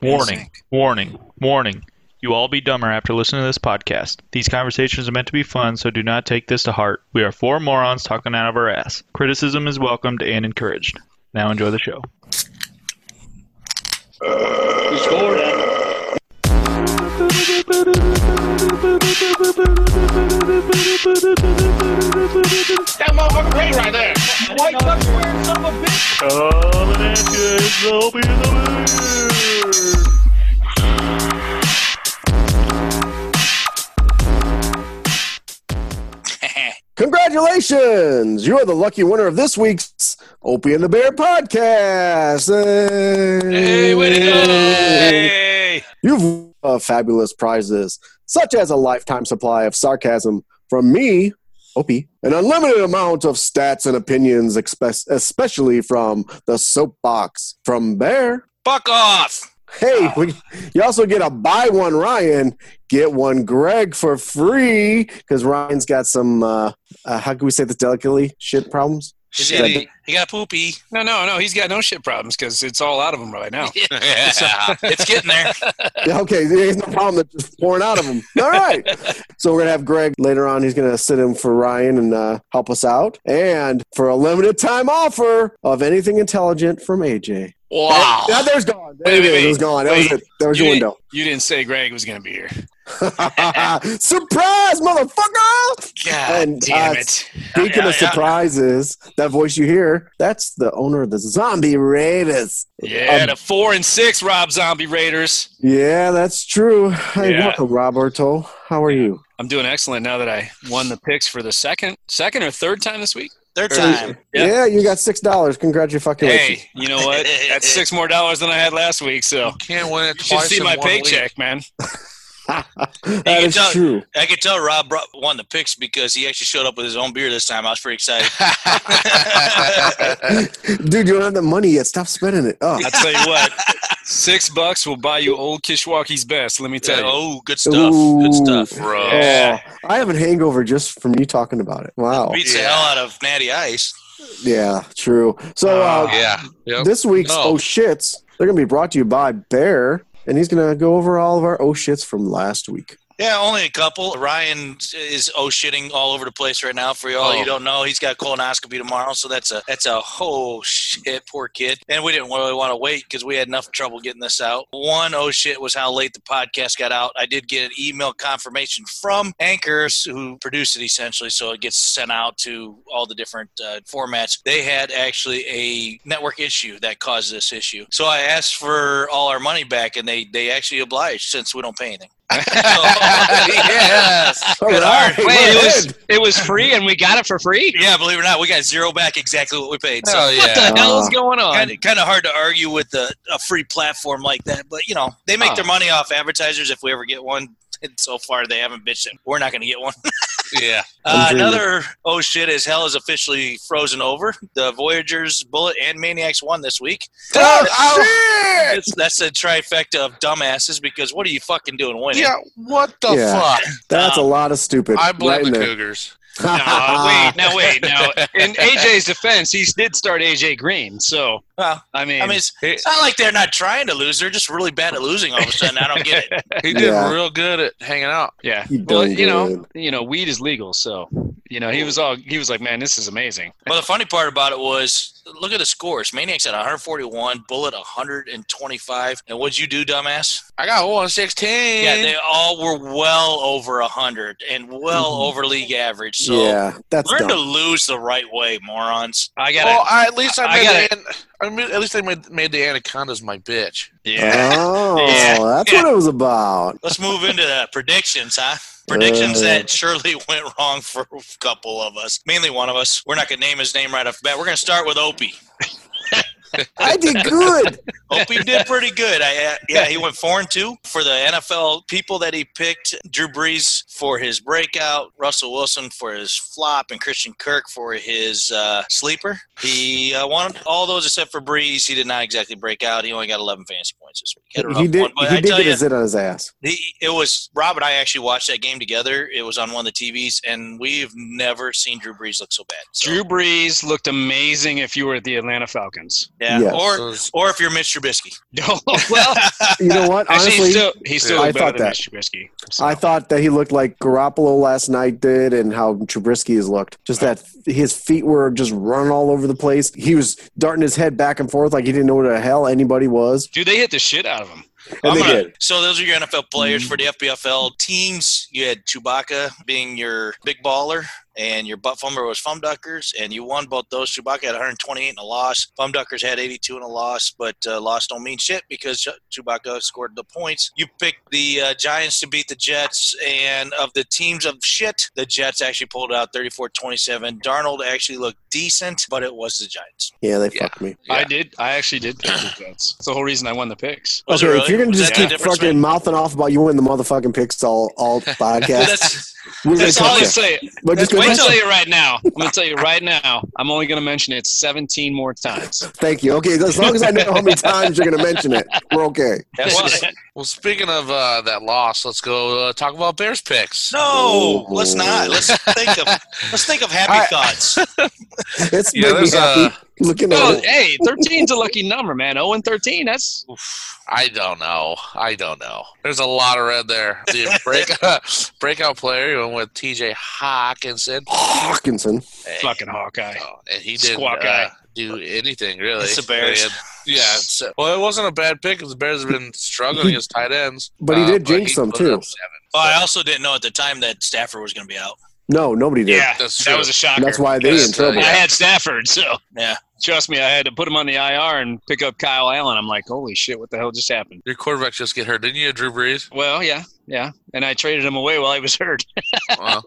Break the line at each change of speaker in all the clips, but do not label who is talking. Warning, warning, warning. You all be dumber after listening to this podcast. These conversations are meant to be fun, so do not take this to heart. We are four morons talking out of our ass. Criticism is welcomed and encouraged. Now enjoy the show.
That motherfucker great right there. White duck wearing son of a bitch.
Congratulations! You are the lucky winner of this week's Opie and the Bear podcast.
Hey, way to go. Hey.
You've won fabulous prizes, such as a lifetime supply of sarcasm from me, Opie, an unlimited amount of stats and opinions, expe- especially from the soapbox from Bear.
Fuck off.
Hey,
Ah.
we, you also get a buy one Ryan, get one Greg for free because Ryan's got some, uh, uh, how can we say this delicately? Shit problems?
Shitty.
He got poopy.
No, no, no. He's got no shit problems because it's all out of him right now.
uh,
Yeah. it's getting there.
Yeah, okay, there's no problem that's just pouring out of him. All right. So we're going to have Greg later on. He's going to sit in for Ryan and uh, help us out. And for a limited time offer of anything intelligent from AJ.
Wow.
Now there's gone. There it
Ah. Wait,
is.
wait,
It was gone. That was
wait.
it. That was
You
your
didn't-
window.
You didn't say Greg was going to be here.
Surprise, motherfucker!
God
And,
damn
uh,
it.
Speaking
yeah,
of
yeah.
surprises, that voice you hear, that's the owner of the Zombie Raiders.
Yeah,
um,
the four and six Rob Zombie Raiders.
Yeah, that's true. Hey,
Yeah.
welcome, Roberto. How are you?
I'm doing excellent now that I won the picks for the second, second or third time this week.
Third time.
Yeah,
Yeah.
you got six dollars. Congratulations.
Hey, you know what? That's six more dollars than I had last week. So
Can't win it
you should
twice
see
in
my
one
paycheck,
week.
man.
that
you
is
tell-
true.
I could tell Rob brought, won the picks because he actually showed up with his own beer this time. I was pretty excited.
Dude, you don't have the money yet. Stop spending it. Oh.
I tell you what, six bucks will buy you old Kishwaukee's best. Let me tell you.
oh, good stuff.
Ooh.
Good stuff.
Bro.
Yeah.
Oh, I have a hangover just from you talking about it. Wow.
Beats the
Yeah.
hell out of Natty Ice.
Yeah, true. So uh,
Yeah. Yep.
this week's
No.
oh shits, they're gonna be brought to you by Bear, and he's gonna go over all of our oh shits from last week.
Yeah, only a couple. Ryan is oh shitting all over the place right now. For y'all
Oh.
you don't know, he's got colonoscopy tomorrow, so that's a that's a oh shit, poor kid. And we didn't really want to wait because we had enough trouble getting this out. One oh shit was how late the podcast got out. I did get an email confirmation from anchors who produce it essentially, so it gets sent out to all the different uh, formats. They had actually a network issue that caused this issue, so I asked for all our money back, and they they actually obliged since we don't pay anything.
yes.
All
Good
right,
art.
we're
Wait, it
in.
was it was free and we got it for free.
Yeah, believe it or not, we got zero back exactly what we paid. So
Hell
What
yeah.
the hell is
Uh,
going on?
kind, of, kind of hard to argue with a, a free platform like that. But you know, they make
Huh.
their money off advertisers if we ever get one. And so far, they haven't bitched it. We're not going to get one.
yeah.
Uh,
I'm dreaming.
another oh shit is hell is officially frozen over. The Voyagers, Bullet, and Maniacs won this week.
Oh, shit!
That's, that's a trifecta of dumbasses because what are you fucking doing winning?
Yeah. What the
Yeah.
fuck?
That's a lot of stupid.
I blame
right in
the
there.
Cougars.
no, wait, no, wait, no. In AJ's defense, he did start AJ Green, so
Well,
I mean,
I mean, it's, it's not like they're not trying to lose; they're just really bad at losing. All of a sudden, I don't get it.
He did
Yeah.
real good at hanging out.
yeah.
You
Well,
done
you know,
good.
you know, weed is legal, so you know, he was all he was like, man, this is amazing.
Well, the funny part about it was, look at the scores. Maniacs at 141, Bullet 125, and what'd you do, dumbass?
I got 116.
Yeah, they all were well over 100 and well over league average. So
Mm-hmm. yeah, that's
learn to
dumb.
lose the right way, morons.
I got
well, I, at least I,
I
made
gotta-
the an, I made, at least I made, made the anacondas my bitch.
Oh, that's what it was about.
Let's move into the predictions, huh? Predictions
Uh,
that surely went wrong for a couple of us, mainly one of us. We're not going to name his name right off the bat. We're going to start with Opie.
I did good.
Opie did pretty good. I, uh, yeah, he went four and two for the NFL people that he picked. Drew Brees for his breakout, Russell Wilson for his flop, and Christian Kirk for his uh, sleeper. He uh, won all those except for Brees. He did not exactly break out. He only got 11 fantasy points this week. Had a rough
he did.
one, but
he
I
did
tell
get
you,
a zit on his ass.
the, it was Rob and I actually watched that game together. It was on one of the TVs, and we've never seen Drew Brees look so bad. So,
Drew Brees looked amazing if you were at the Atlanta Falcons.
Yeah.
Yes.
Or
So it's-
or if you're Mitch Trubisky.
No, well,
You know what?
actually,
Honestly,
he's still, he's still
I
better
thought
than
that.
Mitch Trubisky. So.
I thought that he looked like Garoppolo last night did, and how Trubisky has looked. Just that his feet were just running all over the place. He was darting his head back and forth like he didn't know what the hell anybody was.
Dude, they hit the shit out of him.
And
I'm
they
gonna-
did.
So those are your NFL players
Mm.
for the FBFL teams. You had Chewbacca being your big baller, and your butt fumbler was Fumduckers, and you won both those. Chewbacca had 128 in a loss. Fumduckers had 82 in a loss, but uh, loss don't mean shit because Ch- Chewbacca scored the points. You picked the uh, Giants to beat the Jets, and of the teams of shit, the Jets actually pulled out 34-27. Darnold actually looked decent, but it was the Giants.
Yeah, they
Yeah.
fucked me.
I did. I actually did pick the Jets. It's the whole reason I won the picks.
Was
okay,
it Oh, really?
if you're gonna
Was
just
that the
keep
difference,
fucking
man?
mouthing off about you win the motherfucking picks all all podcast,
That's-
we're gonna
That's all
cut
I'm
you.
saying.
We're just
Wait
gonna
till
cut
I
you.
tell you right now. I'm gonna tell you right now. I'm only gonna mention it 17 more times.
Thank you. Okay, as long as I know how many times you're gonna mention it, we're okay.
that's-
Well, speaking of uh, that loss, let's go uh, talk about Bears picks.
No, let's not. Let's think of let's think of happy
I-
thoughts.
It's
Yeah,
made me
there's,
happy
uh,
looking at
No,
it.
hey, 13's a lucky number, man. 0 and 13. That's
I don't know. I don't know. There's a lot of red there. The break, breakout player who went with T.J. Hawkinson,
Hawkinson.
fucking Hawkeye.
Oh, and he didn't
Squawk
uh,
eye.
do anything really.
It's the Bears.
And, yeah. it's- uh, well, it wasn't a bad pick because the Bears have been struggling against tight ends. Uh,
But he did jinx
he
them,
put
too.
up seven.
Well, I also didn't know at the time that Stafford was going to be out.
No, nobody did.
Yeah,
That's
that
true.
was a shocker.
And that's why they
Yes,
in trouble.
I
yeah.
had Stafford, so
Yeah,
trust me, I had to put him on the IR and pick up Kyle Allen. I'm like, holy shit, what the hell just happened?
Your quarterback just get hurt, didn't you, Drew Brees?
Well, yeah, yeah, and I traded him away while he was hurt.
Well,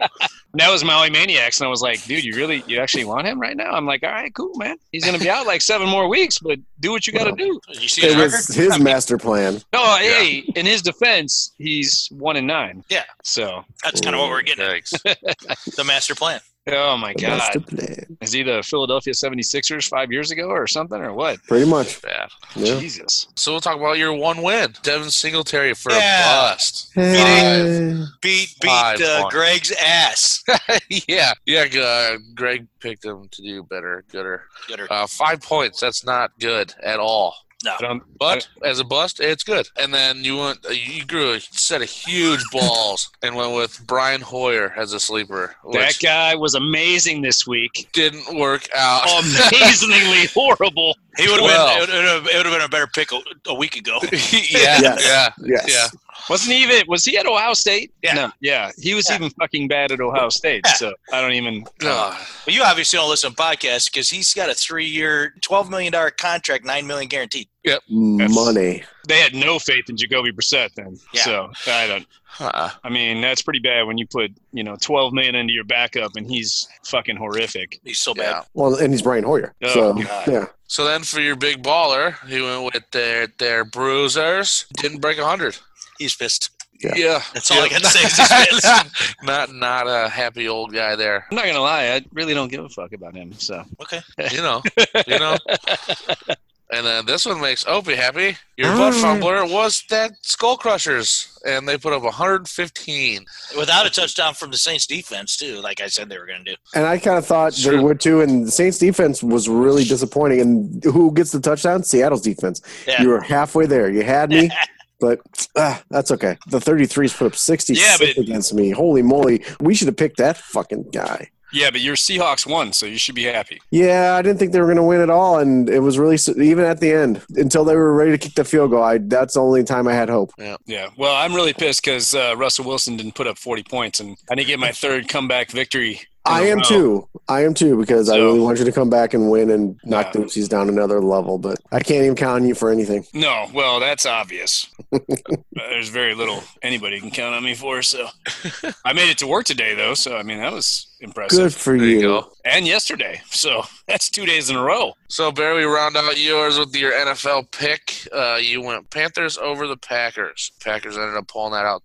that was Maui Maniacs, and I was like, dude, you really, you actually want him right now? I'm like, all right, cool, man. He's gonna be out like seven more weeks, but do what you got to
Well,
do.
you see his
It
record.
was his master plan.
No, Oh, hey, in his defense, he's one and nine.
Yeah.
So,
That's kind of what we're getting.
yikes.
at. The master plan.
oh my
The
God,
master plan.
is he the Philadelphia 76ers five years ago or something or what?
Pretty much.
Bad.
Yeah.
Jesus.
So we'll talk about your one win, Devin Singletary for
Yeah.
a bust.
Hey.
Beat beat
Five
uh,
points.
Greg's ass.
yeah, yeah. Uh, Greg picked him to do better, gooder.
Gooder.
Uh, five points. That's not good at all.
I don't,
But as a bust, it's good. And then you went, uh, you grew a set of huge balls and went with Brian Hoyer as a sleeper,
that
which
guy was amazing this week.
didn't work out.
Oh,
Amazingly horrible.
He would have
Well.
been. It would have, it would have been a better pick a, a week ago.
yeah,
Yes.
yeah,
Yes.
yeah.
Wasn't he even was he at Ohio State?
Yeah.
No, yeah. He was
Yeah.
even fucking bad at Ohio State.
Yeah.
So I don't even
Ugh.
But you obviously don't listen to podcasts because he's got a three-year, twelve million dollar contract, nine million guaranteed.
Money.
they had no faith in Jacoby Brissett then.
Yeah.
So I don't.
Huh.
I mean, that's pretty bad when you put you know twelve million into your backup and he's fucking horrific.
He's so bad.
Yeah.
Well, and he's Brian Hoyer.
Oh,
so,
God.
yeah.
So then for your big baller, he went with their their bruisers. Didn't break hundred.
He's pissed.
Yeah.
That's all I got
Yeah.
to say. Is he's pissed.
not not a happy old guy there.
I'm not gonna lie, I really don't give a fuck about him. So
okay.
You know, you know. And then this one makes Opie happy. Your butt fumbler was that Skull Crushers, and they put up 115.
Without a touchdown from the Saints defense too, like I said they were going to do.
And I kind of thought they
Sure.
would too. And the Saints defense was really disappointing. And who gets the touchdown? Seattle's defense.
Yeah.
You were halfway there. You had me. But ah, that's okay. The 33s put up 66
Yeah, but-
against me. Holy moly. We should have picked that fucking guy.
yeah, but your Seahawks won, so you should be happy.
Yeah, I didn't think they were going to win at all. And it was really, even at the end, until they were ready to kick the field goal, I, that's the only time I had hope.
Yeah, well, I'm really pissed because uh, Russell Wilson didn't put up 40 points, and I didn't get my third comeback victory. in
I
a
am
row.
too. I am too because I
So-
really want you to come back and win and knock
Yeah.
the Oopsies down another level. But I can't even count on you for anything.
No, well, that's obvious. Uh, There's very little anybody can count on me for. So I made it to work today, though. So I mean, that was impressive.
Good for
There
you.
you go.
And yesterday, so that's two days in a row.
So Barry, we round out yours with your NFL pick. Uh, you went Panthers over the Packers. Packers ended up pulling that out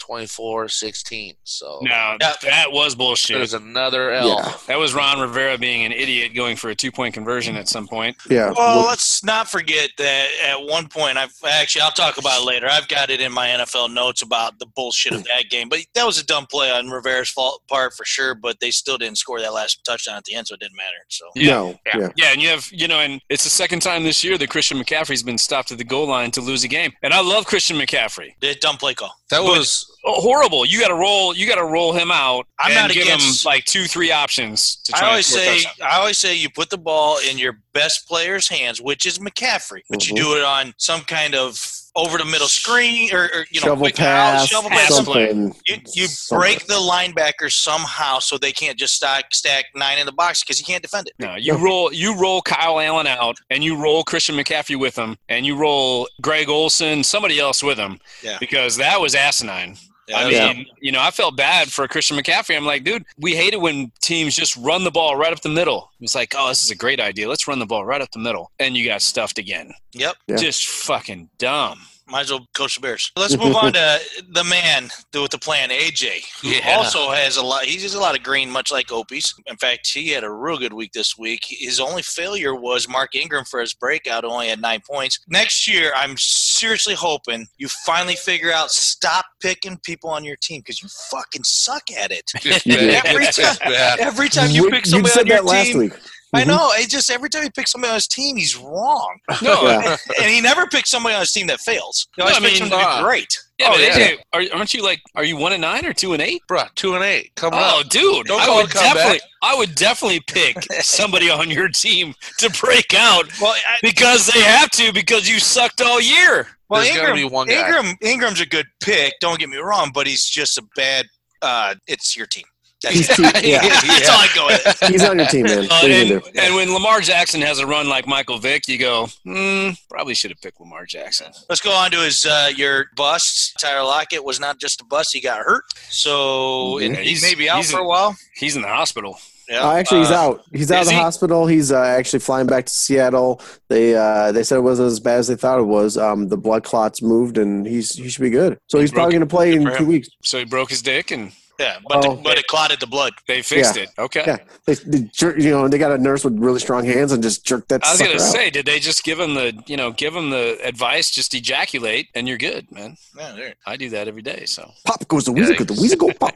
24-16. So
Now
Yeah.
that was bullshit.
there's another L.
Yeah.
That was Ron Rivera being an idiot going for a two point conversion at some point.
Yeah.
Well, let's not forget that at one point, I've actually I'll talk about it later. I've got it in my NFL notes about the bullshit of that game. But that was a dumb play on Rivera's fault part for sure. But they still didn't score that last touchdown at the end, so it didn't matter. So
No,
Yeah.
yeah.
Yeah, and you have, you know, and it's the second time this year that Christian McCaffrey's been stopped at the goal line to lose a game. And I love Christian McCaffrey.
the dumb play call.
That was
Oh, horrible. You got to roll. You got to roll him out.
I'm
and
not
give
against-
him like two, three options. To try
I
and
always
score a
say,
touchdown.
I always say, you put the ball in your best player's hands, which is McCaffrey, but
Mm-hmm.
you do it on some kind of over the middle screen or, or you know,
shovel
quick out,
pass,
shovel pass, some-
something.
You, you
Something.
break the linebacker somehow so they can't just stack stack nine in the box because you can't defend it.
No, you roll. You roll Kyle Allen out, and you roll Christian McCaffrey with him, and you roll Greg Olson, somebody else with him,
Yeah.
because that was asinine. I mean,
Yeah.
you know, I felt bad for Christian McCaffrey. I'm like, dude, we hate it when teams just run the ball right up the middle. It's like, oh, this is a great idea. Let's run the ball right up the middle, and you got stuffed again.
Yep.
Yeah.
Just fucking dumb.
Might as well coach the Bears. Let's move on to the man with the plan, AJ, who
Yeah.
also has a lot. He's just a lot of green, much like Opie's. In fact, he had a real good week this week. His only failure was Mark Ingram for his breakout, only had nine points. Next year, I'm seriously hoping you finally figure out stop picking people on your team because you fucking suck at it.
just
Yeah.
bad.
Every time,
Just bad.
every time you
We-
pick somebody
said
on your
that last
team,
week.
I
Mhm.
know. It's just every time he picks somebody on his team, he's wrong.
No,
Yeah.
and he never picks somebody on his team that fails. He
No,
always
I
picks
mean,
them to be
uh,
great.
yeah,
Oh,
but
yeah.
AJ, are, aren't you like, are you one and nine or two and eight?
Bruh, two and eight. Coming
Oh,
up.
dude!
Don't
I
call
would
it comeback.
definitely, I would definitely pick somebody on your team to break out
Well, I,
because they have to because you sucked all year.
well,
There's
Ingram,
gotta be one guy.
Ingram, Ingram's a good pick. Don't get me wrong, but he's just a bad. Uh, it's your team. That's,
He's,
it.
too, yeah,
That's all I go with.
he's on your team, man. What
Uh,
are you gonna
and,
do?
and when Lamar Jackson has a run like Michael Vick, you go, hmm, probably should have picked Lamar Jackson.
Let's go on to his uh, your bust. Tyler Lockett was not just a bust; he got hurt, so
Mhm.
and he
He's-
may be out
he's
for
a-
a while.
He's in the hospital.
Yeah,
Uh, actually, he's
Uh,
out. He's out of
is
the
he?
hospital. He's uh, actually flying back to Seattle. They uh, they said it wasn't as bad as they thought it was. Um, the blood clots moved, and he's he should be good. So he's probably going to play in
for
two
him.
weeks.
So he broke his dick and
Yeah, but the-
Oh.
but it clotted the blood.
they fixed
Yeah.
it. Okay.
Yeah, they, they jer- you know they got a nurse with really strong hands and just jerked that.
I was
sucker
gonna
out.
say, did they just give him the, you know, give him the advice, just ejaculate, and you're good, man.
Yeah, there.
I do that every day. So
pop goes the weasel, the weasel go pop.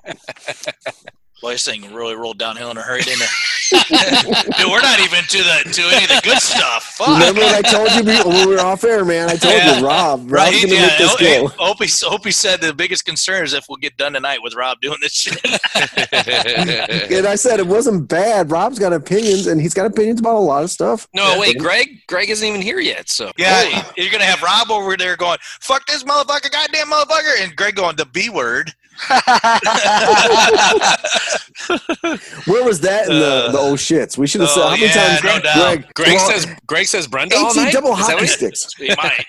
Boy, this thing really rolled downhill in a hurry, didn't it? Dude, we're not even to the to any of the good stuff. Fuck.
Remember what I told you be- when we were off air, man? I told
Yeah.
you, Rob. Rob's
Right?
gonna make this
yeah,
go.
O- Opie, Opie said the biggest concern is if we'll get done tonight with Rob doing this shit.
And I said it wasn't bad. Rob's got opinions, and he's got opinions about a lot of stuff.
no, wait, Greg, Greg isn't even here yet. So
Yeah, you're gonna have Rob over there going, "Fuck this motherfucker, goddamn motherfucker," and Greg going the B word. Oh,
Where was that in the, the oh shits? We should have said
oh,
how many
yeah,
times
no doubt.
Greg,
Greg
well,
says Greg says Brenda all
eighteen
night.
double
Is that
hockey
what it-
sticks.
He might.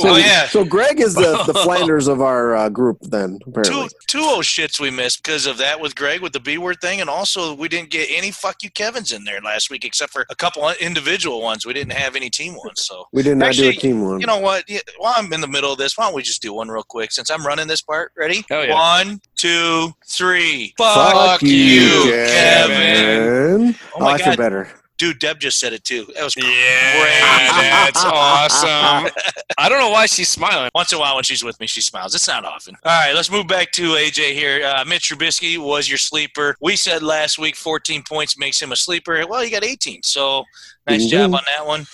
So,
oh yeah,
so Greg is the, the Flanders of our uh, group then apparently.
two two old shits we missed because of that with Greg with the B word thing, and also we didn't get any fuck you Kevin's in there last week except for a couple individual ones. We didn't have any team ones, so.
we did not do
Actually,
a team one.
You know what? Yeah, While I'm in the middle of this, why don't we just do one real quick since I'm running this part? Ready?
Oh, yeah.
One, two, three.
Fuck, you,
you, Kevin.
Kevin.
Oh
Oh,
my
I feel
God.
better.
Dude, Deb just said it too. That was
Yeah,
great.
that's awesome. I don't know why she's smiling.
Once in a while, when she's with me, she smiles. It's not often. All right, let's move back to AJ here. Uh, Mitch Trubisky was your sleeper. We said last week 14 points makes him a sleeper. Well, you got 18, so nice
Mhm.
job on that one.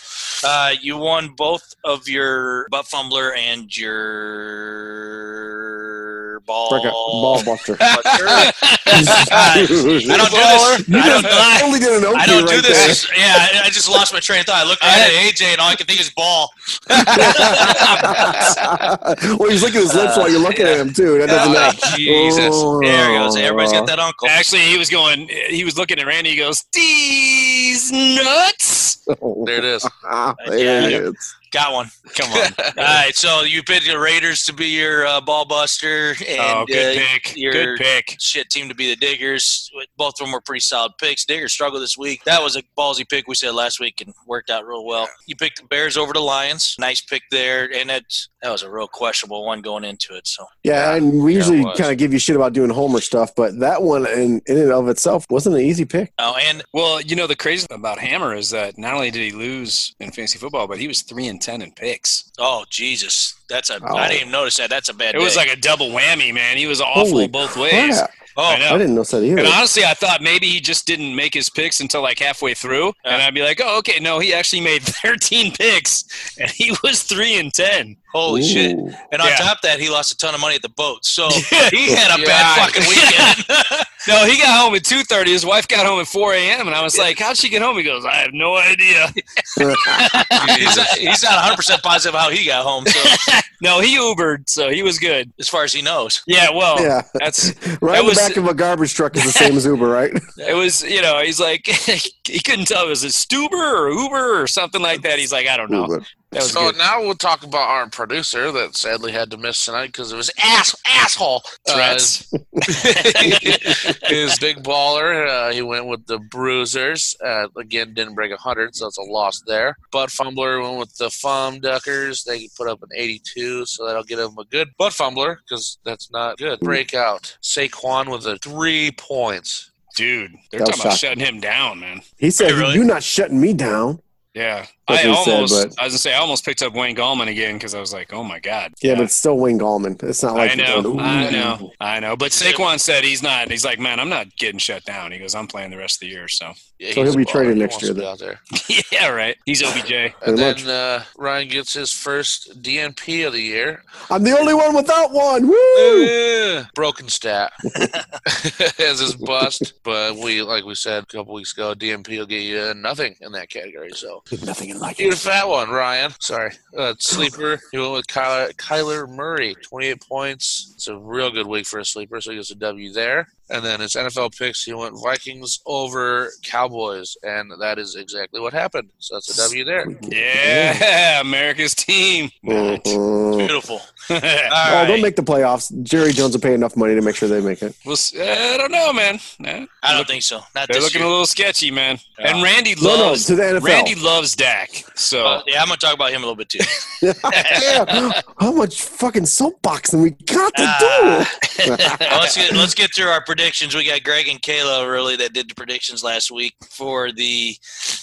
Uh, you won both of your butt fumbler and your ball.
Breakout. Ball buster.
I
I don't do this.
don't do this. I don't,
only did an OP
I don't
right
do
there.
this. Yeah, I- I just lost my train of thought. I looked right at AJ, and all I could think is ball.
well, he's licking his lips while you're looking at him too. That doesn't matter.
Jesus.
There it goes. Everybody's got that uncle.
Actually, he was going. He was looking at Randy. He goes, "These nuts."
There it is.
Oh. Ah, there it is.
Got one. Come on. All right. So you picked the Raiders to be your uh, ball buster, and
oh, good
uh,
pick.
your-
Good pick.
shit team to be the Diggers. Both of them were pretty solid picks. Diggers struggled this week. That was a ballsy pick we said last week and worked out real well. You picked the Bears over the Lions. Nice pick there, and it's that was a real questionable one going into it. So
Yeah, and we
Yeah, it
usually
was.
kind of give you shit about doing Homer stuff, but that one in, in and of itself wasn't an easy pick.
oh, and
Well, you know the crazy thing about Hammer is that not only did he lose in fantasy football, but he was three and and ten in picks.
Oh Jesus, that's a.
Oh.
I didn't even notice that. That's a bad.
It was
day.
like a double whammy, man. He was awful
Holy
both ways.
Crap.
Oh,
I know.
I didn't know that either.
And honestly, I thought maybe he just didn't make his picks until like halfway through, and I'd be like, "Oh, okay, no, he actually made 13 picks, and he was three and 10."
holy shit.
Ooh.
And on
Yeah.
top of that, he lost a ton of money at the boat. So he had a bad
Yeah.
fucking weekend.
No, he got home at 2:30. His wife got home at 4 a.m. and I was like, "How'd she get home?" He goes, "I have no idea."
he's, not, he's not 100 percent positive how he got home. So
No, he Ubered, so he was good.
as far as he knows,
Yeah, well,
Yeah,
Oh, that's
right
That
in the
was-
back of a garbage truck is the same as Uber, right?
it was. You know, he's like, he couldn't tell. Was it Stuber or Uber or something like that? He's like, I don't know.
Uber.
That was
so
good.
now we'll talk about our producer that sadly had to miss tonight because of his ass asshole uh,
Threats.
his big baller. Uh, he went with the Bruisers. Uh, again, didn't break 100, so it's a loss there. But Fumbler went with the Fum Duckers. They put up an 82, so that'll get him a good butt fumbler because that's not good.
Mm-hmm.
Breakout. Saquon with a three points.
dude, they're
That was
talking about
shocking.
shutting him down, man.
He said,
Really?
"You're not shutting me down."
Yeah,
That's
I
what he said,
almost.
but-
I was gonna say I almost picked up Wayne Gallman again because I was like, oh my god.
Yeah, but it's still Wayne Gallman. It's not like oh,
I know,
Ooh.
I know, I know. But Saquon said he's not. He's like, man, I'm not getting shut down. He goes, I'm playing the rest of the year. So
Yeah,
So
he's
he'll be
a baller.
traded
He
next
wants
year,
to be
then.
out there.
yeah, right. He's OBJ.
And
Pretty
then uh, Ryan gets his first DNP of the year.
I'm the only one without one. Woo!
Eh, Broken stat as his bust, but we, like we said a couple weeks ago, DMP will get you nothing in that category. So
Nothing in like
you're
it.
the fat one, Ryan. Sorry, uh, sleeper. He went with Kyler, Kyler Murray, 28 points. It's a real good week for a sleeper, so he gets a W there. And then his NFL picks, he went Vikings over Cowboys, and that is exactly what happened. So that's a W there.
Yeah, America's team.
Mhm.
beautiful.
we'll
All
Oh,
right.
don't make the playoffs. Jerry Jones will pay enough money to make sure they make it.
s- I don't know, man. Eh,
I don't think so. Not
They're
this
looking a
year.
little sketchy, man.
Yeah.
And Randy
No, no,
loves
to the NFL.
Randy loves Dak. So
Uh, yeah, I'm gonna talk about him a little bit too.
Yeah, how much fucking soapboxing we got to
Ah.
do?
Well, let's get let's get through our predictions. We got Greg and Kayla really that did the predictions last week for the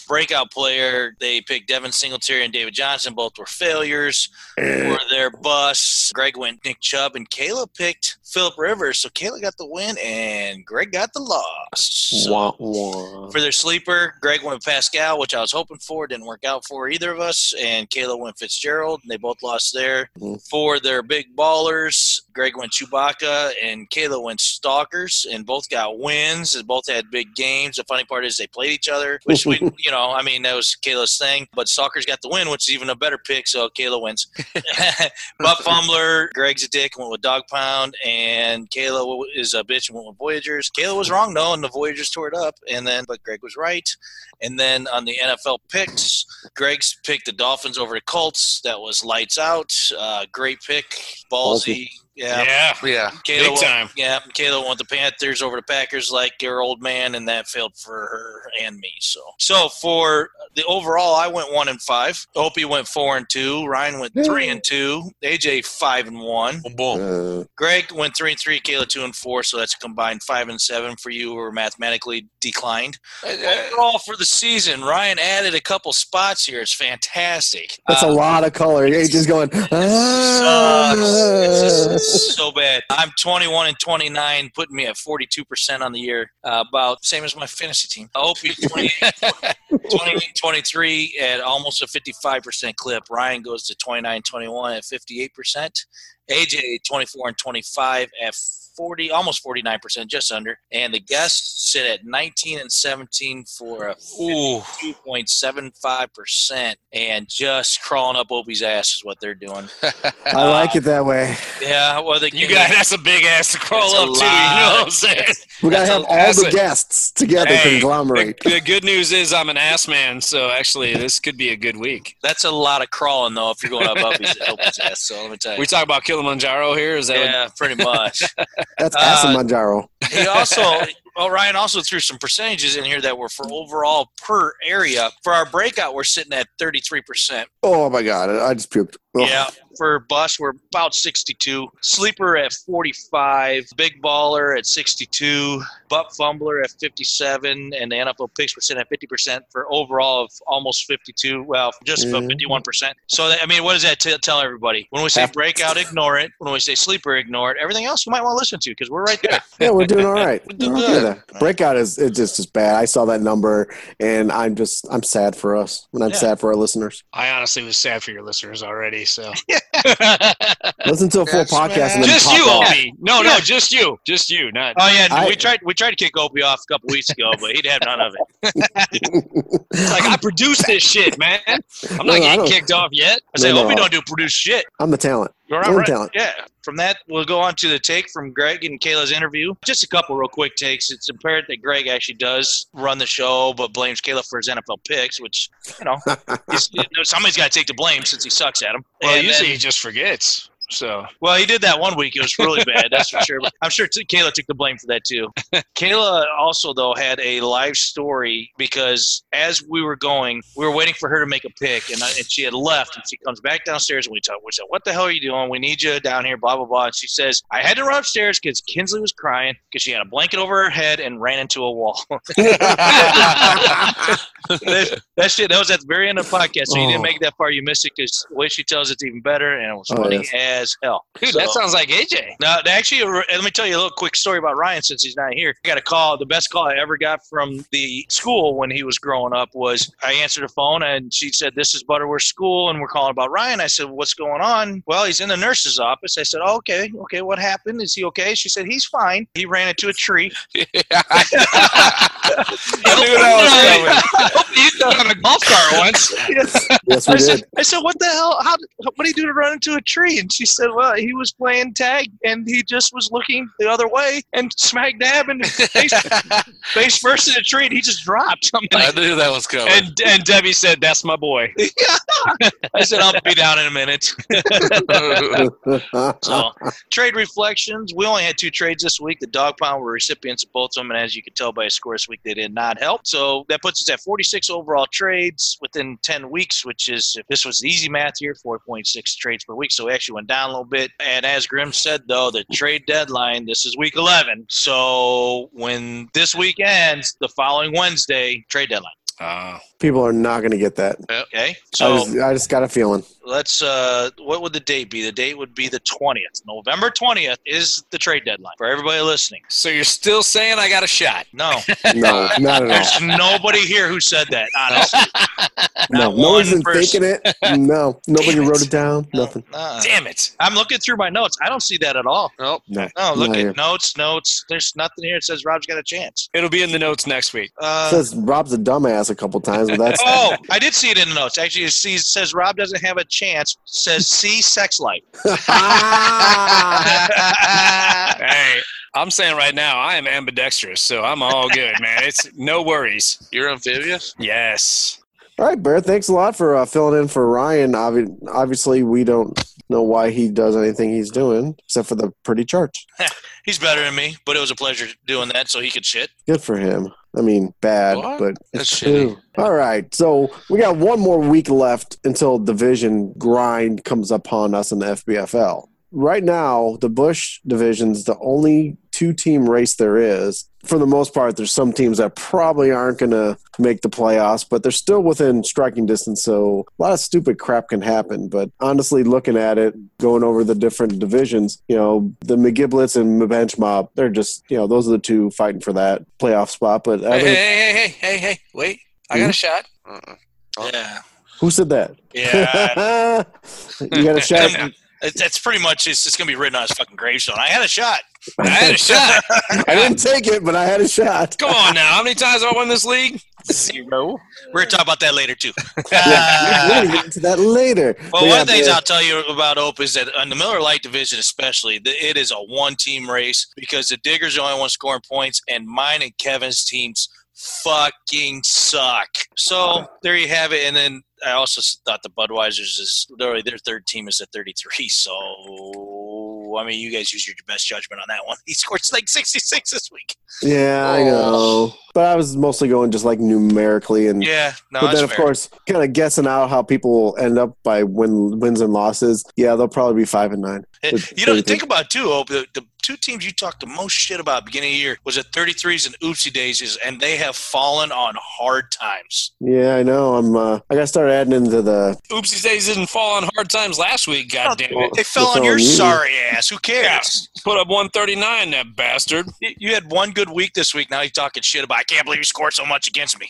breakout player. They picked Devin Singletary and David Johnson. Both were failures for their busts. Greg went Nick Chubb and Kayla picked Philip Rivers. So Kayla got the win and Greg got the loss. So
Wah, wah.
for their sleeper, Greg went with Pascal, which I was hoping for. Didn't work out for either of us. And Kayla went Fitzgerald, and they both lost there.
Mhm.
For their big ballers, Greg went Chewbacca, and Kayla went Stalkers, and both got wins. And both had big games. The funny part is they played each other, which we, you know, I mean, that was Kayla's thing. But Stalkers got the win, which is even a better pick, so Kayla wins. Butt Fumbler, Greg's a dick, went with Dog Pound, and Kayla is a bitch and went with Voyagers. Kayla was wrong, no, and the Voyagers tore it up, and then but Greg was right. And then on the NFL picks, Greg's picked the Dolphins over the Colts. That was lights out. Uh, great pick, ballsy.
Ballsy.
Yeah,
yeah,
Yeah.
Kayla
big
went-
time.
yeah, Kayla went the Panthers over the Packers like your old man, and that failed for her and me. So, so for the overall, I went one and five. Opie went four and two. Ryan went three and two. AJ five and one.
Boom, boom.
Uh,
Greg went three and three. Kayla two and four. So that's a combined five and seven for you, who are mathematically declined.
uh,
Overall for the season, Ryan added a couple spots here. It's fantastic.
that's
Uh,
a lot of color. Age is going.
sucks. It's
"Ah."
just so bad. I'm 21 and 29, putting me at 42% on the year, uh, about same as my fantasy team. I hope you 28, 28, 23 at almost a 55% clip. Ryan goes to 29, 21 at 58%. AJ 24 and 25 at 40, almost 49%, just under. And the guests sit at 19 and 17 for a
Ooh.
2.75% and just crawling up Opie's ass is what they're doing.
I like it that way.
Yeah, well, they,
You got that's a big ass to crawl
That's a
up to. You know
lot.
what I'm saying?
We gotta
That's a-
have all
that's
the
a-
guests together
Hey,
conglomerate.
The good news is I'm an ass man, so actually this could be a good week.
That's a lot of crawling though if you're going up Opie's, Opie's ass. So let me tell you.
We talk about Kilimanjaro here. Is that what-
yeah, pretty much.
That's
uh,
Asamanjaro.
he also, well, Ryan also threw some percentages in here that were for overall per area. For our breakout, we're sitting at 33%.
Oh my god, I just puked. Ugh.
Yeah. For bus, we're about 62. Sleeper at 45. Big baller at 62. Buck Fumbler at 57, and the NFL picks percent at 50% for overall of almost 52. Well, just about
Mhm.
51%. So, that, I mean, what does that t- tell everybody? When we say
Half-
breakout, ignore it. When we say sleeper, ignore it. Everything else you might want to listen to because we're right there.
Yeah, we're doing all right.
We're doing
We're
good.
doing that. Breakout is it's just as bad. I saw that number, and I'm just I'm sad for us, and I'm
Yeah.
sad for our listeners.
I honestly was sad for your listeners already. So
Listen to a full
Yes,
podcast, and
man.
then
Just
pop
you,
off.
Opie. No, Oh, no, just you. Just you. Not
Oh yeah,
I-
we tried we tried to kick Opie off a couple weeks ago, but he'd have none of it.
It's like I produced this shit, man. I'm
No,
not
I
getting
don't-
kicked off yet.
I say,
No, no.
Opie don't do produce shit.
I'm the talent.
You're
I'm
all
the
right.
talent.
Yeah. From that, we'll go on to the take from Greg and Kayla's interview. Just a couple real quick takes. It's apparent that Greg actually does run the show, but blames Kayla for his NFL picks, which you know, he's- you know, somebody's got to take the blame since he sucks at them.
Well,
And
usually
then-
he just forgets. So
Well, he did that one week. It was really bad, that's for sure. But I'm sure t- Kayla took the blame for that too. Kayla also though had a live story because as we were going, we were waiting for her to make a pick, and, I, and she had left, and she comes back downstairs, and we talk. We said, "What the hell are you doing? We need you down here." Blah blah blah. And she says, "I had to run upstairs because Kinsley was crying because she had a blanket over her head and ran into a wall." that, that shit that was at the very end of the podcast, so you didn't
Oh.
make it that far. You missed it because the way she tells it's even better, and it was
Oh,
funny
yes.
as hell.
dude,
So-
that sounds like AJ.
now, they actually, and let me tell you a little quick story about Ryan since he's not here. I got a call. The best call I ever got from the school when he was growing up was I answered the phone and she said, This is Butterworth School and we're calling about Ryan. I said, What's going on? Well, he's in the nurse's office. I said, oh, Okay, okay, what happened? Is he okay? She said, He's fine. He ran into a tree.
You got on a golf cart once.
Yes, we
I said,
did.
I said, what the hell? How? did- What did he do to run into a tree? And she said, well, he was playing tag and he just was looking the other way and smack dab and face, face first in the tree and he just dropped. I'm
I
like,
knew that was coming.
And and Debbie said, "That's my boy."
I said, I'll be down in a minute. So, trade reflections. We only had two trades this week. The Dog Pound were recipients of both of them, and as you can tell by a score this week, they did not help. So that puts us at 46 overall trades within 10 weeks, which is, if this was the easy math here, 4.6 trades per week. So we actually went down a little bit. And as Grimm said, though, the trade deadline, this is week 11. So when this week ends, the following Wednesday, trade deadline.
Oh,
People are not going to get that.
Okay?
I,
So
just, I just got a feeling.
let's uh what would the date be the date would be the 20th november 20th is the trade deadline for everybody listening
so you're still saying I got a shot?
no
No, not at
there's nobody here who said that honestly
all. No,
not
no
one
one's been
person.
thinking it. No, nobody
Damn it.
wrote it down. Nothing.
Uh,
Damn it!
i'm looking through my notes i don't see that at all
Nope.
No,
no look
not
at
here.
notes notes there's nothing here that says rob's got a chance
It'll be in the notes next week.
It
uh,
says Rob's a dumbass a couple times, but that's
oh i did see it in the notes actually it sees- says rob doesn't have a chance says see sex life
Ah.
Hey, I'm saying right now I am ambidextrous, so I'm all good, man. It's no worries.
You're amphibious?
Yes.
All right, Bear. Thanks a lot for uh, filling in for Ryan. Obvi- Obviously, we don't know why he does anything he's doing except for the pretty chart.
he's better than me but it was a pleasure doing that so he could shit
Good for him. I mean, bad,
What?
but
That's
it's
shitty.
true. All right, so we got one more week left until division grind comes upon us in the FBFL. Right now, the Bush division's the only two-team race there is. For the most part, there's some teams that probably aren't going to make the playoffs, but they're still within striking distance. So a lot of stupid crap can happen. But honestly, looking at it, going over the different divisions, you know, the McGiblets and Bench Mob, they're just, you know, those are the two fighting for that playoff spot. But
Hey,
I
hey,
think,
hey, hey, hey, hey, wait. I got a shot. Uh-uh.
yeah
who said that?
yeah
you got a shot.
It- That's pretty much it's just gonna be written on his fucking gravestone. I had a shot.
I had a shot.
I didn't take it, but I had a shot.
Come on now. How many times have I won this league?
We're gonna talk about that later too.
Yeah, we're
Uh,
gonna get into that later.
well,
But
one
yeah,
of the things
Bear-
I'll tell you about Ope is that on the Miller Light division, especially, th- it is a one-team race because the Diggers are the only one scoring points, and mine and Kevin's teams fucking suck. So there you have it. And then I also s- thought the Budweisers is literally their third team is at 33. So I mean, you guys use your best judgment on that one. He scores like 66 this week.
Yeah, I know. But I was mostly going just like numerically and
Oh. Yeah, no,
but
that's
then, of
fair.
course, kind of guessing out how people will end up by win, wins and losses. Yeah, they'll probably be five and nine.
It- you know, think about it, too. Hope the, the two teams you talked the most shit about beginning of the year was at 33s and Oopsie Daisies, and they have fallen on hard times.
Yeah, I know. I'm. Uh, I gotta start adding into the.
Oopsie days didn't fall on hard times last week. God damn it!
They fell
That's
on your
on you.
sorry ass. Who cares?
Put up 139, that bastard.
You- You had one good week this week. Now you're talking shit about. I can't believe you scored so much against me.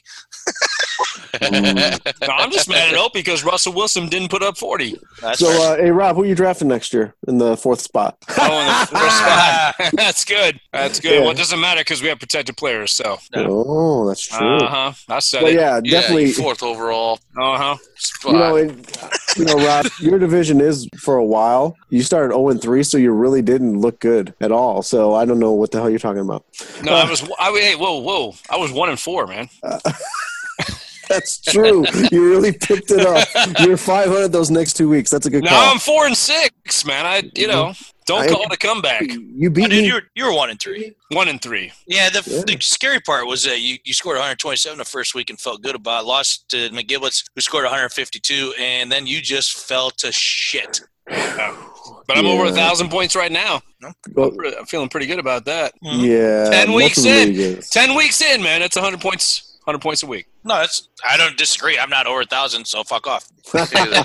No, I'm just mad at Opie because Russell Wilson didn't put up 40.
That's
So,
fair.
uh, hey Rob, who you drafting next year in the fourth spot?
Oh, in the fourth spot. That's good. That's good.
Yeah.
Well, it doesn't matter because we have protected players. So,
Oh, that's true.
uh huh. I said
But
it.
yeah,
Yeah,
definitely.
you fourth overall
Uh huh.
spot.
you know, it, you know, Rob, your division is for a while. You started zero and three, so you really didn't look good at all. So I don't know what the hell you're talking about.
No, I was. I hey, whoa, whoa. I was one and four, man.
That's true. you really picked it up. You're 500 those next two weeks. That's a good
Now
call. Mm-hmm.
I'm four and six, man. I, you know, don't
I-
call it a comeback.
you
Oh,
beat
dude,
me.
you were, you were one and three.
One and three.
Yeah, the,
Yeah.
the scary part was that you, you scored 127 the first week and felt good about it. Lost to McGiblets, who scored 152, and then you just fell to shit.
But I'm over a
Yeah.
thousand points right now.
Well,
I'm feeling pretty good about that.
yeah.
10
multiple
weeks in.
leagues.
Ten weeks in, man. That's 100 points. 100 points a week.
No, that's I don't disagree. I'm not over a thousand, so fuck off.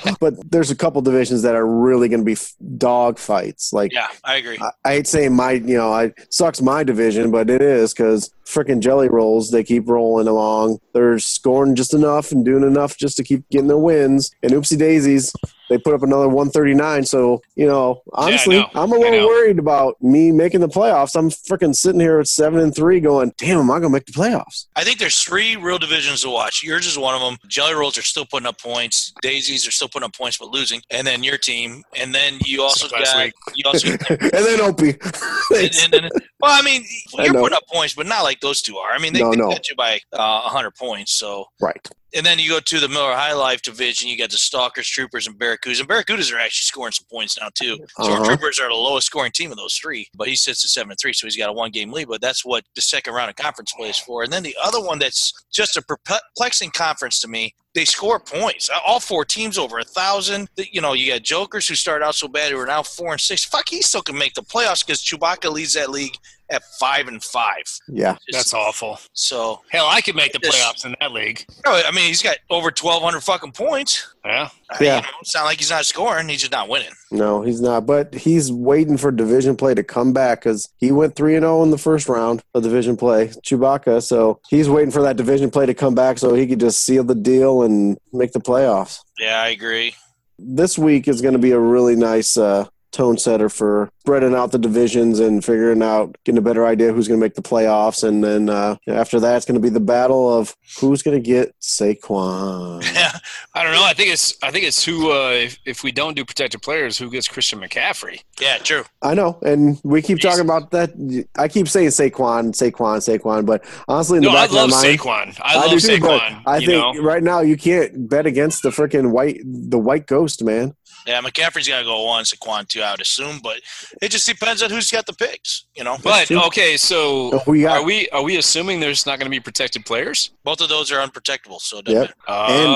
but there's a couple divisions that are really going to be f- dog fights. Like
Yeah, I agree.
I, I hate saying my, you know, I sucks my division, but it is because freaking jelly rolls. They keep rolling along. They're scoring just enough and doing enough just to keep getting their wins. And oopsie daisies, they put up another 139. So you know, honestly,
know.
I'm a
I know.
little worried about me making the playoffs. I'm freaking sitting here at seven and three, going, "Damn, am I gonna make the playoffs?"
I think there's three real divisions to watch. Yours is one of them. Jelly Rolls are still putting up points. Daisies are still putting up points, but losing. And then your team. And then you also
Last
got
week.
you also. and,
and then Opie.
and, and, well, I mean,
I
you're
know.
putting up points, but not like those two are. I mean, they,
No,
they
no.
got you by uh, 100 points. So
right.
And then you go to the Miller High Life division. You got the Stalkers, Troopers, and Barracudas. And Barracudas are actually scoring some points now too. So our
Uh-huh.
Troopers are the lowest scoring team of those three, but he sits at seven and three, so he's got a one game lead. But that's what the second round of conference play is for. And then the other one that's just a perplexing conference to me. They score points. Uh, All four teams over a thousand. The- You know, you got Jokers who started out so bad who are now four and six. Fuck, he still can make the playoffs because Chewbacca leads that league at five and five.
Yeah.
That's awful.
so.
Hell, I could make the playoffs in that league.
I mean, he's got over twelve hundred fucking points.
Yeah.
Uh,
Yeah.
you know, it's not like he's not scoring; he's just not winning.
No, he's not. But he's waiting for division play to come back because he went three and zero in the first round of division play. Chewbacca, so he's waiting for that division play to come back so he could just seal the deal and make the playoffs.
Yeah, I agree.
This week is going to be a really nice uh, tone setter for spreading out the divisions and figuring out getting a better idea who's going to make the playoffs. And then uh, after that, it's going to be the battle of who's going to get Saquon.
Yeah,
I don't know. I think it's. I think it's who. Uh, if, if we don't do protected players, who gets Christian McCaffrey?
yeah, true.
I know, and we keep talking about that. I keep saying Saquon, Saquon, Saquon, but honestly, in
No,
the
I
back
love
of my mind,
Saquon. I, love
do too, but
Saquon.
I
you
think
know?
right now you can't bet against the freaking white, the white ghost, man.
Yeah, McCaffrey's got to go one, Saquon two, I would assume, but it just depends on who's got the picks. You know,
But okay, so
We
are
got
we are we assuming there's not going to be protected players?
both of those are unprotectable, so it doesn't
yep,
matter.
and, and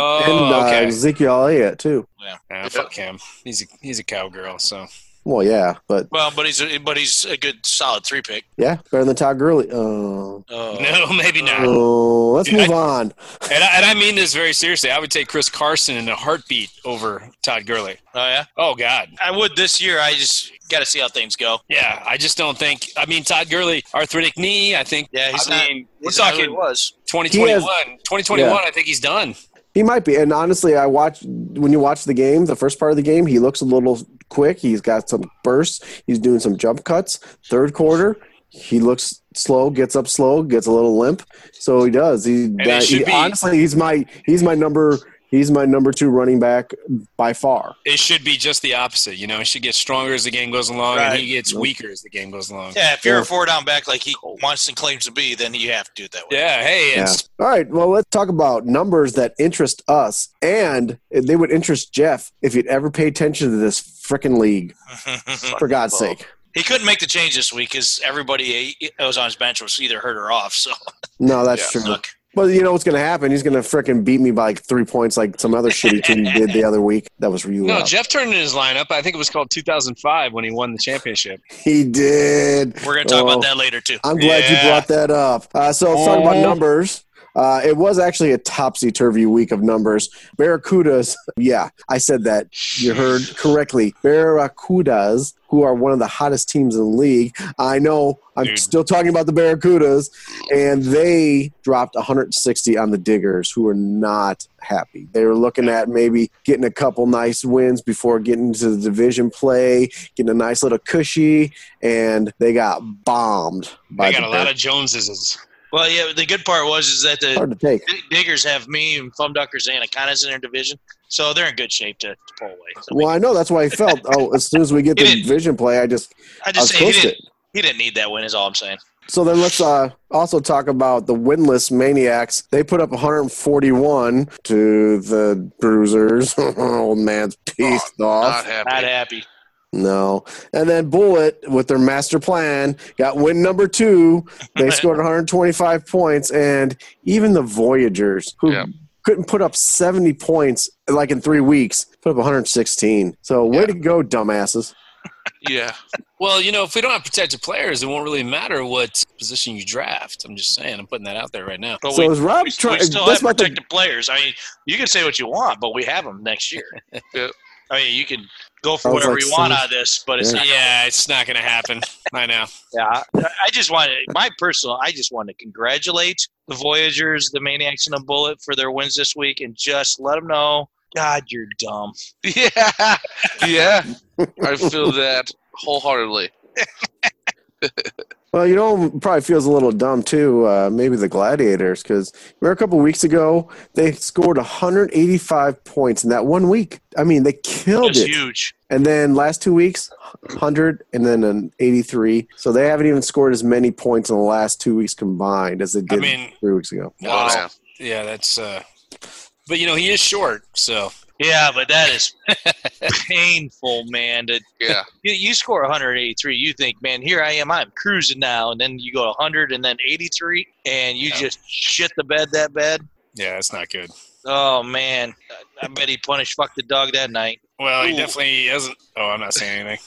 Oh,
uh,
okay.
Ezekiel Elliott too.
Yeah, fuck him. He's a, he's a cowgirl. So
Well, yeah, but
well, but he's a, but he's a good solid three pick.
yeah, better than Todd Gurley. Oh,
Uh,
no, maybe not.
oh let's
Yeah,
move on.
And I, and I mean this very seriously. I would take Chris Carson in a heartbeat over Todd Gurley.
Oh yeah,
Oh God,
I would this year. I just got to see how things go.
yeah. I just don't think. I mean, Todd Gurley, arthritic knee. I think.
Yeah, he's
I
not-
mean, we're
He's not who
talking
he was.
2021.
He
2021.
yeah.
I think he's done.
He might be, and honestly, I watch when you watch the game. The first part of the game, he looks a little quick. He's got some bursts. He's doing some jump cuts. Third quarter, he looks slow, gets up slow, gets a little limp. So he does. He,
it
that-
should
he-
be-
honestly, he's my he's my number he's my number two running back by far.
It should be just the opposite. You know, he should get stronger as the game goes along, and
Right.
he gets
Yep.
weaker as the game goes along. Yeah.
Yeah, if you're
Yeah.
a four down back like he wants and claims to be, then you have to do it that way.
hey,
Yeah.
and
All right. Well, let's talk about numbers that interest us, and they would interest Jeff if you'd ever pay attention to this frickin' league. For God's sake.
He couldn't make the change this week because everybody that was on his bench was either hurt or off. So
No, that's true.
look,
But you know what's going to happen? He's going to fricking beat me by like three points, like some other shitty team did the other week. That was real.
No,
loud.
Jeff turned in his lineup. I think it was called 2005 when he won the championship.
he did.
we're going to talk
Oh.
about that later too.
I'm glad
Yeah.
you brought that up. Uh, so, let's talk about
Oh.
numbers. Uh, it was actually a topsy turvy week of numbers. Barracudas, yeah, I said that. You heard correctly. Barracudas, who are one of the hottest teams in the league. I know I'm
Dude.
still talking about the Barracudas, and they dropped 160 on the Diggers, who are not happy. They were looking at maybe getting a couple nice wins before getting to the division play, getting a nice little cushy, and they got bombed. By
They got
the
a lot
Bears.
of Joneses.
Well, yeah, the good part was is that the
hard to take.
Diggers have me and Thumbduckers and Anacondas in their division, so they're in good shape to, to pull away. So,
Well, I know that's why I felt. Oh, as soon as we get the
It is.
division play, I just
I
I
just
was
say he
close to
didn't,
it.
he didn't need that win. Is all I'm saying.
So then let's uh, also talk about the winless maniacs. They put up 141 to the Bruisers. Old man's pieced
Oh,
Not
off.
happy.
Not happy.
No, and then Bullet with their master plan got win number two. They scored 125 points, and even the Voyagers who.
Yeah.
Couldn't put up 70 points like in three weeks, put up 116. So, way to go, dumbasses.
Yeah.
Well, you know, if we don't have protected players, it won't really matter what position you draft. I'm just saying. I'm putting that out there right now.
But
so,
we,
is Rob
we,
trying?
we still
that's
have
about the
protected players. I mean, you can say what you want, but we have them next year.
Yeah.
I mean, you can go for
Sounds
whatever
like
you want
some-
out of this, but it's
Yeah.
not.
Yeah, it's not going to happen. I know.
Yeah, I I just want to, my personal. I just want to congratulate the Voyagers, the Maniacs, and the Bullet for their wins this week, and just let them know, God, you're dumb.
Yeah. Yeah. I feel that wholeheartedly.
Well, you know, probably feels a little dumb too. Uh, maybe the Gladiators, because remember a couple weeks ago they scored 185 points in that one week. I mean, they killed
That's
it.
huge.
And then last two weeks, 100 and then an 83. So they haven't even scored as many points in the last two weeks combined as they did
mean-
three weeks ago.
Wow.
Yeah.
Yeah, that's. uh But you know, he is short, so
Yeah, but that is painful, man. To,
Yeah.
you, you score 183, you think, man, here I am, I'm cruising now, and then you go 100 and then 83, and you just shit the bed that bad.
yeah, that's not good.
Oh man, I I bet he punished fuck the dog that night.
Well, he
Ooh.
definitely hasn't. Oh, I'm not saying anything.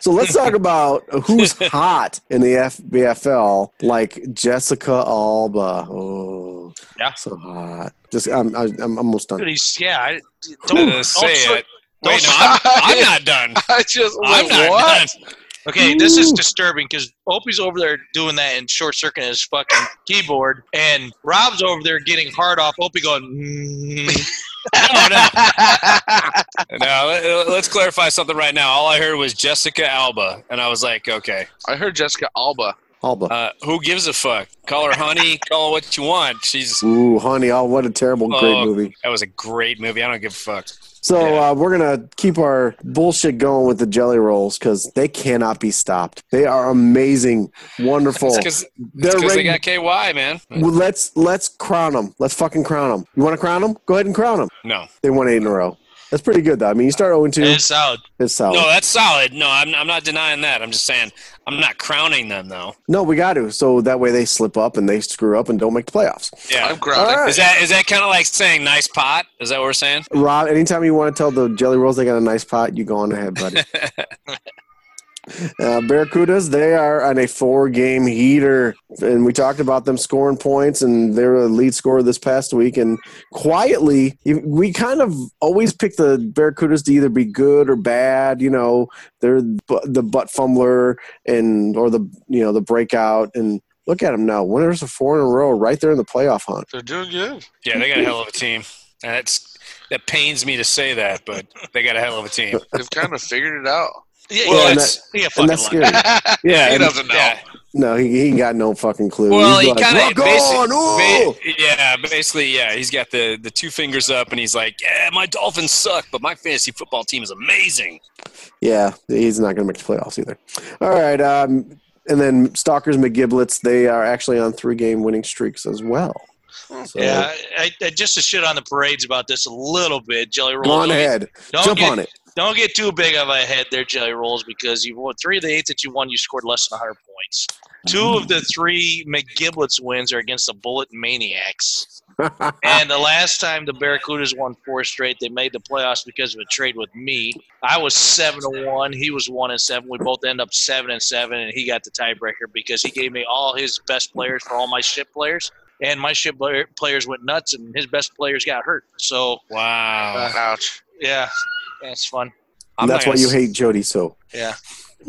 so let's talk about who's hot in the FBFL, like Jessica Alba. Oh,
Yeah.
so hot. Just, I'm, I'm, I'm almost done.
Dude, he's yeah. I, don't,
Uh, say
don't-
it. Wait, no, I'm, I'm not done.
I just
I'm
went,
not
what?
done.
Okay, this is
Ooh.
disturbing because Opie's over there doing that and short circuiting his fucking keyboard, and Rob's over there getting hard off Opie going. Mm.
Now, let- let's clarify something right now. All I heard was Jessica Alba, and I was like, okay,
I heard Jessica Alba.
Alba.
uh, who gives a fuck? Call her honey, call her what you want. She's
Ooh, honey, oh, what a terrible, great
Oh.
movie.
that was a great movie. I don't give a fuck.
So uh, we're gonna keep our bullshit going with the jelly rolls because they cannot be stopped. They are amazing, wonderful.
It's because
They're
they
ready.
got KY, man.
Well, let's let's crown them. Let's fucking crown them. You want to crown them? Go ahead and crown them.
No,
They won eight in a row. That's pretty good though. I mean, you start 0 2.
it's solid.
It's solid.
no,
No,
that's solid. No, I'm, I'm not denying that. I'm just saying I'm not crowning them though.
we got to. So that way they slip up and they screw up and don't make the playoffs.
Yeah.
I'm crowning.
All right.
Is that is that kind of like saying nice pot? Is that what we're saying?
Rob, anytime you want to tell the jelly rolls they got a nice pot, you go on ahead, buddy. uh, Barracudas, they are on a four game heater. And we talked about them scoring points, and they were the lead scorer this past week. And quietly, you- we kind of always pick the Barracudas to either be good or bad. You know, they're bu- the butt fumbler and or the you know the breakout. And look at them now. Winners of four in a row, right there in the playoff hunt.
They're doing good.
Yeah, they got a hell of a team. That's that pains me to say that, but they got a hell of a team.
They've kind of figured it out.
Yeah,
Well,
yeah,
and
it's- yeah,
And
fucking
that's
luck.
scary. Yeah,
He
and-
doesn't know.
Yeah.
No, he, he ain't got no fucking clue.
Well, he
He's like,
kind of
"Rock on, ooh!"
yeah, basically, yeah. He's got the the two fingers up, and he's like, "Yeah, my Dolphins suck, but my fantasy football team is amazing."
Yeah, he's not going to make the playoffs either. All right, um, and then Stalkers McGiblets, they are actually on three-game winning streaks as well. So,
Yeah, I, I, just to shit on the parades about this a little bit, Jelly Roll.
go on
don't-
ahead,
don't
jump
get-
on it.
Don't get too big of a head there, Jelly Rolls, because you won three of the eight that you won, you scored less than 100 points. Two of the three McGiblets wins are against the Bullet Maniacs. and the last time the Barracudas won four straight, they made the playoffs because of a trade with me. I was seven to one. He was one and seven. We both end up seven and seven, and he got the tiebreaker because he gave me all his best players for all my shit players, and my shit player- players went nuts, and his best players got hurt. So
Wow.
Ouch.
yeah, that's fun.
Uh, I'm
And that's
not
why you
gonna
hate Jody so.
Yeah,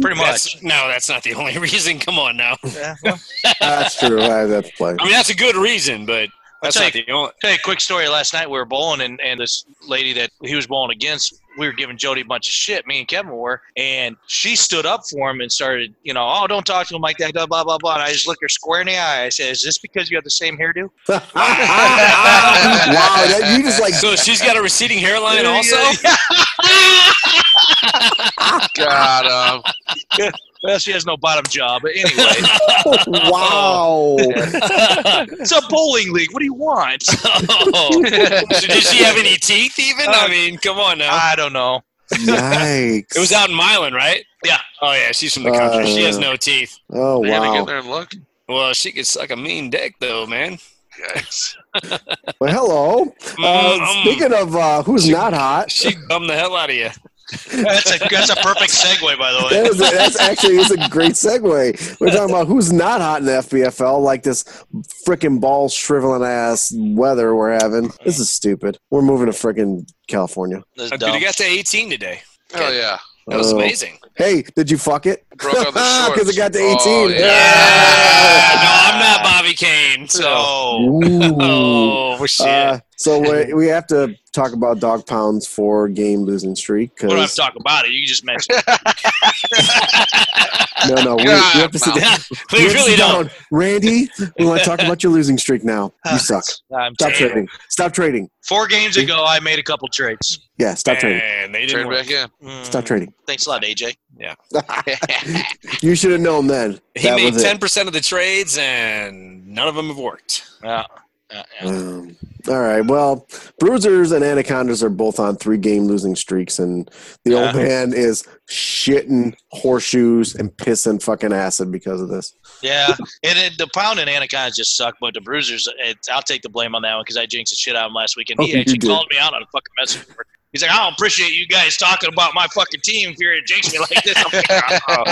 pretty much.
That's, no, that's not the only reason. Come on now.
That's true. I, that's play.
I mean, that's a good reason, but that's
tell
not the only.
Tell you a quick story. Last night we were bowling, and, and this lady that he was bowling against, we were giving Jody a bunch of shit. Me and Kevin were, and she stood up for him and started, you know, oh, don't talk to him like that, blah blah blah. blah. And I just looked her square in the eye. I said, "Is this because you have the same hairdo?"
wow, that, you just like
So she's got a receding hairline also.
God, um,
Well, she has no bottom jaw, but anyway,
wow.
it's a bowling league. What do you want?
Oh. So did she have any teeth even? I mean, come on now.
Uh, I don't know.
Yikes.
It was out in Milan, right?
Yeah.
Oh yeah, she's from the
Uh,
country. she has no teeth.
Oh
we gotta
wow.
get there and look.
Well, she could suck a mean dick though, man.
Yikes.
Well, hello. Uh,
Mm,
speaking of uh, who's not hot,
She bum the hell out of you.
That's a that's a perfect segue, by the way.
that is that's actually is a great segue. We're talking about who's not hot in the FBFL, like this freaking ball shriveling ass weather we're having. This is stupid. We're moving to freaking California.
That's
Dude,
dumb.
I got to 18 today.
Hell yeah.
That was
Oh.
amazing.
Hey, did you fuck it?
Broke out the shorts.
Because it got to 18.
Oh, yeah.
Uh, no, I'm not Bobby Kane. So.
So
Ooh.
Oh shit.
Uh, so we, we have to talk about dog pounds for game losing streak
we don't have to
because
talk about it. You can just mention it.
no no we, we have to sit down.
we
We have to
really
sit
don't.
down. Randy we want to talk about your losing streak now you suck
I'm
stop
terrible.
trading stop trading
Four games ago, I made a couple trades.
yeah stop trading
Man, they didn't.
Turn
Work.
back in.
Mm,
stop trading
Thanks a lot, AJ.
you should have known then
He
that
made
was it.
10% of the trades, and none of them have worked.
Yeah. Yeah, yeah.
Um, all right. Well, Bruisers and Anacondas are both on three game losing streaks, and the
Yeah.
old man is shitting horseshoes and pissing fucking acid because of this.
Yeah, and it, the pound and anacondas just suck, but the bruisers, it, I'll take the blame on that one because I jinxed the shit out of him last week, and
Oh,
he
you
actually
did.
called me out on a fucking message board. He's like, I don't appreciate you guys talking about my fucking team if you're gonna jinx me like this. I'm like, "Oh,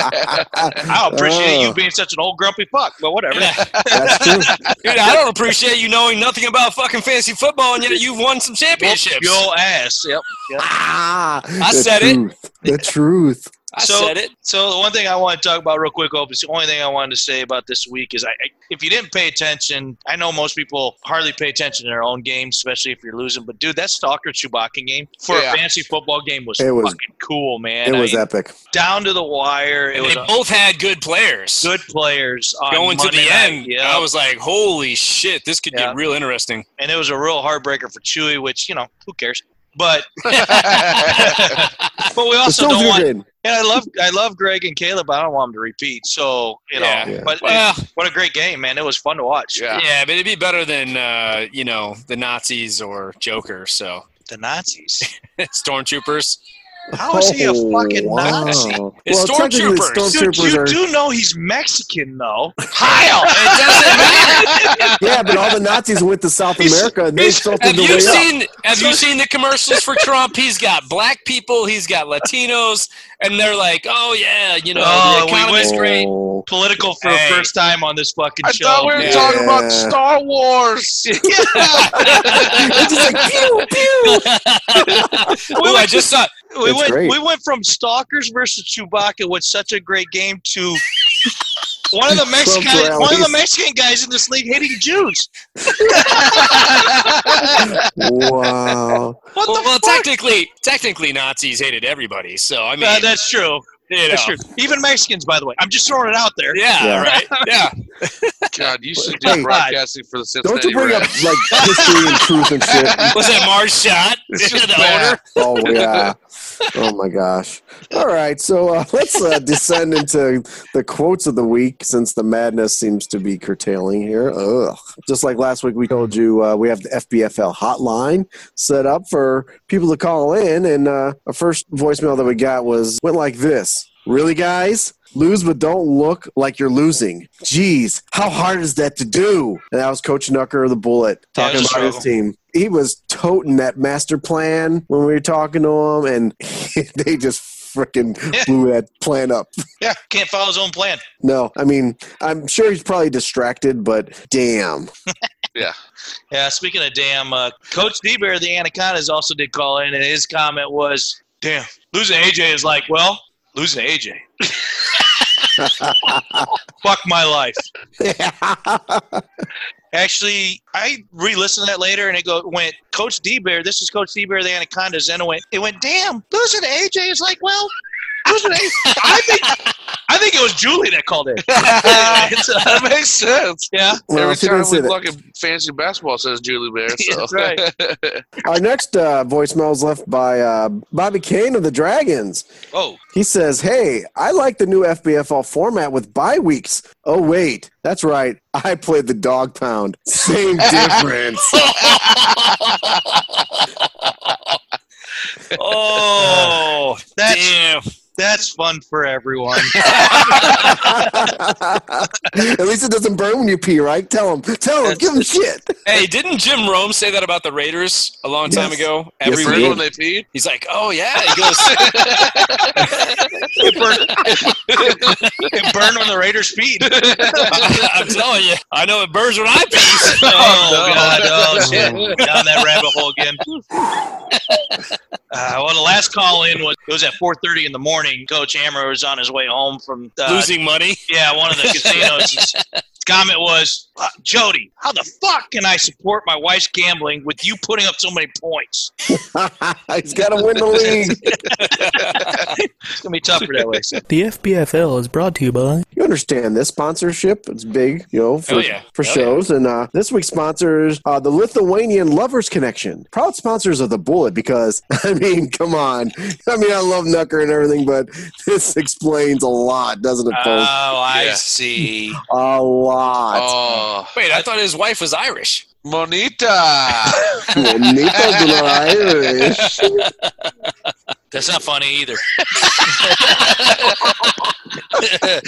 I don't appreciate
Oh.
you being such an old grumpy fuck, but whatever.
That's true.
Dude, I don't appreciate you knowing nothing about fucking fantasy football, and yet you've won some championships.
Yo ass. Yep.
ah,
I said it.
it. The truth.
I
So-
said it.
So the one thing I want to talk about real quick, Hope, is the only thing I wanted to say about this week is I, I if you didn't pay attention, I know most people hardly pay attention to their own games, especially if you're losing. But dude, that Stalker Chewbacca game for
Yeah.
a fantasy football game was,
It was-
fucking cool, man.
it was
I-
epic.
down to the wire. It
They
was a-
both had good players.
good players on
Going to
Monday
the
night.
end,
Yeah,
I was like, holy shit, this could
Yeah.
get real interesting.
and it was a real heartbreaker for Chewy, which you know who cares. But but we
The
also
Stones
don't
are
want.
good.
And I love I love Greg and Caleb. But I don't want them to repeat. So you know,
Yeah.
Yeah.
but
Well,
what a great game, man! It was fun to watch.
Yeah.
yeah, but it'd be better than, uh, you know, the Nazis or Joker, so.
The Nazis.
Stormtroopers.
How is he a
Oh,
fucking Nazi?
It's
Oh, Well, technically,
stormtroopers.
Dude,
stormtroopers
you
are.
do know he's Mexican, though. Heil!
It doesn't matter.
Yeah, but all the Nazis went to South
He's-
America and they
he's-
filtered
Have
the
you
way up.
seen Have you seen the commercials for Trump? He's got black people, he's got Latinos, and they're like, "Oh yeah, you know,
Oh,
the
we
economy's
went-
great."
Oh.
Political for
Hey.
the first time on this fucking
I
show.
thought we were
Yeah.
talking about Star Wars.
It's just like pew pew.
Ooh, I just saw.
we,
It's
went,
great.
we went from Stalkers versus Chewbacca was such a great game to one of the Mexican
rallies.
one of the Mexican guys in this league hating Jews.
Wow.
What
Well,
the
well,
fuck?
technically, technically, Nazis hated everybody. So I mean,
Uh, that's true.
you know,
That's true. Even Mexicans, by the way. I'm just throwing it out there.
Yeah,
Yeah.
right. Yeah,
God, you should
Hey.
do broadcasting for the
Don't
Cincinnati
you bring up
Reds.
like history and truth and shit?
was that Mars shot?
It's just
the
bad.
owner.
Oh yeah. oh my gosh. All right, so uh, let's uh, descend into the quotes of the week since the madness seems to be curtailing here. Ugh. Just like last week, we told you uh, we have the FBFL hotline set up for people to call in, and uh, our first voicemail that we got was went like this: "Really, guys." Lose, but don't look like you're losing. Jeez, how hard is that to do? And that was Coach Nucker of the Bullet
Yeah, it
talking
was a
about his team. He was toting that master plan when we were talking to him, and they just freaking
Yeah.
blew that plan up.
Yeah, can't follow his own plan.
No, I mean, I'm sure he's probably distracted, but damn.
Yeah, speaking of damn, uh, Coach D-Bear, the Anacondas, also did call in, and his comment was, damn, losing AJ is like, well, losing AJ. Fuck my life. Actually, I re-listened to that later, and it go went, Coach D-Bear, this is Coach D-Bear, the Anacondas, and it went, it went, damn, losing to AJ is like, well, losing to AJ. I think, I think it was Julie that called in. Anyway, so,
that makes sense.
yeah.
Well,
Every
if he
time
didn't say
we
that-
look at fancy basketball, says Julie Bear. So.
That's right.
Our next uh, voicemail is left by uh, Bobby Kane of the Dragons.
Oh,
He says, Hey, I like the new FBFL format with bye weeks. Oh, wait, that's right. I played the dog pound. Same difference.
Oh,
that's
damn.
that's fun for everyone.
At least it doesn't burn when you pee, right? Tell him. Tell him. Give him shit.
Hey, didn't Jim Rome say that about the Raiders a long time
Yes.
ago?
Yes,
Every
he
week.
did.
when they feed.
He's like, oh, yeah. He goes,
it, burned, it burned on the Raiders' feet.
I'm telling you, I know it burns when I pee.
Oh, God. Oh, shit. Down that rabbit hole again. Uh, well, the last call in was it was at 4:30 in the morning. Coach Hammer was on his way home from uh,
Losing money.
Yeah, one of the casinos. His comment was, uh, "Jody, how the fuck can I support my wife's gambling with you putting up so many points?
He's got to win the league.
It's gonna be tougher that way." So.
The FBFL is brought to you by.
you understand this sponsorship it's big you know
Oh,
for,
Hell yeah.
for
Hell
shows and uh, this week's sponsors uh, the lithuanian lovers connection proud sponsors of the bullet because i mean come on i mean i love nucker and everything but this explains a lot doesn't it folks
Oh, I
Yeah.
see.
Uh,
a lot
Oh,
Wait, I thought his wife was Irish.
Monita.
oh.
Bonito de los Irish.
That's not funny either.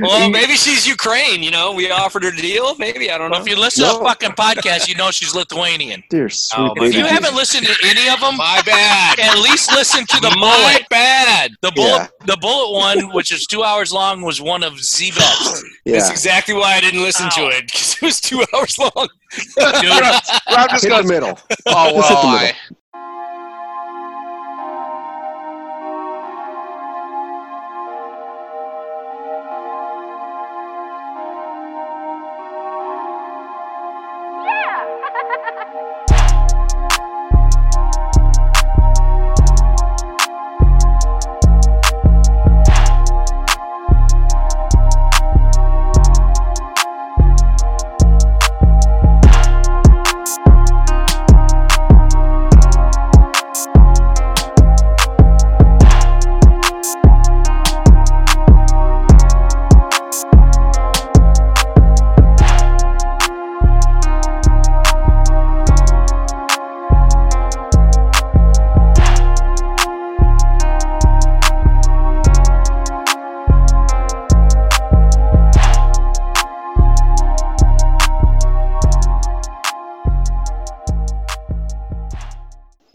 Well, maybe she's Ukraine. You know, we offered her a deal. Maybe I don't
Well,
know.
if you listen to
No.
a fucking podcast, you know she's Lithuanian.
dear sweet
Oh, my
If
baby
you
God.
haven't listened to any of them,
My bad.
at least listen to the
My
bullet.
bad.
The bullet,
Yeah.
the bullet one, which is two hours long, was one of the best.
That's
yeah
exactly why I didn't listen
Ow.
to it because it was two hours long.
Dude,
Rob just
hit the
goes,
middle Just hit
oh, well,
the
I.
middle.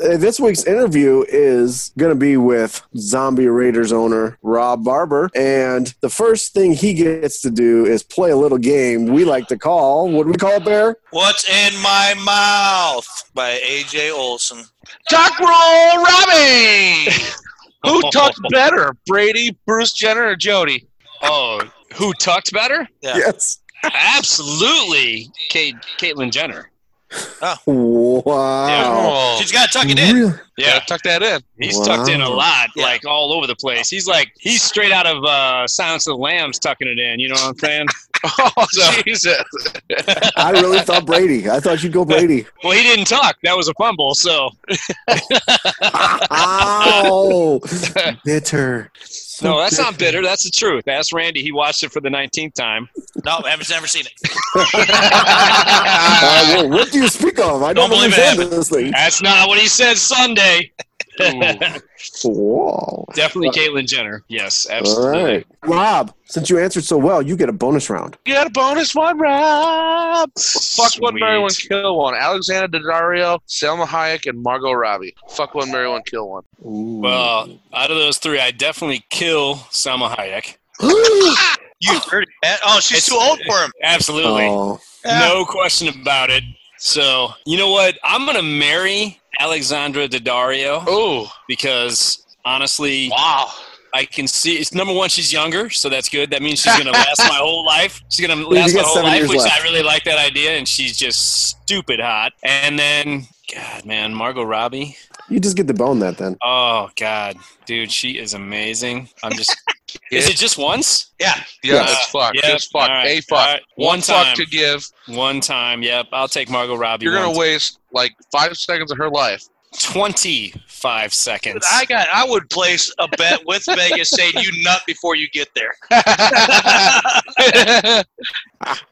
Uh, this week's interview is going to be with Zombie Raiders owner Rob Barber. And the first thing he gets to do is play a little game we like to call. What do we call it, Bear?
What's in my mouth by AJ Olson.
Duck roll Robbie! Who talked better, Brady, Bruce Jenner, or Jody?
Oh, who tucked better?
Yeah.
Yes.
Absolutely, Kate, Caitlyn Jenner.
Wow.
Oh,
She's got to tuck it in.
Really?
yeah, tuck that in.
He's tucked in a
Wow.
lot,
Yeah.
like all over the place. He's like he's straight out of uh, Silence of the Lambs, tucking it in. You know what I'm saying?
Oh, Jesus.
I really thought Brady. I thought you'd go Brady.
Well, he didn't talk. That was a fumble. So
Ow! Bitter.
no, that's not bitter. That's the truth. Ask Randy. He watched it for the nineteenth time.
No, I've never seen it.
Uh, well, what do you speak of? I
Don't
don't
believe it
understand this thing.
That's not what he said Sunday.
Whoa.
Definitely Caitlyn Jenner. Yes,
All
absolutely.
right. Rob, since you answered so well, you get a bonus round.
You got a bonus one, Rob. Fuck one, marry one,
Sweet.
kill one. Alexander Daddario, Selma Hayek, and Margot Robbie. Fuck one, marry one, kill one.
Well, out of those three, I definitely kill Salma Hayek.
You heard it. Oh, she's
It's-
too old for him.
Absolutely.
oh.
No question about it. So, you know what? I'm going to marry Alexandra Daddario
Oh,
because honestly,
wow.
I can see it's number one, she's younger, so that's good. That means she's going to last my whole life. She's going to last my
got
whole
seven
life,
years
which
left.
I really like that idea, and she's just stupid hot. And then, God, man, Margot Robbie.
You just get to bone that then.
Oh, God, dude, she is amazing. I'm just. Is it just once?
Yeah. Yeah, it's fuck.
Yep.
It's fuck.
All right.
A
All
fuck.
right.
One,
One
fuck
time.
to give.
One time. Yep. I'll take Margot Robbie.
You're going
once.
to waste like five seconds of her life.
25 seconds.
I got. I would place a bet with Vegas saying you nut before you get there.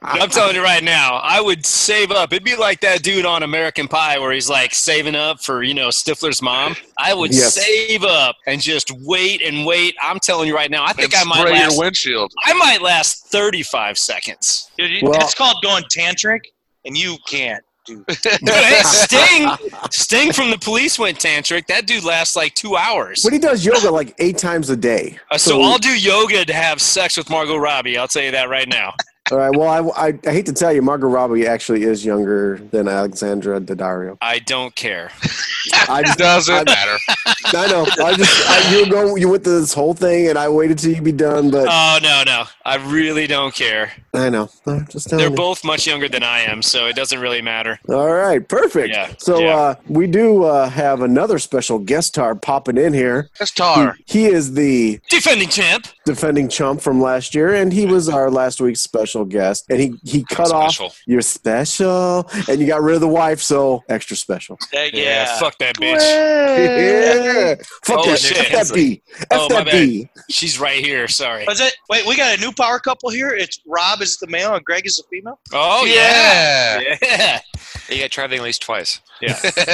I'm telling you right now, I would save up. It'd be like that dude on American Pie where he's like saving up for, you know, Stifler's mom. I would
Yes.
save up and just wait and wait. I'm telling you right now, I think
and
I might
spray
last
your windshield.
I might last 35 seconds.
Dude, you-
Well-
that's called going tantric, and you can't.
Dude, hey, Sting, Sting from the police went tantric. That dude lasts like 2 hours.
But he does yoga like eight times a day.
Uh, so, I'll do yoga to have sex with Margot Robbie. I'll tell you that right now.
all right. Well, I, I, I hate to tell you, Margot Robbie actually is younger than Alexandra Daddario.
I don't care.
I just,
Doesn't matter.
I know. I just I, you go. You went through this whole thing, and I waited till you be done. But
Oh no, no, I really don't care.
I know. I'm just telling
They're
you.
both much younger than I am, so it doesn't really matter.
All right, perfect.
Yeah,
so
yeah.
Uh, we do uh, have another special guest star popping in here.
That's tar.
He is the
Defending champ.
defending chump from last year, and he was our last week's special guest. And he he cut off
Special.
your special, and you got rid of the wife, so extra special.
Heck
Yeah.
yeah.
fuck that bitch.
Yeah. Fuck
Oh,
that.
shit.
F that B. F
Oh, my
that B.
She's right here. Sorry.
Was it? Wait, we got a new power couple here. It's Rob is the male and Greg is the female.
Oh yeah.
yeah.
Yeah.
You got traveling at least twice.
Squeeze
Hey,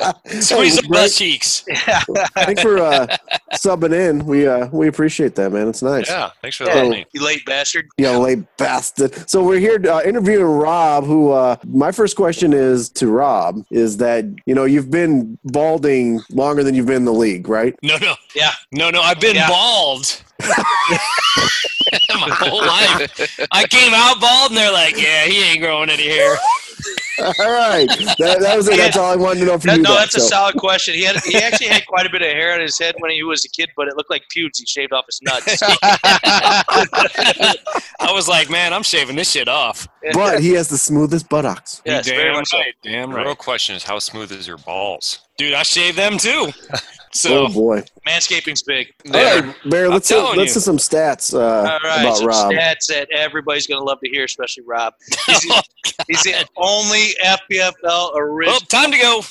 up
Greg,
those cheeks.
Thanks for uh, subbing in. We uh, we appreciate that, man. It's nice.
Yeah. Thanks for
So-
that.
You late bastard.
You late bastard. So we're here uh, interviewing Rob. Who uh, my first question is to Rob is that you know you've been balding longer than you've been in the league, right?
No, no,
Yeah.
no, no. I've been
Yeah.
bald. My whole life. I came out bald, and they're like, "Yeah, he ain't growing any hair."
all right, that, that was it. That's all I wanted to know from
That-
you.
no,
guys.
that's a
So-
solid question. He had he actually had quite a bit of hair on his head when he was a kid, but it looked like pubes. He shaved off his nuts.
I was like, "Man, I'm shaving this shit off."
but he has the smoothest buttocks.
yes,
damn
very much so.
right. Damn
The
right.
real question is how smooth is your balls?
Dude, I shave them too.
Oh
So
boy!
Manscaping's big.
All right, Bear. Let's hit,
telling
let's
you.
hit some stats uh,
All right,
about
some
Rob.
stats that everybody's going to love to hear, especially Rob. He's, the- he's the only FPFL
Well,
orig-
oh, time to go.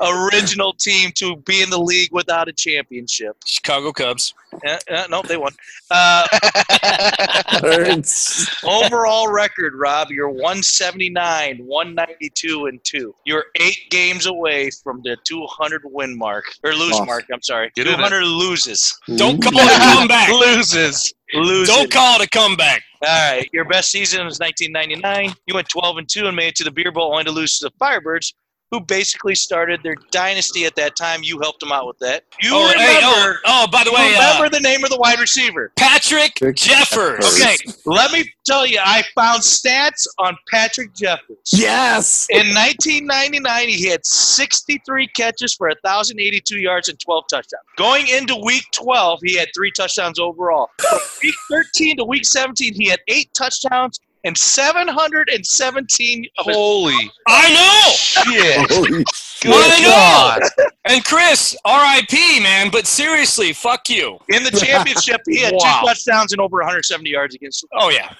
Oh.
original team to be in the league without a championship.
Chicago Cubs.
Uh, uh, no, they won. Uh,
Ertz.
overall record, Rob, you're 179, 192, and 2. You're eight games away from the 200 win mark, or lose
Awesome.
mark, I'm sorry.
Get in it.
200 loses.
Don't call it a comeback.
Loses.
Loses.
Don't call it a comeback.
All right, your best season was 1999. You went 12 and 2 and made it to the Beer Bowl only to lose to the Firebirds, who basically started their dynasty at that time. You helped them out with that. You
Oh,
remember,
hey, oh, oh, by the
you
way, uh,
remember the name of the wide receiver.
Patrick
Patrick
Jeffers.
Jeffers.
Okay, let me tell you, I found stats on Patrick Jeffers.
yes.
In 1999, he had 63 catches for 1,082 yards and 12 touchdowns. Going into week 12, he had three touchdowns overall. From week 13 to week 17, he had eight touchdowns and 717 holes.
Holy
I know.
shit.
Holy
I know.
God.
And Chris, R.I.P. Man, but seriously, fuck you.
In the championship, he had
Wow.
two touchdowns and over 170 yards against.
Oh yeah.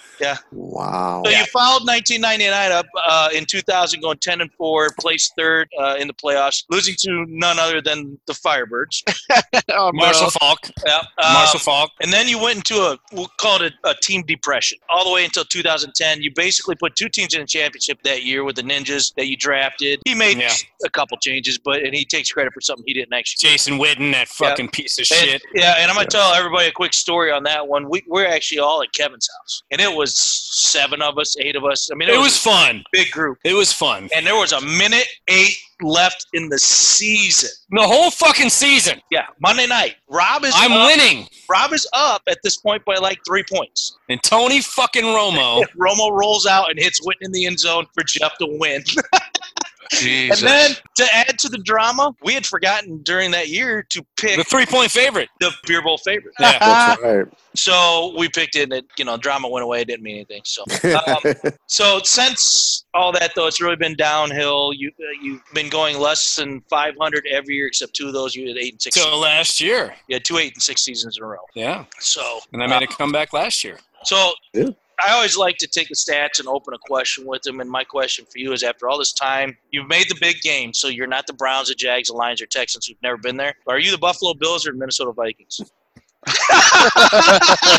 wow.
So you followed 1999 up uh, in 2000, going 10 and four, placed third uh, in the playoffs, losing to none other than the Firebirds.
Oh, no.
Marshall Falk.
yeah. Um,
Marshall Falk.
And then you went into a we'll call it a, a team depression all the way until 2010. You basically put two teams in the championship that year with the Ninjas that you drafted. He made
Yeah.
a couple changes, but and he takes credit for something he didn't actually. do.
Jason Witten, that fucking piece of shit.
And- yeah, and I'm gonna tell everybody a quick story on that one. We we're actually all at Kevin's house, and it was seven of us, eight of us. I mean,
It was fun.
a big group,
It was fun.
and there was a minute eight left in the season.
The whole fucking season.
Yeah, Monday night. Rob is
I'm
up,
winning.
Rob is up at this point by like three points.
And Tony fucking Romo.
Romo rolls out and hits Witten in the end zone for Jeff to win. and
Jesus.
then to add to the drama, we had forgotten during that year to pick
the three point favorite.
the Beer Bowl favorite.
That's right.
So we picked it, and it, you know, drama went away. It didn't mean anything. So, um, so since all that though, it's really been downhill. You uh, you've been going less than 500 every year, except two of those. You had eight and six.
So last year.
yeah, two eight and six seasons in a row.
Yeah.
So
And I made a comeback last year.
So
Yeah.
I always like to take the stats and open a question with them. And my question for you is after all this time, you've made the big game. So you're not the Browns, the Jags, the Lions, or Texans who've never been there. Are you the Buffalo Bills or Minnesota Vikings?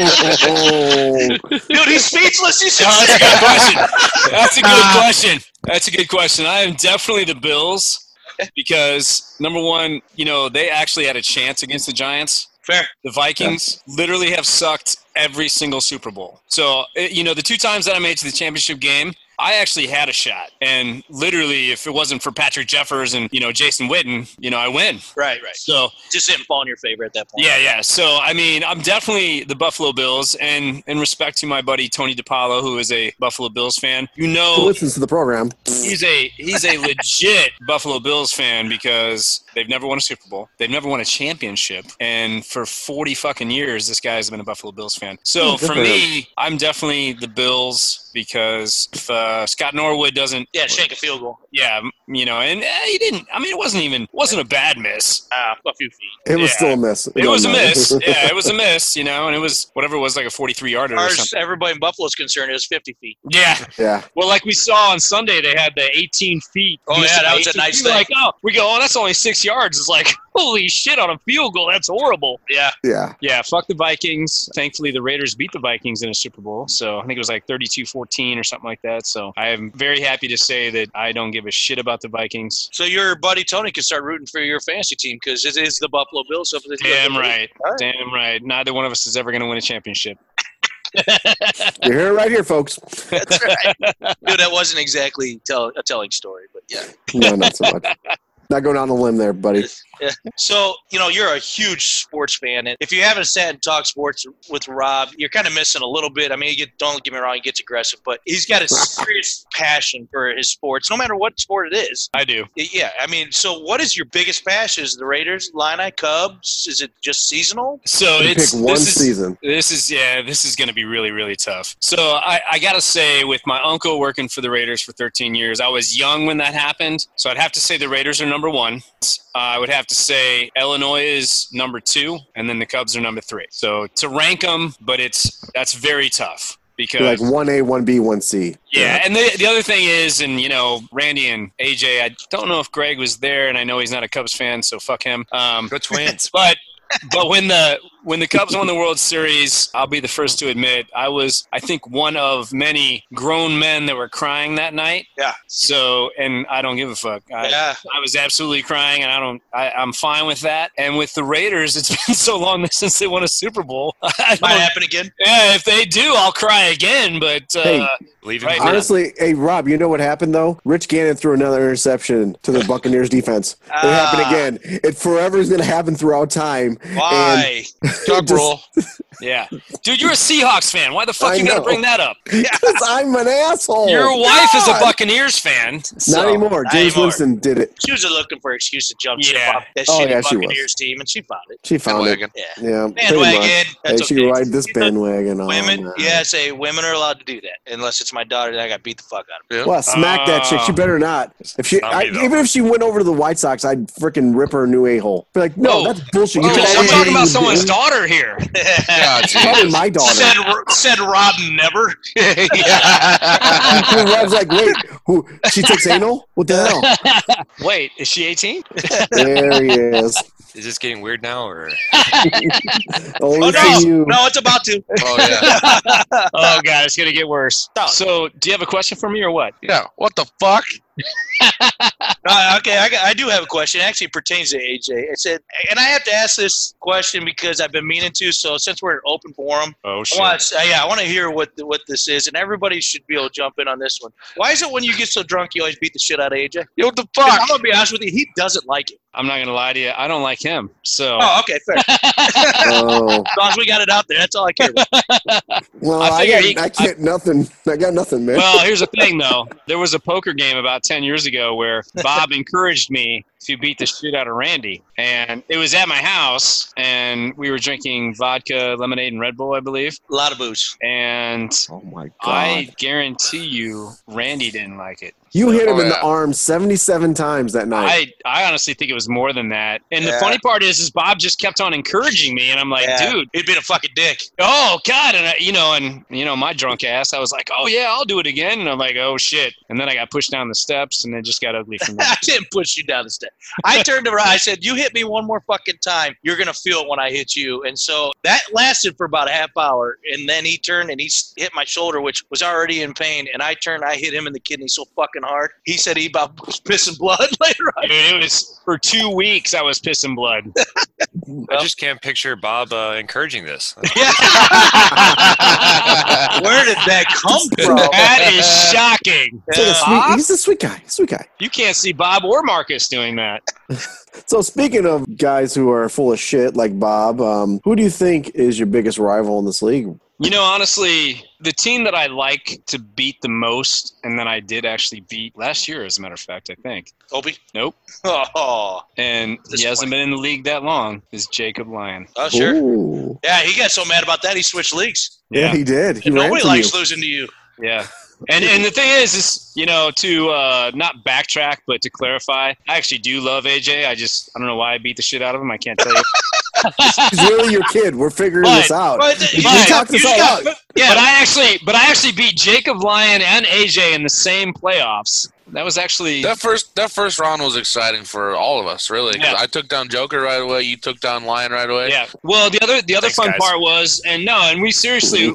Oh,
Dude, he's speechless. He's
No, that's a good question. That's a good question. That's a good question. I am definitely the Bills because number one, you know, they actually had a chance against the Giants.
Fair.
The Vikings literally have sucked every single Super Bowl. So, it- you know, the two times that I made it to the championship game, I actually had a shot. And literally, if it wasn't for Patrick Jeffers and, you know, Jason Witten, you know, I win.
Right, right.
So,
Just didn't fall in your favor at that point.
yeah, yeah. So I mean, I'm definitely the Buffalo Bills, and in respect to my buddy Tony DiPaolo, who is a Buffalo Bills fan, you
who
know
listens to the program?
he's a he's a legit Buffalo Bills fan because they've never won a Super Bowl, they've never won a championship, and for 40 fucking years, this guy has been a Buffalo Bills fan. So
Oh, good
for
for
me, I'm definitely the Bills because if uh, Scott Norwood doesn't,
Yeah, shank a field goal.
yeah, m- you know, and eh, he didn't. I mean, it wasn't even wasn't a bad miss.
Uh, a few feet.
It was
Yeah.
still a miss.
It was a
Don't know.
miss. Yeah, it was a miss, you know, and it was whatever it was, like a 43 yarder or
As far
something.
as everybody in Buffalo's concerned, it was 50 feet.
Yeah.
yeah.
Well, like we saw on Sunday, they had the 18 feet.
Oh, yeah, that was a
18
nice
feet,
thing.
Like, oh, we go, oh, that's only six yards. It's like, holy shit, on a field goal. That's horrible.
Yeah.
Yeah.
Yeah, fuck the Vikings. Thankfully, the Raiders beat the Vikings in a Super Bowl. So I think it was like 32 14 or something like that. So I am very happy to say that I don't give a shit about the Vikings.
So your buddy Tony can start rooting for your fantasy team because it is the Buffalo Bills. So
Damn right.
All right.
Damn right. Neither one of us is ever going to win a championship.
You're hearing it right here, folks.
That's right. Dude, that wasn't exactly tell, a telling story, but yeah.
No, not so much. Not going on a limb there, buddy.
So, you know, you're a huge sports fan. And if you haven't sat and talked sports with Rob, you're kind of missing a little bit. I mean, he get, don't get me wrong, he gets aggressive, but he's got a serious passion for his sports, no matter what sport it is.
I do.
Y- Yeah, I mean, so what is your biggest passion? Is it the Raiders, Illini, Cubs? Is it just seasonal?
So
You
it's
pick one
this is,
season.
This is yeah, this is going to be really really tough. So I, I gotta say, with my uncle working for the Raiders for 13 years, I was young when that happened. So I'd have to say the Raiders are number one. I would have to say Illinois is number two, and then the Cubs are number three. So to rank them, but it's that's very tough because
You're like one A, one B, one C.
yeah, and the, the other thing is, and you know, Randy and AJ, I don't know if Greg was there, and I know he's not a Cubs fan, so fuck him. Um,
Go Twins.
but but when the when the Cubs won the World Series, I'll be the first to admit I was I think one of many grown men that were crying that night.
Yeah.
So and I don't give a fuck. I,
yeah.
I was absolutely crying, and I don't. I, I'm fine with that. And with the Raiders, it's been so long since they won a Super Bowl. I
Might
don't,
happen again.
yeah, if they do, I'll cry again. But uh,
Hey.
Leave
Right.
it.
Honestly, hey Rob, you know what happened though? Rich Gannon threw another interception to the
Ah,
Buccaneers defense. It happened again. It forever is going to happen throughout time.
Why?
Dog
Just-
roll.
Yeah, dude, you're a Seahawks fan. Why the fuck
I
you got to
know. Oh,
bring that up?
'Cause I'm an asshole.
Your wife is a
God.
Buccaneers fan. So.
Not anymore. James
anymore.
Winston did it.
She was looking for an excuse to jump ship
Yeah.
off that
Oh,
shitty
yeah, she was.
Buccaneers team, and she found it.
She found it.
Bandwagon.
Yeah.
Yeah. pretty much.
Bandwagon.
Hey,
That's
she
okay.
ride this
You know,
bandwagon on. uh,
Women,
man.
yeah, I say women are allowed to do that unless it's my daughter that I got beat the fuck out of.
Well, smack that chick. She
Ah.
better not. If she,
Not
I,
me, though.
even if she went over to the White Sox, I'd freaking rip her a new a hole. Be like,
Whoa.
no, that's bullshit.
Dude,
You
Whoa,
can
I'm
I'm
always
Oh, talking about
do
someone's
it.
daughter here.
God,
Probably my daughter.
said said Rob never.
Who Rob's like, wait, who? She takes anal? What the hell?
Wait, is she 18?
There he is.
Is this getting weird now, or
Only
Oh
for
no,
you.
no, it's about to.
Oh yeah.
oh god, it's gonna get worse.
Oh.
So, do you have a question for me or what?
Yeah. What the fuck?
Uh, okay, I, got- I do have a question. It actually pertains to AJ. It said, and I have to ask this question because I've been meaning to. So since we're in open forum,
oh
I want to, yeah, I want to hear what what this is, and everybody should be able to jump in on this one. Why is it when you get so drunk, you always beat the shit out of AJ?
Yo, what the
'Cause
fuck?
I'm gonna be honest with you, he doesn't like it.
I'm not gonna lie to you. I don't like him. So,
Oh, okay, fair. As
Oh.
long as we got it out there, that's all I care about.
Well,
I
I,
figured
got,
he-
I can't nothing. I got nothing, man.
well, here's the thing though. There was a poker game about 10 years ago where Bob encouraged me to beat the shit out of Randy, and it was at my house, and we were drinking vodka, lemonade, and Red Bull, I believe,
A lot of booze.
and.
oh my god!
I guarantee you, Randy didn't like it.
you hit him
Oh,
in the
yeah.
arm seventy-seven times that night.
I, I honestly think it was more than that. And the
Yeah.
funny part is, is Bob just kept on encouraging me, and I'm like,
Yeah.
dude,
He'd been a fucking dick.
oh god and I, you know and you know my drunk ass i was like oh yeah i'll do it again and i'm like oh shit and then i got pushed down the steps and it just got ugly from there
I didn't push you down the step. I turned around. I said, "You hit me one more fucking time, you're gonna feel it when I hit you." And so that lasted for about a half hour, and then he turned and he s- hit my shoulder, which was already in pain. And I turned, I hit him in the kidney so fucking hard. He said he about was pissing blood later on.
Dude, it was for two weeks i was pissing blood
I just can't picture Bob uh, encouraging this.
Where did that come from?
that is shocking
He's like a sweet-
Bob?
he's a sweet guy. Sweet guy.
you can't see bob or marcus doing that
So speaking of guys who are full of shit like Bob, um, who do you think is your biggest rival in this league?
you know honestly the team that i like to beat the most and that i did actually beat last year as a matter of fact i think
Obi.
Nope.
Oh,
and he hasn't been in the league that long is jacob lyon
oh sure.
Ooh.
Yeah, he got so mad about that he switched leagues.
Yeah. he did. He ran
Nobody
to you.
likes losing to you.
Yeah. And and the thing is, is you know, to uh, not backtrack, but to clarify, I actually do love AJ. I just I don't know why I beat the shit out of him. I can't tell you.
He's really your kid. We're figuring
But-
this out.
But,
we
but-
talked this
you
all
got-
out.
yeah, but I actually but I actually beat Jacob Lyon and AJ in the same playoffs. That was actually
That first that first round was exciting for all of us, really. 'cause
Yeah.
I took down Joker right away. You took down Lion right away.
yeah. Well, the other the other
Thanks,
fun
guys.
part was, and no, and we seriously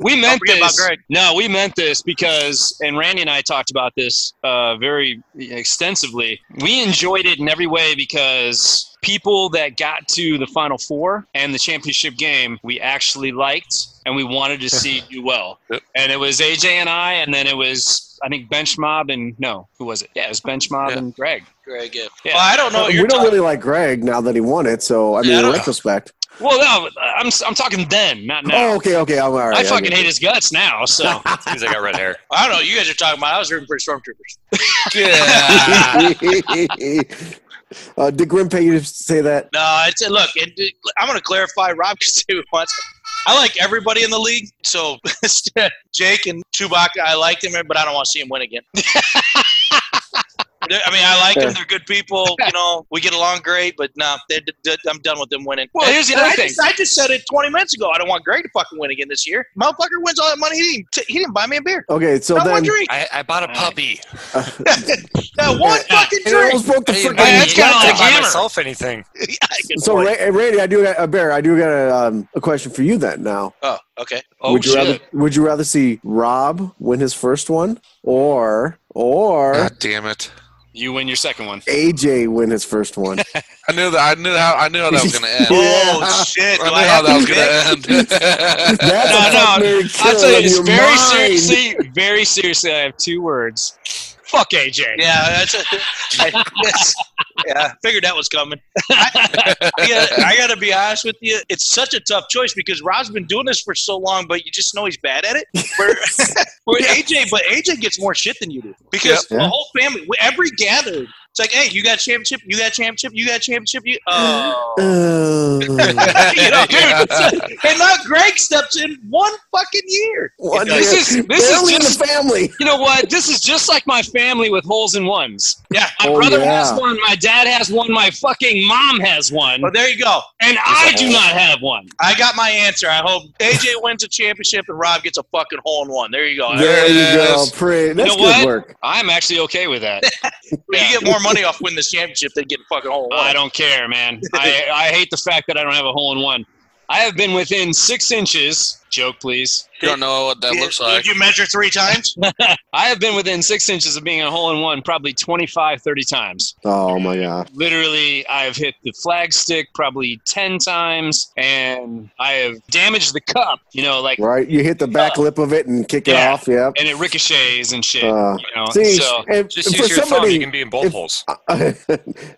we meant
forget about
this.
Greg.
No, we meant this because, and Randy and I talked about this uh, very extensively. We enjoyed it in every way because people that got to the Final Four and the championship game, we actually liked and we wanted to see do well.
Yep.
And it was AJ and I, and then it was I think Bench Mob and no, who was it? Yeah, it was Bench Mob
Yeah.
and Greg.
Greg, yeah.
Yeah.
Well, I don't know.
But
what
we
you're
don't
talking-
really like Greg now that he won it. So I mean,
Yeah, I
in
don't-
retrospect.
Well, no, I'm I'm talking then, not now.
Oh, okay, okay. I'm all right.
I
I'm
fucking
good.
hate his guts now. So
Seems like I got red hair.
I don't know. You guys are talking about. I was rooting for stormtroopers.
Yeah.
uh, did Grim pay you to say that?
No, it's look. It, I'm going to clarify. Rob can say what he wants. I like everybody in the league. So Jake and Chewbacca, I liked him, but I don't want to see him win again. They're- I mean, I like them. They're good people. You know, we get along great. But no, they're d- d- I'm done with them winning.
Well, here's the
And
other
I
thing.
Just, I just said it 20 minutes ago. I don't want Greg to fucking win again this year. Motherfucker wins all that money. He didn't, he didn't buy me a beer.
Okay, so
Not one
then
drink.
I, I bought a puppy.
Not one fucking
And I
drink.
almost broke the
Hey,
freaking.
man,
that's kinda
I
like
didn't buy
Hammer.
myself anything.
Good
so
boy.
Ra- Randy, I do got uh, Bear. I do got a, um, a question for you then. Now,
oh, okay.
Oh
would you
shit!
rather would you rather see Rob win his first one or or
God damn it!
you win your second one.
AJ win his first one?
I knew that. I knew how. I knew how that was gonna end.
Oh shit! Do
I
I
knew
have
how that was
to pick?
gonna end.
That's
No,
a
no,
fuck,
I'll
Mary, kill
tell you
in
this
your
very
mind.
seriously, very seriously. I have two words. Fuck AJ.
Yeah, that's a, I, yes. yeah, figured that was coming. I, I gotta, I gotta be honest with you. It's such a tough choice because Rob's been doing this for so long, but you just know he's bad at it. Where, where AJ, but AJ gets more shit than you do because
Yep.
the whole family, every gathering, it's like, hey, you got championship, you got championship, you got championship, you. Oh.
Uh,
You know, dude, and now Greg steps in one fucking year.
one
This
year.
is- this is
Barely
just-
in the family.
You know what? This is just like my family with holes in ones. Yeah, my
Oh,
brother
yeah.
has one, my dad has one, my fucking mom has one,
Well, there you go.
and I do not have one.
I got my answer. I hope AJ wins a championship and Rob gets a fucking hole in one. There you go.
There you go.
is.
Pretty. That's
know
good
what?
work.
I'm actually okay with that.
You get more money off winning this championship than getting fucking hole in one.
I don't care, man. I, I hate the fact that I don't have a hole in one. I have been within six inches. Joke, please.
You don't know what that
Did-
looks like.
Did you measure three times?
I have been within six inches of being a hole in one probably 25, 30 times.
Oh my god.
Literally, I have hit the flag stick probably 10 times, and I have damaged the cup, you know, like,
Right? You hit the back lip of it and kick
Yeah.
it off. Yep.
and it ricochets and shit.
Uh,
you know,
See,
so
and
Just
for
use your thumb. You
somebody,
can be in both
if-
holes.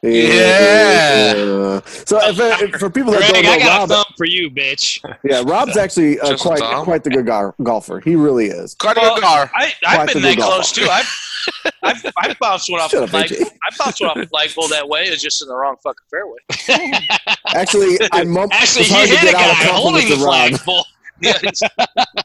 yeah. So if, uh, if- for people that
Greg, I
don't know,
got
Rob,
a thumb for you, bitch.
yeah, Rob's actually uh,
Just
quite
thumb.
quite the good gar- golfer. He really is.
Cardio
Well,
Gar.
I, I've
Practical
been that
golf.
close too. I've, I've, I've bounced one off
Shut
the
up,
flag.
AJ.
I bounced one off the flagpole that way. It's just in the wrong fucking fairway.
Actually, I mumped.
Actually,
it's
you
hard to
hit a
get out
guy
of
holding
compliments
the
to Rob.
flag. full.
Yeah, it's-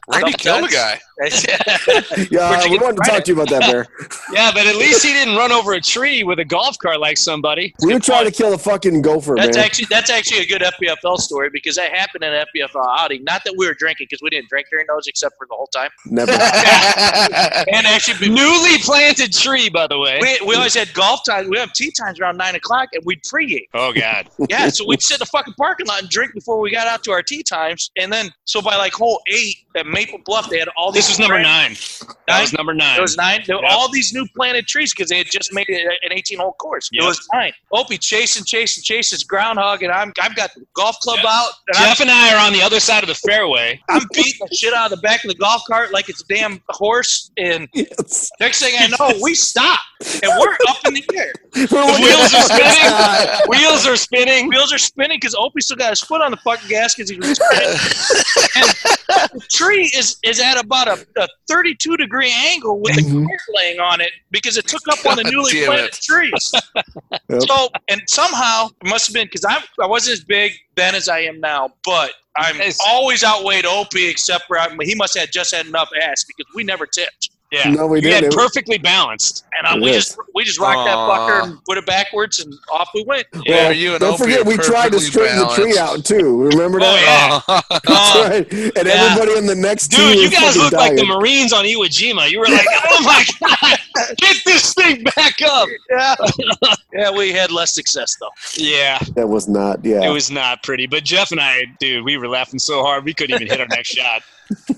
Randy
Sometimes.
killed a guy.
it's-
Yeah, we wanted to talk to you about that, Bear.
Yeah, but at least he didn't run over a tree with a golf cart like somebody.
we were trying to kill a fucking gopher,
that's
man.
actually that's actually a good FBFL story because that happened in an FBFL outing. Not that we were drinking because we didn't drink during those except for the whole time.
Never.
And actually, be-
Newly planted tree, by the way.
we, we always had golf time. We have tea times around nine o'clock, and we'd pregame.
Oh God!
Yeah, so we'd sit in the fucking parking lot and drink before we got out to our tea times, and then so by like hole eight at Maple Bluff, they had all these.
This was number
brand-
nine. That was number nine.
It was nine. There were
Yep.
all these new planted trees because they had just made it an 18 hole course. It
Yep.
was nine. Opie chasing, chasing, chasing this groundhog, and I'm I've got the golf club out, and
Jeff and I are on the other side of the fairway.
I'm, I'm beating the shit out of the back of the golf cart like it's a damn horse. And
Yes.
next thing I know, we stop and we're up in the air.
We're
The
looking
wheels
at-
are spinning. wheels are spinning.
Wheels are spinning because Opie still got his foot on the fucking gas because he was. and the tree is is at about a, a 32 degree angle with the car laying on it because it took up on the newly
Mm-hmm. damn
planted
it.
trees.
Yep.
So and somehow it must have been because I I wasn't as big then as I am now, but. I'm
Yes.
always outweighed Opie, except for I, he must have just had enough ass because we never tipped,
Yeah,
No, we
you had
didn't.
perfectly balanced.
and I, we
Yes.
just we just rocked that
Aw.
fucker and put it backwards, and off we went.
Yeah, you and
don't
Opie
forget,
are
we tried to
perfectly
straighten the tree out
balanced.
too.
Oh,
Remember that? That's
Oh,
right. And
yeah.
everybody in the next team
Dude, you
was
guys
fucking
look like the
dying.
Marines on Iwo Jima. You were like, "Oh my god, get this thing back up!"
yeah, yeah, we had less success though.
Yeah,
That was not. Yeah.
it was not pretty. But Jeff and I, dude, we were laughing so hard we couldn't even hit our next shot.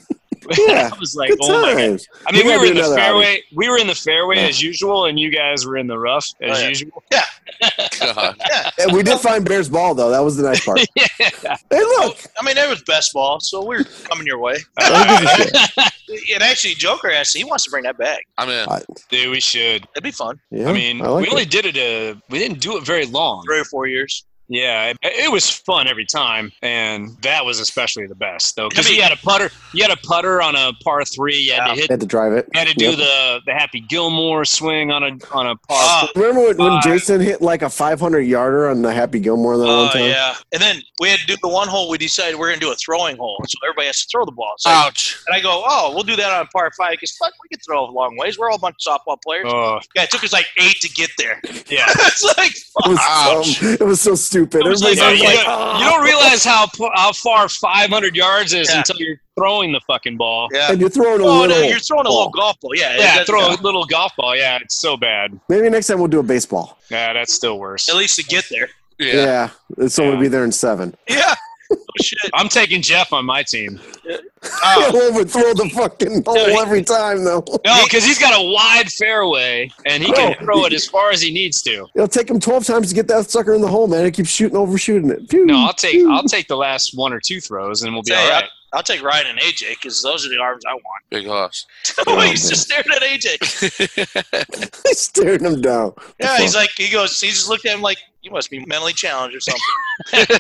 Yeah,
I was like,
Good
"Oh my god!"
times.
I mean,
We
we,
gotta
were
do
in the
another
fairway. We were in the fairway
Yeah.
as usual, and you guys were in the rough as
Oh, yeah.
usual.
God.
And we did find Bear's ball though. That was the nice part.
Yeah.
Hey, look.
I mean, that was best ball, so we're coming your way.
I don't give a shit.
And actually, Joker asked, he wants to bring that back.
I'm in.
Dude, we should.
That'd be fun.
Yeah,
I mean,
like
we only did it. A, we didn't do it very long.
Three or four years.
Yeah, it, it was fun every time, and that was especially the best though because
I mean-
you had a putter. You had a putter on a par three. You had to
it.
hit.
had to drive it.
You had to do
Yep.
the the Happy Gilmore swing on a on a par.
Oh,
Remember when, when
five.
Jason hit like a 500 yarder on the Happy Gilmore that uh, one
oh,
time?
yeah. And then we had to do the one hole we decided we're going to do a throwing hole. So everybody has to throw the ball. So
Ouch.
And I go, oh, we'll do that on par five because fuck, we can throw a long ways. We're all a bunch of softball players.
Oh,
Yeah, it took us like eight to get there.
yeah.
it's like,
It was,
Ouch.
dumb. it was so stupid.
It was
Everybody's
Yeah,
like-
always
you,
like,
don't-
"Ah."
you don't realize how po- how far 500 yards is
Yeah.
until you're throwing the fucking ball.
yeah.
and you're throwing a
Oh, no,
little.
you're throwing a little golf ball. Yeah, it
Yeah,
doesn't-
throw a little golf ball. Yeah, it's so bad.
Maybe next time we'll do a baseball.
Yeah, that's still worse.
At least to get there.
Yeah.
Yeah, and someone
Yeah.
will be there in seven.
Yeah. Oh, shit. Uh,
I'm taking Jeff on my team.
He'll overthrow the fucking hole every time, though.
No, because he's got a wide fairway and he can
Oh.
throw it as far as he needs to.
It'll take him 12 times to get that sucker in the hole, man. He keeps shooting, overshooting it. Pew,
No, I'll take
pew.
I'll take the last one or two throws and we'll be
Say,
all right.
I'll take Ryan and AJ because those are the arms I want.
Big loss.
he's just staring at AJ.
He's staring him down.
Yeah, he's like, he goes, he just looked at him like, you must be mentally challenged or something.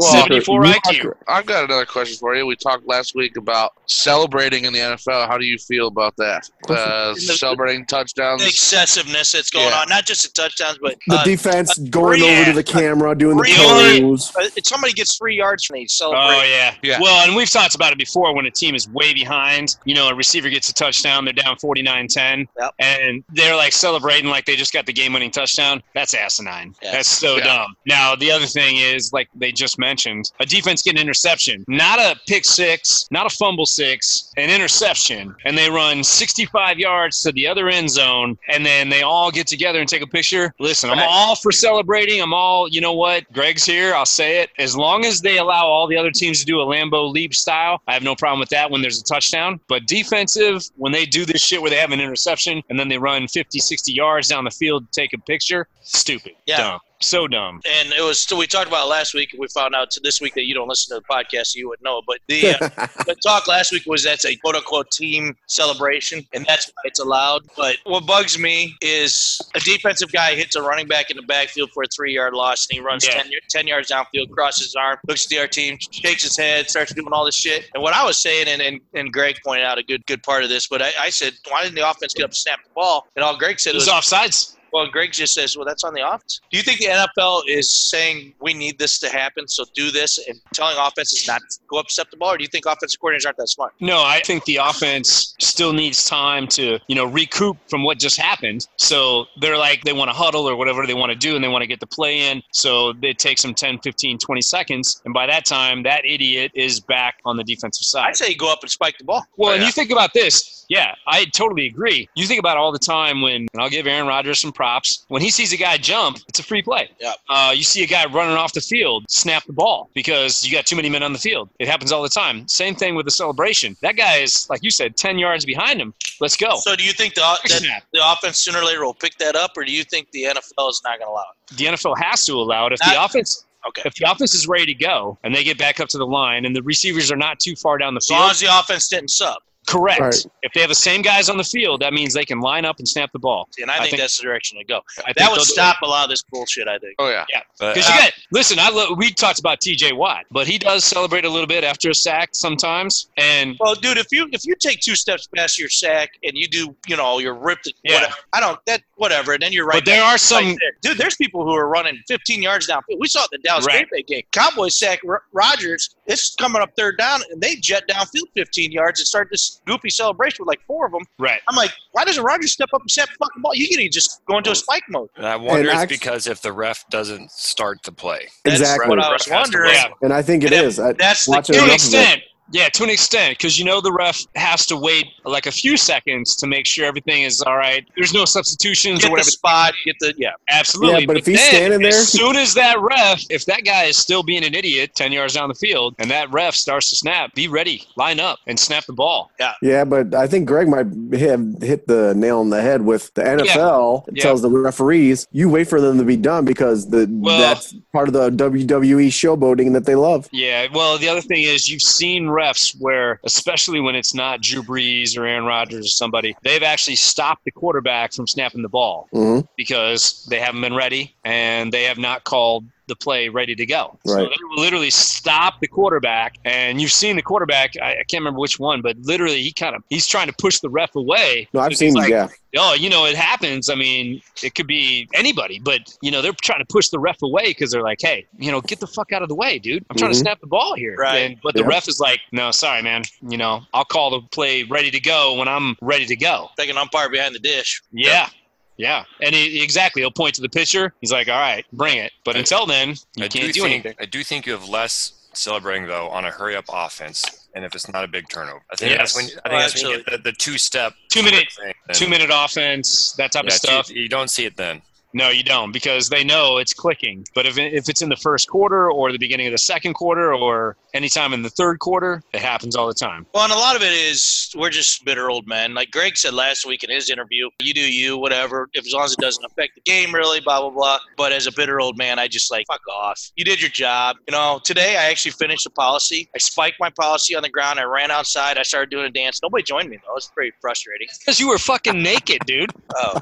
Seventy-four IQ.
Locker.
I've got another question for you. We talked last week about celebrating in the NFL. How do you feel about that? Uh, celebrating touchdowns.
the excessiveness that's going
Yeah.
on, not just the touchdowns, but
The
uh,
defense going
three
over to
and-
the camera, doing the
three only-
pose.
uh, if somebody gets three yards from me, celebrate.
Oh yeah.
Yeah.
Well, and we've talked about it before when a team is way behind, you know, a receiver gets a touchdown, they're down 49-10
Yep.
and they're like celebrating like they just got the game-winning touchdown. That's asinine.
Yeah.
That's so
Yeah.
dumb. Now, the other thing is like they just mentioned, a defense getting interception, not a pick 6, not a fumble 6, an interception, and they run 65 yards to the other end zone and then they all get together and take a picture. Listen, I'm
Right.
all for celebrating. I'm all, you know what? Greg's here. I'll say it. As long as they allow all the other teams to do a Lambo leap style, I have no problem with that when there's a touchdown. But defensive, when they do this shit where they have an interception and then they run 50, 60 yards down the field to take a picture, stupid.
Yeah.
Dumb. So dumb.
And it was so we talked about it last week, and we found out this week that you don't listen to the podcast, so you wouldn't know. But the, uh, the talk last week was that's a quote unquote team celebration, and that's why it's allowed. But what bugs me is a defensive guy hits a running back in the backfield for a three yard loss, and he runs
Yeah.
10, y- 10 yards downfield, crosses his arm, looks at the other team, shakes his head, starts doing all this shit. And what I was saying, and, and, and Greg pointed out a good good part of this, but I, I said, why didn't the offense get up and snap the ball? And all Greg said
It was
was,
offsides.
well, Greg just says, well, that's on the offense. Do you think the NFL is saying we need this to happen, so do this, and telling offenses not to go upset the ball, or do you think offensive coordinators aren't that smart?
No, I think the offense still needs time to, you know, recoup from what just happened. So they're like, they want to huddle or whatever they want to do and they want to get the play in. So it takes them 10, 15, 20 seconds. And by that time, that idiot is back on the defensive
I
side.
say go up and spike the ball.
Well, and you think about this. Yeah, I totally agree. You think about all the time when, and I'll give Aaron Rodgers some props. When he sees a guy jump, it's a free play.
Yep.
Uh, you see a guy running off the field, snap the ball because you got too many men on the field. It happens all the time. Same thing with the celebration. That guy is, like you said, 10 yards behind him. Let's go.
So do you think the, that
Snap.
the offense sooner or later will pick that up, or do you think the NFL is not going to allow it?
The NFL has to allow it. If the
That-
offense.
Okay.
If the offense is ready to go and they get back up to the line and the receivers are not too far down the
As long
field,
as the offense didn't sub.
correct.
Right.
If they have the same guys on the field, that means they can line up and snap the ball.
And I,
I
think,
think-
that's the direction to go.
I think
That would
they'll- uh,
stop a lot of this bullshit, I think.
oh yeah.
But,
Uh,
Because you got listen, I lo- we talked about T.J. Watt, but he does celebrate a little bit after a sack sometimes, and
Well, dude, if you if you take two steps past your sack and you do, you know, you're ripped.
Yeah.
Whatever, I don't that whatever, and then you're right.
but there are some
Like, dude, there's people who are running 15 yards downfield. We saw it in the Dallas
Right.
Green Bay game. Cowboys sack R- Rodgers. It's coming up third down, and they jet downfield 15 yards and start this goofy celebration with like four of them.
right.
I'm like, why doesn't Rodgers step up and snap the fucking ball? You can just go into a spike mode.
and I wonder
And
if
act-
because if the ref doesn't start the play.
That's
Exactly.
what I was
Ref has to
wondering.
Yeah.
And I think it
And
is. I,
That's
Watch
the
it.
To an
enough of
extent, yeah, to an extent, because you know the ref has to wait like a few seconds to make sure everything is all right. There's no substitutions
get
or
the
whatever.
spot, get the yeah.
Absolutely.
Yeah, but if he's
then,
standing there-
as soon as that ref, if that guy is still being an idiot 10 yards down the field, and that ref starts to snap, be ready, line up, and snap the ball.
Yeah, but I think Greg might have hit the nail on the head with the NFL
Yeah.
tells the referees you wait for them to be done because the
Well-
that's part of the WWE showboating that they love.
Yeah, well, the other thing is you've seen refs where, especially when it's not Drew Brees or Aaron Rodgers or somebody, they've actually stopped the quarterback from snapping the ball
hmm
because they haven't been ready and they have not called the play ready to go. So
Right.
they will literally stop the quarterback, and you've seen the quarterback. I, I can't remember which one, but literally he kind of he's trying to push the ref away.
No, I've
It's
seen
like,
yeah.
Oh, you know, it happens. I mean, it could be anybody, but, you know, they're trying to push the ref away because they're like, hey, you know, get the fuck out of the way, dude. I'm trying
Mhm.
to snap the ball here.
Right.
And, but the
Yeah.
ref is like, no, sorry, man. You know, I'll call the play ready to go when I'm ready to go.
Like an umpire behind the dish.
Yeah. Yeah. And he, exactly. He'll point to the pitcher. He's like, all right, bring it. But until then, you
I
can't do,
do think,
anything.
I do think you have less celebrating though on a hurry up offense, and if it's not a big turnover, I think that's when
Yes.
I think that's when you get the, the two step
Two minute,
thing.
two minute offense, that type
Yeah,
of stuff.
two- you don't see it then.
No, you don't, because they know it's clicking. But if, if it's in the first quarter or the beginning of the second quarter or anytime in the third quarter, it happens all the time.
Well, and a lot of it is we're just bitter old men. Like Greg said last week in his interview, you do you, whatever. If as long as it doesn't affect the game, really, blah blah blah. But as a bitter old man, I just like fuck off. You did your job. You know, today I actually finished the policy. I spiked my policy on the ground. I ran outside. I started doing a dance. Nobody joined me though. It's pretty frustrating.
Because you were fucking naked, dude.
Oh,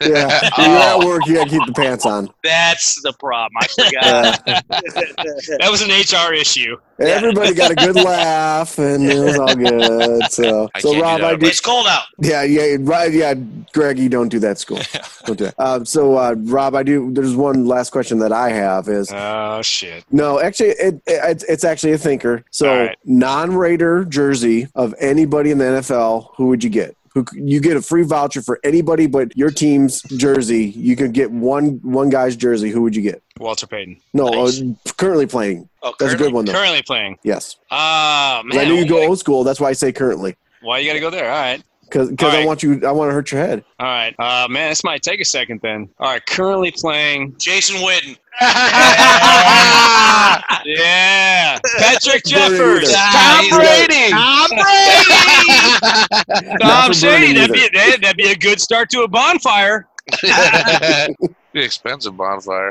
Yeah. When you're at work, you gotta keep the pants on.
that's the problem. I
Yeah.
forgot.
That was an HR issue.
Everybody got a good laugh, and it was all good. So,
I
so
can't do
Rob,
that.
I did.
it's cold out.
Yeah, yeah, right. Yeah, Greg, you don't do that at school. Don't do that. Um, so, uh, Rob, I do. There's one last question that I have is
Oh, shit.
no, actually, it, it, it's- it's actually a thinker. So,
All right.
non-Raider jersey of anybody in the NFL, who would you get? Who c- you get a free voucher for anybody but your team's jersey? You could get one one guy's jersey. Who would you get?
Walter Payton.
No,
Nice.
uh, currently playing.
Oh,
That's a
currently-
good one though.
Currently playing.
Yes,
Ah,
'Cause
man.
I knew you go old school. That's why I say currently.
Why you got to go there? All right.
Because
All
I
right.
want you, I want to hurt your head.
All right. Uh, man, this might take a second then. All right. Currently playing.
Jason Witten.
yeah. Patrick
Burn it
Jeffers.
either.
Tom Brady. Tom Brady.
Not
Tom
for burning
Brady. That'd be,
either.
that'd that'd be a good start to a bonfire.
Be expensive bonfire.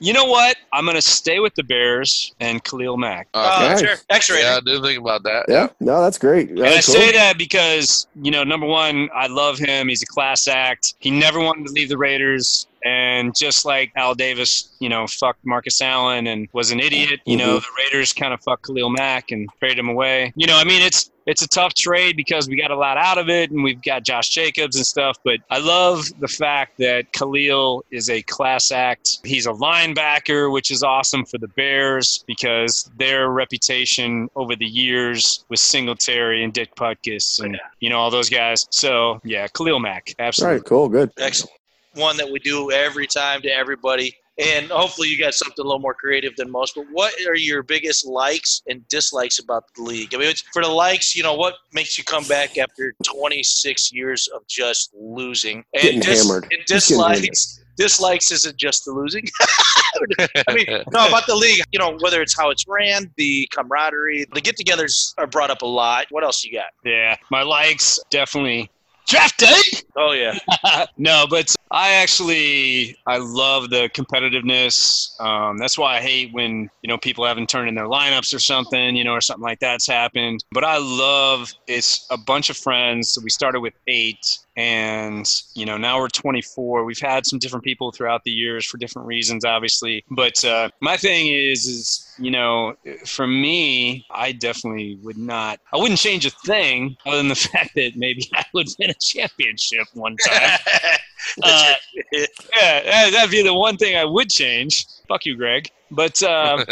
You know what? I'm going to stay with the Bears and Khalil Mack.
Oh,
Okay.
sure. X-ray.
yeah, I didn't think about that.
Yeah, no, that's great.
And I
That's
say that because, you know, number one, I love him. He's a class act. He never wanted to leave the Raiders. And just like Al Davis, you know, fucked Marcus Allen and was an idiot, you know, the Raiders kind of fucked Khalil Mack and traded him away. You know, I mean, it's it's a tough trade because we got a lot out of it and we've got Josh Jacobs and stuff. But I love the fact that Khalil is a class act. He's a linebacker, which is awesome for the Bears because their reputation over the years with Singletary and Dick Putkus and, you know, all those guys. So, yeah, Khalil Mack.
All
Absolutely.
right, cool, good.
Excellent. One that we do every time to everybody. And hopefully you got something a little more creative than most. But what are your biggest likes and dislikes about the league? I mean, it's, for the likes, you know, what makes you come back after 26 years of just losing? And,
Getting hammered.
and
Just getting hammered.
dislikes. Dislikes isn't just the losing. I mean, no, about the league, you know, whether it's how it's ran, the camaraderie, the get togethers are brought up a lot. What else you got?
Yeah, my likes definitely. Draft day?
Oh, yeah.
no, but I actually I love the competitiveness. Um, that's why I hate when you know people haven't turned in their lineups or something, you know, or something like that's happened. But I love it's a bunch of friends. So we started with eight, and you know now we're 24. We've had some different people throughout the years for different reasons, obviously. But uh, my thing is, is you know, for me, I definitely would not. I wouldn't change a thing other than the fact that maybe I would win a championship one time. Uh, yeah, that- that'd be the one thing I would change. Fuck you, Greg. But um,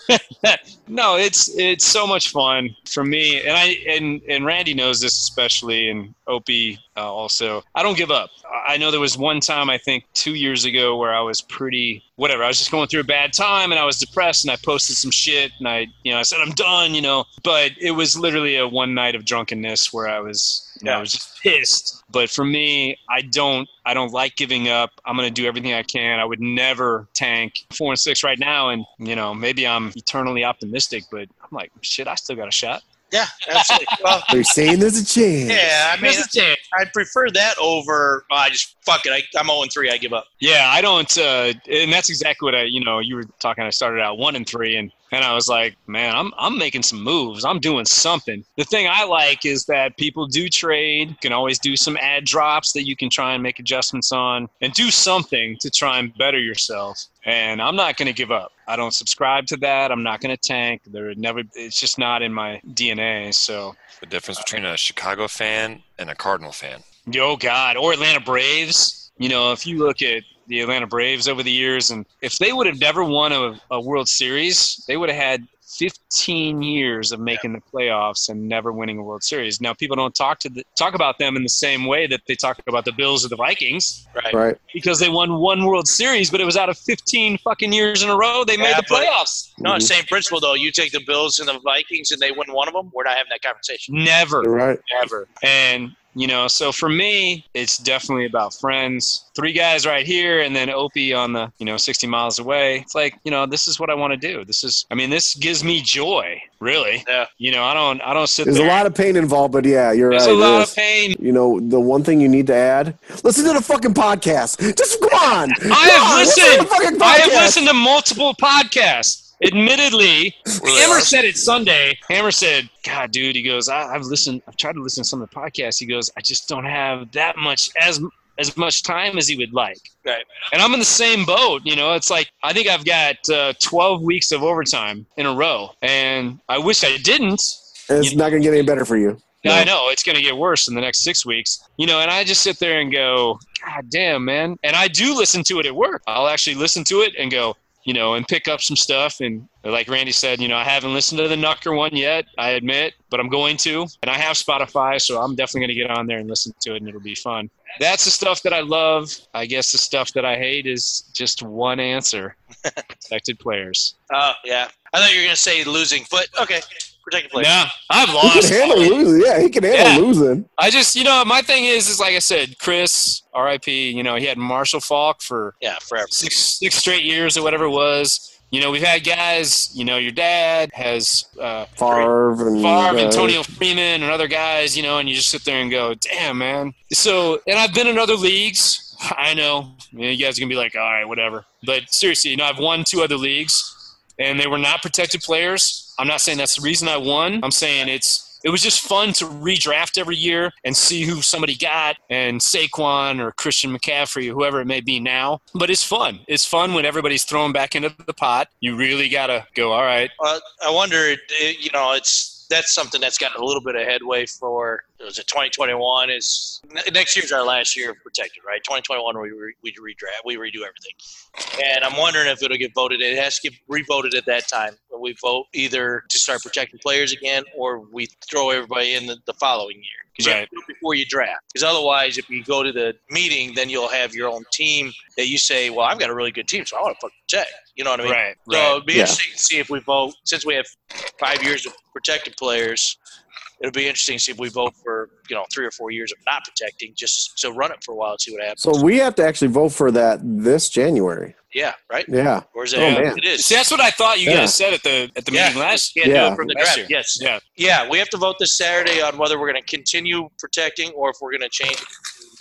no, it's it's so much fun for me, and I and and Randy knows this especially, and Opie uh, also. I don't give up. I I know there was one time I think two years ago where I was pretty whatever. I was just going through a bad time, and I was depressed, and I posted some shit, and I you know I said I'm done, you know. But it was literally a one night of drunkenness where I was you know I was just pissed. But for me, I don't I don't like giving up. I'm gonna do everything I can. I would never tank four and six right now, and you know maybe I'm eternally optimistic, but I'm like shit. I still got a shot.
yeah, absolutely. Well,
They're saying there's a chance.
yeah, I mean,
There's a chance.
I prefer that over. oh, I just fuck it. I, I'm 0 3. I give up.
Yeah, I don't, uh, and that's exactly what I, you know, you were talking. I started out one and three, and and I was like, man, I'm I'm making some moves. I'm doing something. The thing I like is that people do trade. Can always do some ad drops that you can try and make adjustments on, and do something to try and better yourself. And I'm not going to give up. I don't subscribe to that. I'm not going to tank. There would never. It's just not in my DNA. So,
The difference between a Chicago fan and a Cardinal fan.
Oh God, or Atlanta Braves. You know, if you look at the Atlanta Braves over the years, and if they would have never won a, a World Series, they would have had 15 years of making the playoffs and never winning a World Series. Now people don't talk to the, talk about them in the same way that they talk about the Bills or the Vikings
Right.
Right.
because they won one World Series, but it was out of 15 fucking years in a row they made
Yeah,
the
but-
playoffs.
No, same principle, though. You take the Bills and the Vikings and they win one of them, we're not having that conversation.
Never.
Right.
ever. And You know, so for me, it's definitely about friends. Three guys right here, and then Opie on the, you know, 60 miles away. It's like, you know, this is what I want to do. This is, I mean, this gives me joy, really. Yeah. You know, I don't, I don't sit
There's a
there.
lot of pain involved, but yeah, you're
There's
right.
a
it
lot
is.
of pain.
You know, the one thing you need to add: listen to the fucking podcast. Just come on. Come
I have
on, listen to the
listened.
fucking
I have
podcast.
listened to multiple podcasts. Admittedly,
Really?
Hammer said it Sunday. Hammer said, "God, dude," he goes, I, "I've listened. I've tried to listen to some of the podcasts." He goes, "I just don't have that much as as much time as he would like."
Right.
And I'm in the same boat. You know, it's like I think I've got uh, 12 weeks of overtime in a row, and I wish I didn't.
And it's not gonna get any better for you.
Yeah, I know it's going to get worse in the next six weeks. You know, and I just sit there and go, God damn, man. And I do listen to it at work. I'll actually listen to it and go, you know, and pick up some stuff. And like Randy said, you know, I haven't listened to the Knucker one yet. I admit, but I'm going to. And I have Spotify, so I'm definitely going to get on there and listen to it, and it'll be fun. That's the stuff that I love. I guess the stuff that I hate is just one answer: protected players.
Oh, yeah. I thought you were going to say losing foot. Okay. Protected player.
Yeah, I've
He
lost.
can handle losing. Yeah, he can handle losing.
I just, you know, my thing is, is like I said, Chris, R.I.P. You know, he had Marshall Falk for
Yeah, forever.
six six straight years or whatever it was. You know, we've had guys. You know, your dad has uh,
Favre and
Favre,
uh,
Antonio Freeman, and other guys. You know, and you just sit there and go, "Damn, man." So, and I've been in other leagues. I know you, know, you guys are gonna be like, "All right, whatever." But seriously, you know, I've won two other leagues, and they were not protected players. I'm not saying that's the reason I won. I'm saying it's. It was just fun to redraft every year and see who somebody got and Saquon or Christian McCaffrey or whoever it may be now. But it's fun. It's fun when everybody's thrown back into the pot. You really got to go, all right,
Uh, I wonder, it- you know, it's that's something that's got a little bit of headway for. It was a 2021 is n- next year's our last year of protected, right? 2021 we re, we redraft, we redo everything, and I'm wondering if it'll get voted. It has to get revoted at that time. We vote either to start protecting players again, or we throw everybody in the, the following year. 'Cause you have
Right.
to do it before you draft. Because otherwise, if you go to the meeting, then you'll have your own team that you say, "Well, I've got a really good team, so I want to fucking protect." You know what I mean?
right,
So
right.
it'd be
Yeah.
interesting to see if we vote since we have five years of protected players. It'll be interesting to see if we vote for you know three or four years of not protecting, just to run it for a while and see what happens.
So we have to actually vote for that this January.
yeah, right.
Yeah.
Or is
Oh,
it?
man.
it is.
See, that's what I thought you
Yeah.
guys said at the at the
Yeah.
meeting last.
Can't do
Yeah.
it from the
Last
draft. Yes.
Yeah,
Yeah, we have to vote this Saturday on whether we're going to continue protecting or if we're going to change it to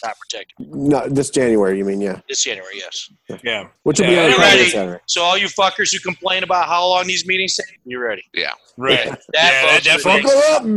not protecting
No, this January. You mean yeah?
this January. Yes.
yeah.
Which will
Yeah,
be on
you're
Friday,
ready.
Saturday.
So all you fuckers who complain about how long these meetings take, you ready?
Right.
That
Yeah, that
vote's for
definitely-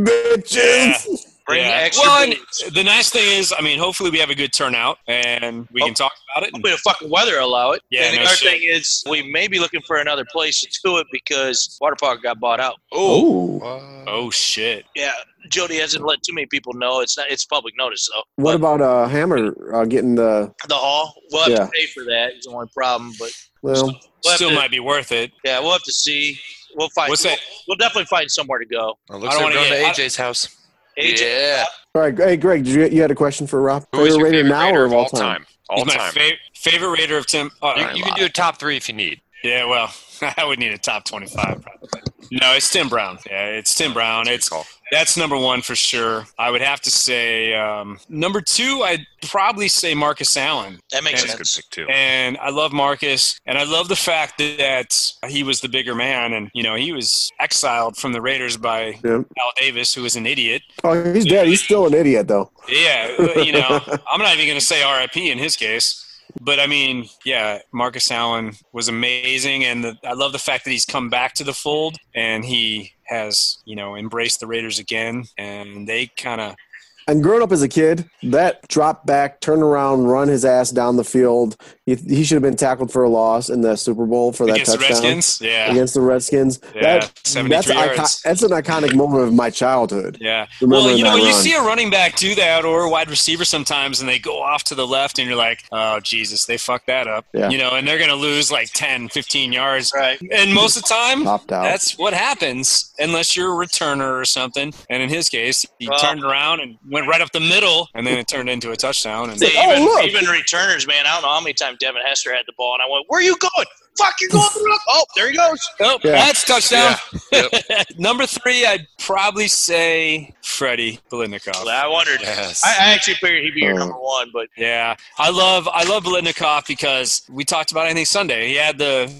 Buckle up, bitches.
Bring
Yeah.
the extra.
Well, and
booze.
the nice thing is, I mean, hopefully we have a good turnout and we can
Oh.
talk about it. and-
Hopefully the fucking weather allow it.
Yeah,
and the
no
other
shit.
thing is we may be looking for another place to do it because water park got bought out.
Oh,
Oh.
Uh,
oh shit!
Yeah. Jody hasn't let too many people know. It's not it's public notice though.
What
But
about uh, Hammer uh, getting the?
the hall? We'll have
Yeah.
to pay for that. It's the only problem, but
Well,
we'll have
Still
to-
might be worth it.
yeah, we'll have to see. We'll find
What's
we'll,
that?
we'll definitely find somewhere to go.
I
It looks
don't
like we're
wanna
going
get- I-
to AJ's house.
AJ,
Yeah.
all right. Hey, Greg, did you, you had a question for Rob?
Who is
Favorite
your
Raider
favorite
now
Raider
or of all time?
All
He's
time.
my fav- favorite raider of Tim. oh,
You, you can do a top three if you need.
Yeah, well, I would need a top twenty-five probably. No, it's Tim Brown. Yeah, it's Tim Brown. It's
Good call.
That's number one for sure. I would have to say um, number two. I'd probably say Marcus Allen,
that makes
That's a good
sense.
pick too.
and I love Marcus, and I love the fact that he was the bigger man, and you know he was exiled from the Raiders by
Yeah.
Al Davis, who was an idiot.
Oh, he's dead. He's still an idiot though.
Yeah, you know I'm not even going to say R.I.P. in his case. But I mean, yeah, Marcus Allen was amazing, and the, I love the fact that he's come back to the fold and he has, you know, embraced the Raiders again, and they kind of
And growing up as a kid, that drop back, turn around, run his ass down the field. He, he should have been tackled for a loss in the Super Bowl for that
against the
touchdown
Redskins. Yeah.
against the Redskins.
Yeah,
that's,
73 yards.
that's an iconic moment of my childhood.
Yeah.
Remember
well, you know,
that
when you
run.
see a running back do that or a wide receiver sometimes and they go off to the left and you're like, oh, Jesus, they fucked that up.
Yeah.
You know, and they're going to lose like 10, 15 yards.
Right.
And most of the time,
Opt out.
that's what happens unless you're a returner or something. And in his case, he
Well-
turned around and went right up the middle and then it turned into a touchdown. And
They
Oh,
even,
look.
even returners, man. I don't know how many times Devin Hester had the ball, and I went, "Where are you going? Fuck, you're going through. Oh, there he goes.
Oh,
Yeah.
that's touchdown.
Yeah.
Number three, I'd probably say Freddie Belinikoff.
I wondered. I, I actually figured he'd be
Oh.
your number one, but
Yeah, I love I love Belinikoff because we talked about it, I think Sunday. He had the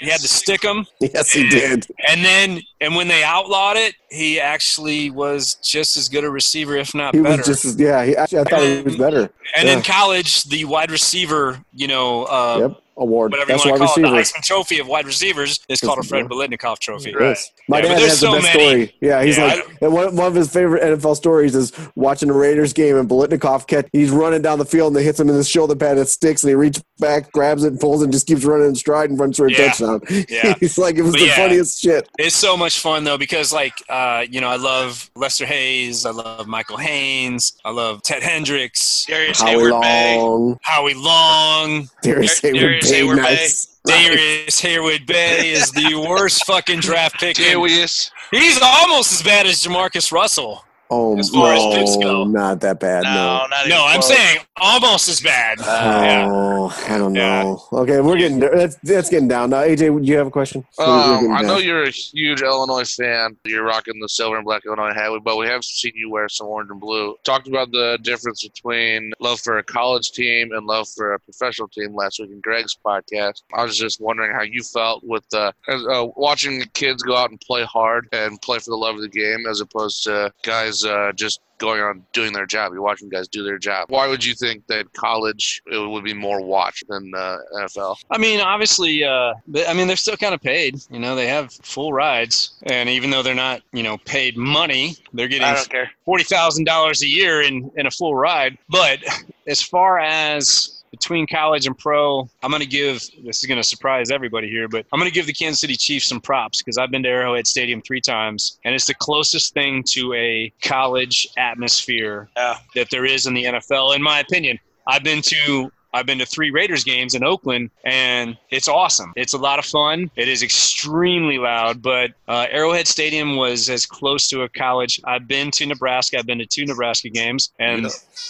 he had the stickum,
Yes, he did.
and then and when they outlawed it, he actually was just as good a receiver, if not
He
better.
was just, as- yeah, he, actually, I thought he was better.
and
yeah.
in college, the wide receiver, you know, uh,
Yep, award.
whatever
That's
you
why
want to call
receiver.
it, the Heisman Trophy of wide receivers is called a Fred Belinikoff Trophy.
Yes. My
Yeah, but
dad
there's
has
so
the best
many.
story. Yeah, he's
Yeah,
like and one, one of his favorite NFL stories is watching a Raiders game and Bolitnikoff catch. He's running down the field and they hits him in the shoulder pad and it sticks and he reaches back, grabs it, and pulls it, and just keeps running in stride and runs for a
Yeah.
touchdown.
Yeah.
he's like it was
But
the
yeah.
funniest shit.
It's so much fun though because like uh, you know I love Lester Hayes, I love Michael Haynes, I love Ted Hendricks,
Darius
How
Hayward Bay.
long?
Howie Long,
Darius
Dar-
Hayward
Darius
Bay,
Hayward Bay.
nice.
Darius Harewood Bay is the worst fucking draft pick. in-
Darius.
He's almost as bad as Jamarcus Russell.
Oh
As far as picks go.
no, not that bad.
no,
No.
not even
No, I'm
close.
saying almost as bad. yeah.
Oh, I don't
Yeah.
know. Okay, we're getting that's that's getting down now. AJ, do you have a question? We're- we're
Um,
getting
I
down.
know you're a huge Illinois fan. You're rocking the silver and black Illinois hat, but we have seen you wear some orange and blue. Talked about the difference between love for a college team and love for a professional team last week in Greg's podcast. I was just wondering how you felt with uh, as, uh, watching the kids go out and play hard and play for the love of the game as opposed to guys uh, just going on doing their job. You're watching guys do their job. Why would you think that college it would be more watched than uh, NFL?
I mean, obviously, uh, they- I mean they're still kind of paid. You know, they have full rides, and even though they're not, you know, paid money, they're getting
I don't care.
forty thousand dollars a year in in a full ride. But as far as between college and pro, I'm going to give this is going to surprise everybody here, but I'm going to give the Kansas City Chiefs some props because I've been to Arrowhead Stadium three times, and it's the closest thing to a college atmosphere
Yeah.
that there is in the NFL, in my opinion. I've been to I've been to three Raiders games in Oakland, and it's awesome. It's a lot of fun. It is extremely loud, but uh, Arrowhead Stadium was as close to a college. I've been to Nebraska. I've been to two Nebraska games, and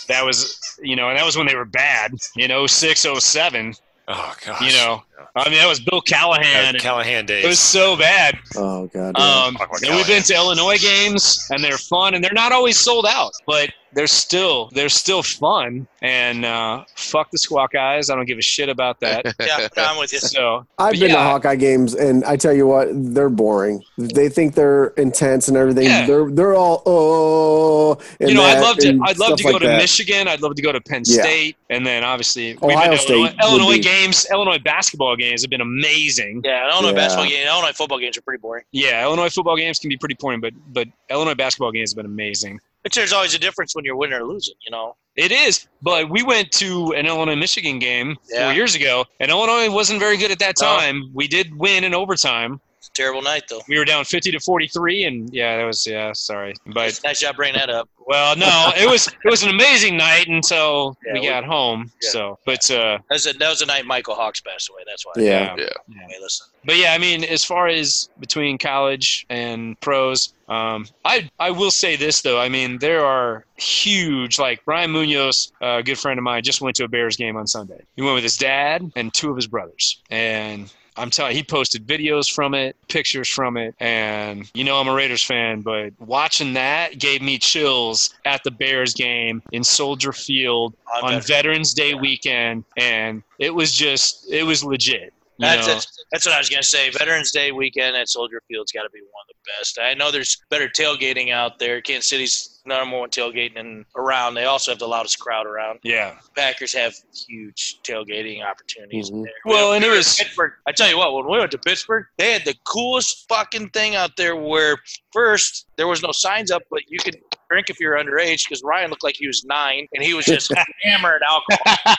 that was you know, and that was when they were bad. You know, six oh seven.
Oh gosh.
You know, I mean that was Bill Callahan.
That Callahan days.
It was so bad.
Oh god. yeah.
Um,
Fuck with
and we've
Callahan.
been to Illinois games, and they're fun, and they're not always sold out, but they're still they're still fun. And uh, fuck the squawk eyes, I don't give a shit about that.
Yeah, I'm with you.
so
I've
but
been to
yeah.
Hawkeye games, and I tell you what, they're boring. They think they're intense and everything.
Yeah.
They're they're all oh. And
you know, I'd
that
love to
and
I'd love
stuff
to go
like
to
that.
Michigan. I'd love to go to Penn
Yeah.
State, and then obviously we've
Ohio
been to
State
Illinois,
would
Illinois
be-
games, Illinois basketball games have been amazing.
Yeah, Illinois
Yeah.
basketball game, Illinois football games are pretty boring.
Yeah, Illinois football games can be pretty boring, but but Illinois basketball games have been amazing.
But there's always a difference when you're winning or losing, you know.
It is, but we went to an Illinois Michigan game
Yeah.
four years ago, and Illinois wasn't very good at that
No.
time. We did win in overtime.
It's a terrible night though.
We were down fifty to forty three, and yeah, that was yeah, sorry, but
nice job bringing that up.
well, no, it was it was an amazing night until
Yeah,
we
we-
got home.
yeah.
So, but uh,
That was, a, that was the night Michael Hawks passed away. That's why.
Yeah.
Yeah.
Hey, listen.
But yeah, I mean, as far as between college and pros, um, I I will say this though. I mean, there are huge like Brian Munoz, a good friend of mine, just went to a Bears game on Sunday. He went with his dad and two of his brothers, and I'm telling he posted videos from it, pictures from it, and you know I'm a Raiders fan, but watching that gave me chills at the Bears game in Soldier Field
On
on
Veterans
Veterans Day weekend, and it was just it was legit. you
That's,
know?
that's that's what I was gonna say. Veterans Day weekend at Soldier Field's got to be one of the best. I know there's better tailgating out there. Kansas City's number one tailgating in, around. They also have the loudest crowd around.
Yeah.
Packers have huge tailgating opportunities
Mhm.
there.
Well, and it was
Pittsburgh. I tell you what, when we went to Pittsburgh, they had the coolest fucking thing out there. Where first there was no signs up, but you could drink if you were underage because Ryan looked like he was nine and he was just hammered alcohol.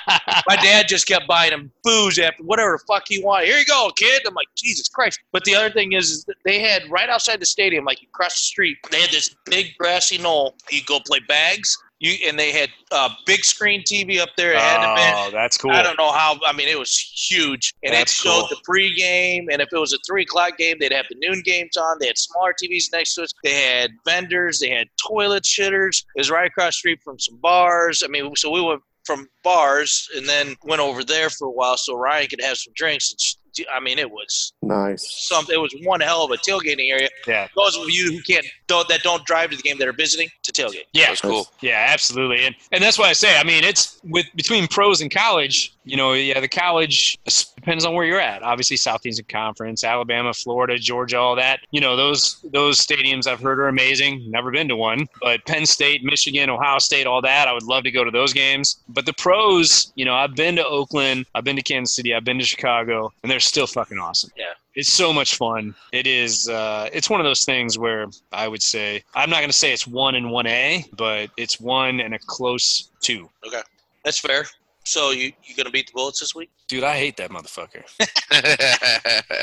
My dad just kept buying him booze after whatever the fuck he wanted. Here you go, kid. I'm like Jesus Christ. But the other thing is, is that they had right outside the stadium, like you cross the street, they had this big grassy knoll. You go play bags. You and they had uh, big screen TV up there. It had to been
oh, that's cool.
I don't know how. I mean, it was huge, and
That's
it
cool.
showed the pregame. And if it was a three o'clock game, they'd have the noon games on. They had smaller TVs next to us. They had vendors. They had toilet shitters. It was right across the street from some bars. I mean, so we went from bars and then went over there for a while so Ryan could have some drinks. And sh- I mean, it was
Nice.
some. It was one hell of a tailgating area.
Yeah.
Those of you who can't don't, that don't drive to the game that are visiting to tailgate.
Yeah,
That was cool.
Yeah, absolutely, and and that's why I say, I mean, it's with between pros and college. You know, yeah, the college s- depends on where you're at. Obviously, Southeastern Conference, Alabama, Florida, Georgia, all that. You know, those those stadiums I've heard are amazing. Never been to one, but Penn State, Michigan, Ohio State, all that. I would love to go to those games. But the pros, you know, I've been to Oakland, I've been to Kansas City, I've been to Chicago, and they're still fucking awesome.
Yeah.
It's so much fun. It is. Uh, it's one of those things where I would say I'm not going to say it's one and one A, but it's one and a close two.
Okay, that's fair. So you you gonna beat the Bullets this week?
Dude, I hate that motherfucker.
I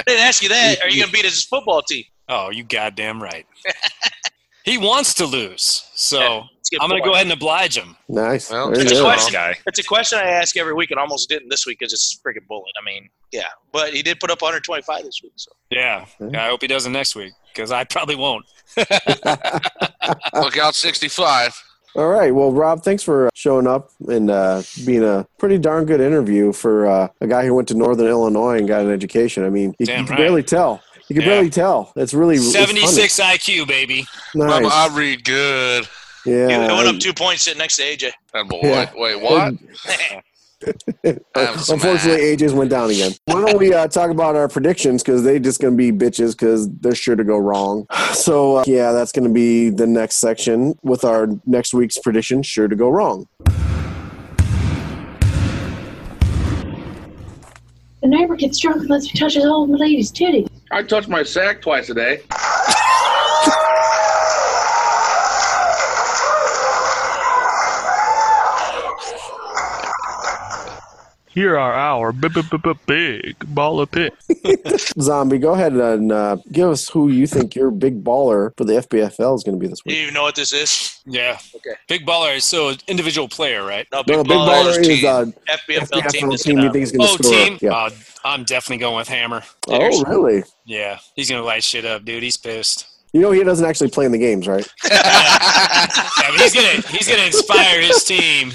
didn't ask you that. Are you gonna beat his football team?
oh, you goddamn right. he wants to lose, so
Yeah, let's get
I'm going to
Bullets.
go ahead and oblige him.
Nice.
Well,
There you
that's
It's a
go.
what-
question.
guy.
It's a question I ask every week, and almost didn't this week because it's freaking bullet. I mean, yeah, but he did put up 125 this week. So
Yeah. yeah, I hope he doesn't next week because I probably won't.
Look out, 65.
All right. Well, Rob, thanks for showing up and uh, being a pretty darn good interview for uh, a guy who went to Northern Illinois and got an education. I mean, you,
Damn
you can
right.
barely tell. You can
Yeah.
barely tell. It's really it's funny.
76 IQ, baby.
Nice.
Mama, I read good.
yeah.
he went up two points sitting next to AJ.
That boy.
Yeah.
Wait, what? I'm
Unfortunately, AJ's went down again. Why don't we uh, talk about our predictions because they just going to be bitches because they're sure to go wrong. So, uh, yeah, that's going to be the next section with our next week's prediction, sure to go wrong.
The neighbor gets drunk and lets me touch his old lady's titty.
I touch my sack twice a day.
Here are our b- b- b- b- big ball of picks.
Zombie, go ahead and uh, give us who you think your big baller for the FBFL is going to be this
Do
week.
you even know what this is?
Yeah.
Okay.
Big baller. So individual player, right?
No, big,
No, big
baller,
baller is uh,
FBFL,
FBFL
team. that's
team
gonna-
you think is going to
Oh,
score.
team.
Yeah.
Uh, I'm definitely going with Hammer.
oh, really?
Yeah, he's gonna light shit up, dude. He's pissed.
You know he doesn't actually play in the games, right?
Yeah, but he's gonna he's gonna inspire his team.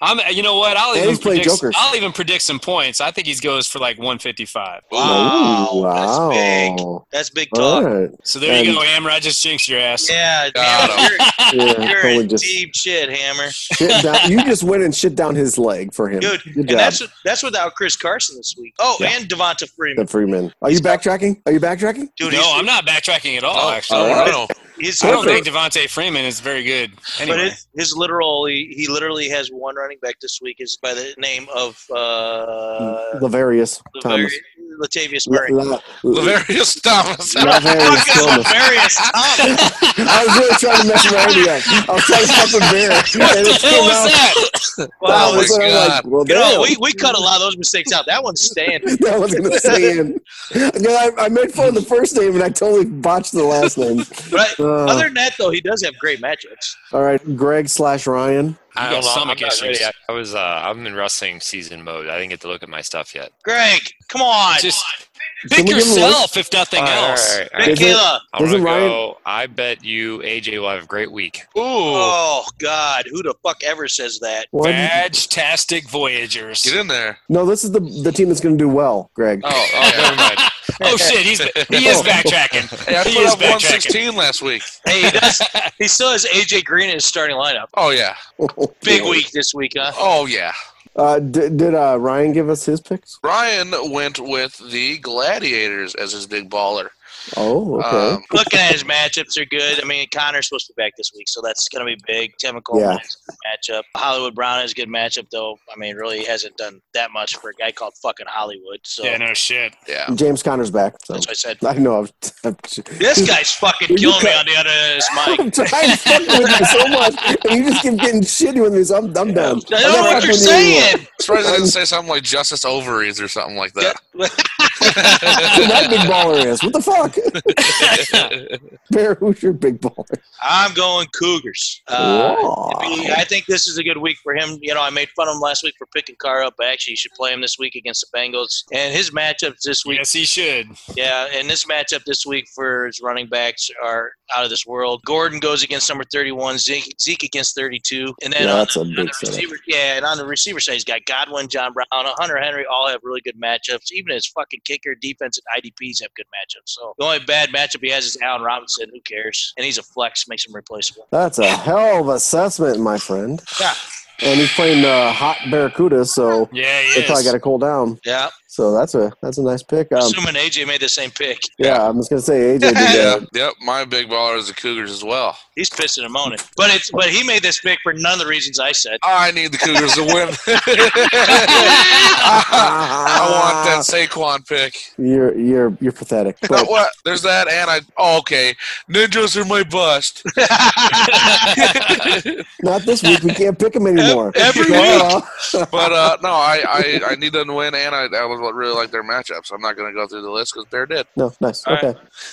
I'm, you know what? I'll
And
even
he's playing
predict,
Jokers.
I'll even predict some points. I think he goes for like 155.
Wow,
Oh, wow.
that's big. That's big
All
talk.
right.
So there you
And-
go, Hammer. I just jinxed your ass.
Yeah,
Got
Hammer,
Yeah,
you're, you're
totally
in
just
deep shit, Hammer.
shit down. You just went and shit down his leg for him.
Dude,
Good
and
job.
that's that's without Chris Carson this week. Oh,
Yeah.
and Devonta Freeman.
The Freeman. Are you backtracking? Are you backtracking?
Dude,
no,
he's,
I'm not backtracking at all.
Oh,
actually,
all right.
no.
he's-
I don't
Perfect.
think Devontae Freeman is very good. Anyway,
But his, his literal, he, he literally has one running back this week is by the name of uh,
Lavarius
Lavar-
Thomas.
Latavius
La-
Murray.
La- La-
Lavarius Thomas.
Lavarius Thomas.
Lavarius Thomas.
I was really trying to mess around with that. I was trying to fucking bear. And it came out.
Wow,
Oh, my
that's what I'm
God.
well,
you know,
damn.
we, we cut a lot of those mistakes out. That one's staying.
that was gonna stay in. No, I, I made fun of the first name and I totally botched the last name.
But
Uh,
other than that, though, he does have great matchups.
all right, Greg slash Ryan.
I
got
don't know. I'm
stomach
not ready.
issues.
I- I was. Uh, I'm in wrestling season mode. I didn't get to look at my stuff yet.
Greg, come on.
just
Can
pick
we give him a
yourself if nothing
All right, all
else.
right, all right.
Big
Isn't-
Kayla.
I'm
Doesn't
gonna
Ryan-
go. I bet you AJ will have a great week.
Oh, God. Who the fuck ever says that?
Why do you-
Badge-tastic Voyagers.
Get in there.
no, this is the the team that's gonna do well, Greg.
Oh,
Oh, never mind.
Oh shit, he's he is backtracking.
Hey, I
He
put
is
up 116 last week.
Hey, he, does, he still has A.J. Green in his starting lineup.
Oh, yeah.
Big week this week, huh?
Oh, yeah.
Uh, did did uh, Ryan give us his picks?
Ryan went with the Gladiators as his big baller.
Oh, okay.
Um,
Looking at his matchups are good. I mean, Connor's supposed to be back this week, so that's going to be big. Tim Coleman
Yeah.
is a good matchup. Hollywood Brown is a good matchup, though. I mean, really hasn't done that much for a guy called fucking Hollywood. So
Yeah, no shit.
yeah.
James Connor's back. So.
that's what I said.
I know. I've, I've,
This guy's fucking
You
killing me
cut-
on the other end of this mic.
I'm trying to fuck with you so much, and you just keep getting shitty with me. So I'm, I'm done.
I
I'm
don't know
not
what
fucking
you're
with you anymore.
saying.
Surprised I didn't say something like Justice Ovaries or something like that.
Who my big baller is? What the fuck? Bear, who's your big baller?
I'm going Cougars. Uh,
Wow.
I I think this is a good week for him. You know, I made fun of him last week for picking Carr up, but actually, you should play him this week against the Bengals. And his matchups this week
Yes, he should.
Yeah, and this matchup this week for his running backs are out of this world. Gordon goes against number 31, Zeke, Zeke against 32, and then
Yeah,
on
that's
the-
a
on,
big
the
setup.
receiver, yeah, and on the receiver side, he's got Godwin, John Brown, Hunter Henry, all have really good matchups. Even his fucking kick linebacker, defense, and IDPs have good matchups. So the only bad matchup he has is Allen Robinson. Who cares? And he's a flex, makes him replaceable.
That's a hell of assessment, my friend.
Yeah.
And he's playing uh, hot Barracuda, so
Yeah, he
they probably
is.
got to cool down.
Yeah.
So that's a that's a nice pick. Um,
Assuming AJ made the same pick.
yeah, I'm just gonna say AJ did
yeah.
that.
Yep. My big baller is the Cougars as well.
He's pissing and moaning. But it's but he made this pick for none of the reasons I said.
I need the Cougars to win. I want that Saquon pick.
You're you're you're pathetic. But
what? There's that, and I. Oh, okay. Ninjas are my bust.
not this week. We can't pick him anymore.
Every
Well,
week. but uh, no, I, I, I need them to win, and I, I would really like their matchups. I'm not going to go through the list because Bear did.
No, nice.
All
okay.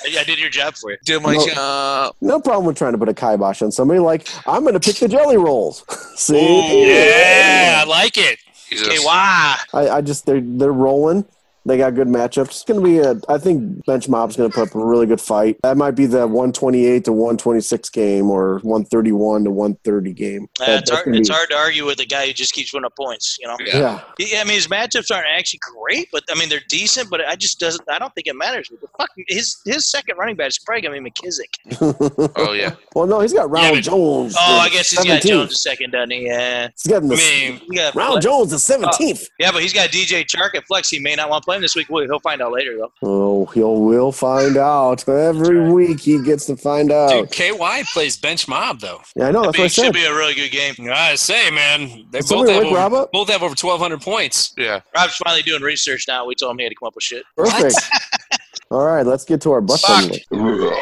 I, I did your job for you.
Did my
No.
job.
No problem with trying to put a kibosh on somebody. Like I'm gonna pick the jelly rolls. See,
Yeah, I like it.
Okay, why?
I, I just they're they're rolling. They got good matchups. It's gonna be a. I think Bench Mob's gonna put up a really good fight. That might be the 128 to 126 game or 131 to 130 game.
Uh,
That- that's
it's, hard,
gonna
it's
be-
hard to argue with a guy who just keeps winning points, you know.
Yeah.
He- I mean, his matchups aren't actually great, but I mean they're decent. But I just doesn't. I don't think it matters. But the fucking his his second running back is probably gonna be McKissick.
Oh yeah.
Well, no, he's got Ronald Jones.
Oh,
the
I guess he's got
17th.
Jones a second, doesn't he? Yeah.
He's got him the-
he got
Ronald
flex.
Jones the 17th.
yeah, but he's got DJ Chark at flex. He may not want to play him this week. Well, he'll find out later though.
Oh, he'll we'll find out every week. He gets to find out.
Dude, KY plays bench mob though.
Yeah, I know. That's what I said.
a really good game.
I say, man, they
Did
both
somebody
have,
wake Rob
over,
up?
both have over 1,200 points.
Yeah.
Rob's finally doing research now. We told him he had to come up with shit.
Perfect. All right, let's get to our butt
Fuck.
fumble.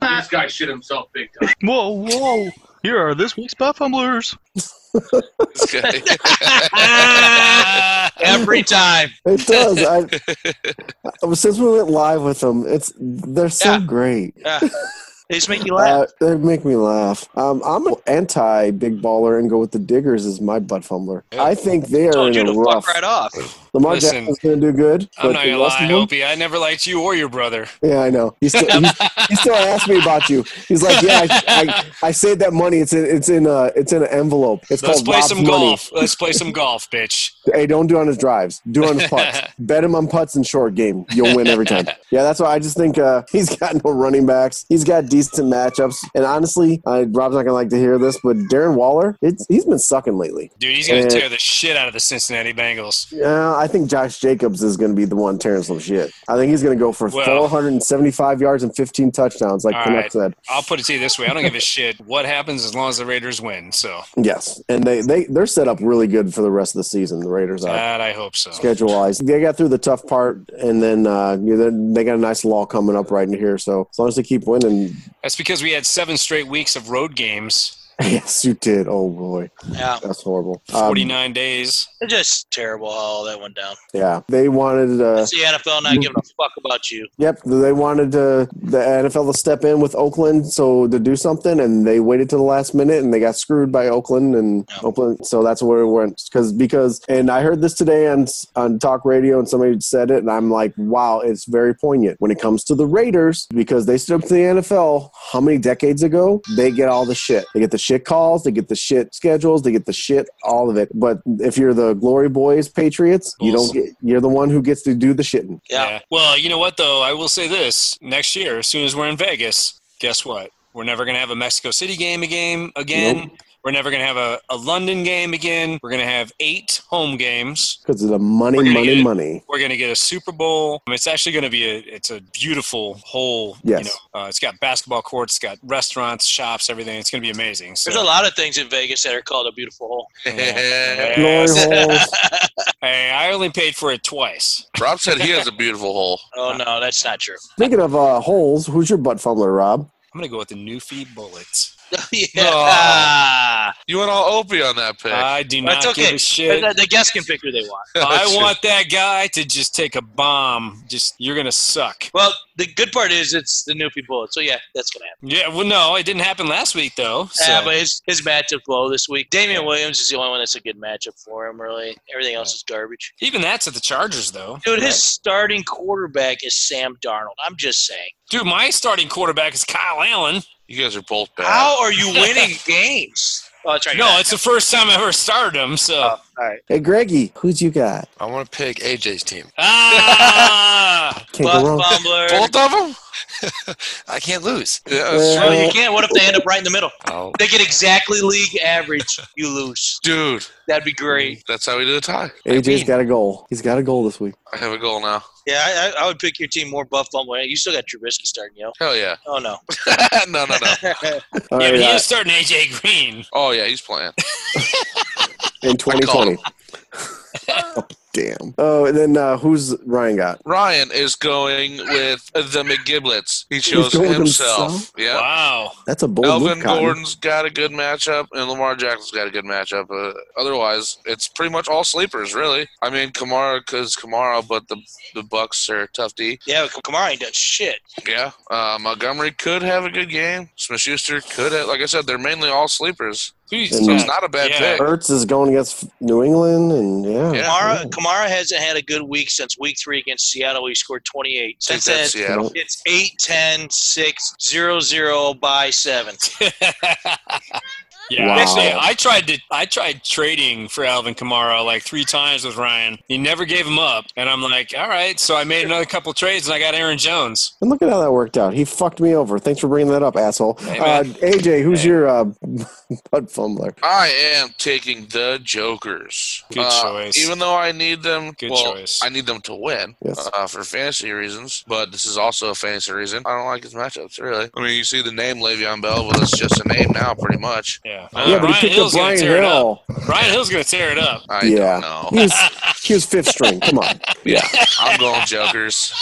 This guy shit himself big time.
Whoa, whoa! Here are this week's Butt Fumblers.
This guy.
Every time.
It does. I, I- since we went live with them, it's they're so
Yeah.
great.
Yeah. They just make you laugh.
Uh, they make me laugh. Um, I'm anti big baller and go with the Diggers as my butt fumbler. I think they are
Told you
in a
to
rough.
fuck right off.
Lamar
Listen,
Jackson's going to do good.
I'm
but
not
the
gonna
rest of
lie,
them-
Opie. I never liked you or your brother.
Yeah, I know. He still, he, he still asked me about you. He's like, "Yeah, I, I, I saved that money. It's in it's in a it's in an envelope.
Let's
It's called
play
Rob's
some
money.
golf. Let's play some golf, bitch.
Hey, don't do it on his drives. Do it on his putts. Bet him on putts and short game. You'll win every time. yeah, that's why I just think uh, he's got no running backs. He's got decent matchups. And honestly, uh, Rob's not gonna like to hear this, but Darren Waller, it's, he's been sucking lately.
Dude, he's gonna
Uh,
tear the shit out of the Cincinnati Bengals.
Yeah, I think Josh Jacobs is going to be the one tearing some shit. I think he's going to go for
Well-
475 yards and 15 touchdowns, like
All
Connect
right.
said.
I'll put it to you this way: I don't give a shit what happens as long as the Raiders win. So
Yes, and they they they're set up really good for the rest of the season. The Raiders are
that I hope so.
schedule wise, they got through the tough part, and then uh, you know, then they got a nice lull coming up right in here. So as long as they keep winning,
That's because we had seven straight weeks of road games,
yes, you did. Oh boy,
Yeah.
that's horrible. Um,
49 days.
It's just terrible how all that went down.
yeah, they wanted. Uh,
It's the NFL not giving a fuck about you.
Yep, they wanted to, the NFL to step in with Oakland so to do something, and they waited to the last minute, and they got screwed by Oakland and Oakland. So that's where it went because because and I heard this today on on talk radio, and somebody said it, and I'm like, wow, it's very poignant when it comes to the Raiders because they stood up to the NFL how many decades ago? They get all the shit. They get the shit calls, they get the shit schedules, they get the shit, all of it. But if you're the Glory Boys Patriots, you don't get you're the one who gets to do the shitting.
Yeah.
Well, you know what though? I will say this: next year, as soon as we're in Vegas, guess what? We're never gonna have a Mexico City game again. Again. We're never going to have a, a London game again. We're going to have eight home games.
because of the money,
gonna get
money,
it.
money.
We're going to get a Super Bowl. I mean, it's actually going to be a it's a beautiful whole.
Yes.
You know, uh, it's got basketball courts, it's got restaurants, shops, everything. It's going to be amazing. So,
There's a lot of things in Vegas that are called a beautiful hole.
yeah.
Glory
Yes.
holes.
Hey, I only paid for it twice.
Rob said he has a beautiful hole.
Oh no, that's not true.
Speaking of uh, holes, who's your butt fumbler, Rob?
I'm going to go with the Newfie Bullets.
yeah. Ah.
You went all Opie on that pick.
I do not
That's okay.
give a shit.
The, the guests can pick who they want.
I
Shit.
want that guy to just take a bomb. Just you're going to suck.
Well, the good part is it's the Newfie Bullet. So yeah, that's gonna happen.
Yeah, well, no, it didn't happen last week though. So.
Yeah, but his his matchup low this week. Damian Williams is the only one that's a good matchup for him. Really, everything else is garbage.
Even that's at the Chargers though.
Dude, his starting quarterback is Sam Darnold. I'm just saying.
Dude, my starting quarterback is Kyle Allen.
You guys are both bad.
How are you winning games? Oh, that's right.
No, it's the first time I ever started him. So
all right.
Hey, Greggy, who's you got?
I want to pick AJ's team.
Oh.
Ah,
Can't go wrong.
Both of them? I can't lose. Yeah, that's
No,
right.
you can't. What if they end up right in the middle?
Oh,
They get exactly league average. You lose.
dude,
That'd be great.
that's how we do the tie.
AJ's got a goal. He's got a goal this week.
I have a goal now.
Yeah, I, I- I would pick your team more buff bumble. You still got Trubisky starting, yo.
Hell yeah.
Oh no.
no, no, no.
All
yeah,
right,
but he
uh,
was starting AJ Green.
Oh yeah, he's playing.
in 2020. Oh, damn. Oh, and then uh, who's Ryan got?
Ryan is going with the McGiblets. He chose
going with
himself.
himself?
Yeah.
Wow.
That's a bold
Elvin
move, Cotton.
Gordon's got a good matchup, and Lamar Jackson's got a good matchup. Uh, otherwise, it's pretty much all sleepers, really. I mean, Kamara because Kamara, but the the Bucks are tough D.
Yeah, but Kamara ain't done shit.
Yeah, uh, Montgomery could have a good game. Smith Schuster could have. Like I said, they're mainly all sleepers,
He's
And-
so it's not a bad
Yeah.
pick.
Ertz is going against New England, and yeah.
Yeah.
Kamara Kamara hasn't had a good week since week three against Seattle. He scored 28.
Take
Since
that,
then,
Seattle.
it's 8, 10, 6, 0, 0 by 7.
yeah,
Wow.
actually, I tried to I tried trading for Alvin Kamara like three times with Ryan. He never gave him up, and I'm like, all right. So I made another couple trades, and I got Aaron Jones.
And look at how that worked out. He fucked me over. Thanks for bringing that up, asshole. uh,
man.
AJ, who's your uh, butt fumbler?
I am taking the Jokers.
Good
Uh,
choice.
Even though I need them,
Good
well,
choice.
I need them to win
Yes.
uh, for fantasy reasons, but this is also a fantasy reason. I don't like his matchups really. I mean, you see the name Le'Veon Bell, but it's just a name now, pretty much.
Yeah,
Yeah,
but he
Uh, Ryan
picked up
Hill's gonna
Brian
tear it up.
Hill.
Ryan Hill's gonna tear it up.
I
yeah.
don't know.
He was, he was fifth string. Come on.
Yeah, I'm going Jokers.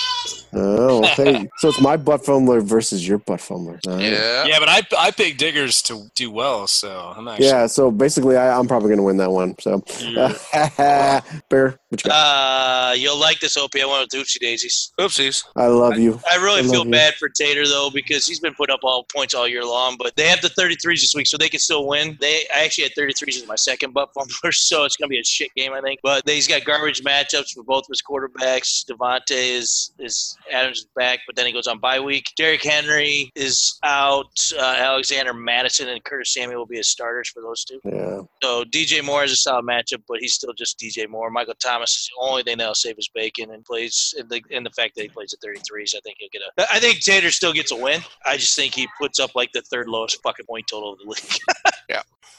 Oh, okay. So it's my butt fumbler versus your butt fumbler. All right.
Yeah.
Yeah, but I I picked Diggers to do well, so I'm actually
Yeah, so basically, I, I'm probably going to win that one. So,
uh,
Mm.
Bear, what you got?
Uh, you'll like this, Opie. I went with Oopsie Daisies.
Oopsies.
I love you.
I really
I love
feel
you.
bad for Tater though because he's been putting up all points all year long. But they have the 33s this week, so they can still win. They I actually had 33s as my second butt fumbler, so it's gonna be a shit game, I think. But they, he's got garbage matchups for both of his quarterbacks. Devontae is is Adams is back, but then he goes on bye week. Derrick Henry is out. Uh, Alexander Madison and Curtis Samuel will be his starters for those two.
Yeah.
So DJ Moore is a solid matchup, but he's still just DJ Moore. Michael Thomas is the only thing that'll save his bacon and plays and the and the fact that he plays at 33s. I think he'll get a. I think Tater still gets a win. I just think he puts up like the third lowest fucking point total of the league.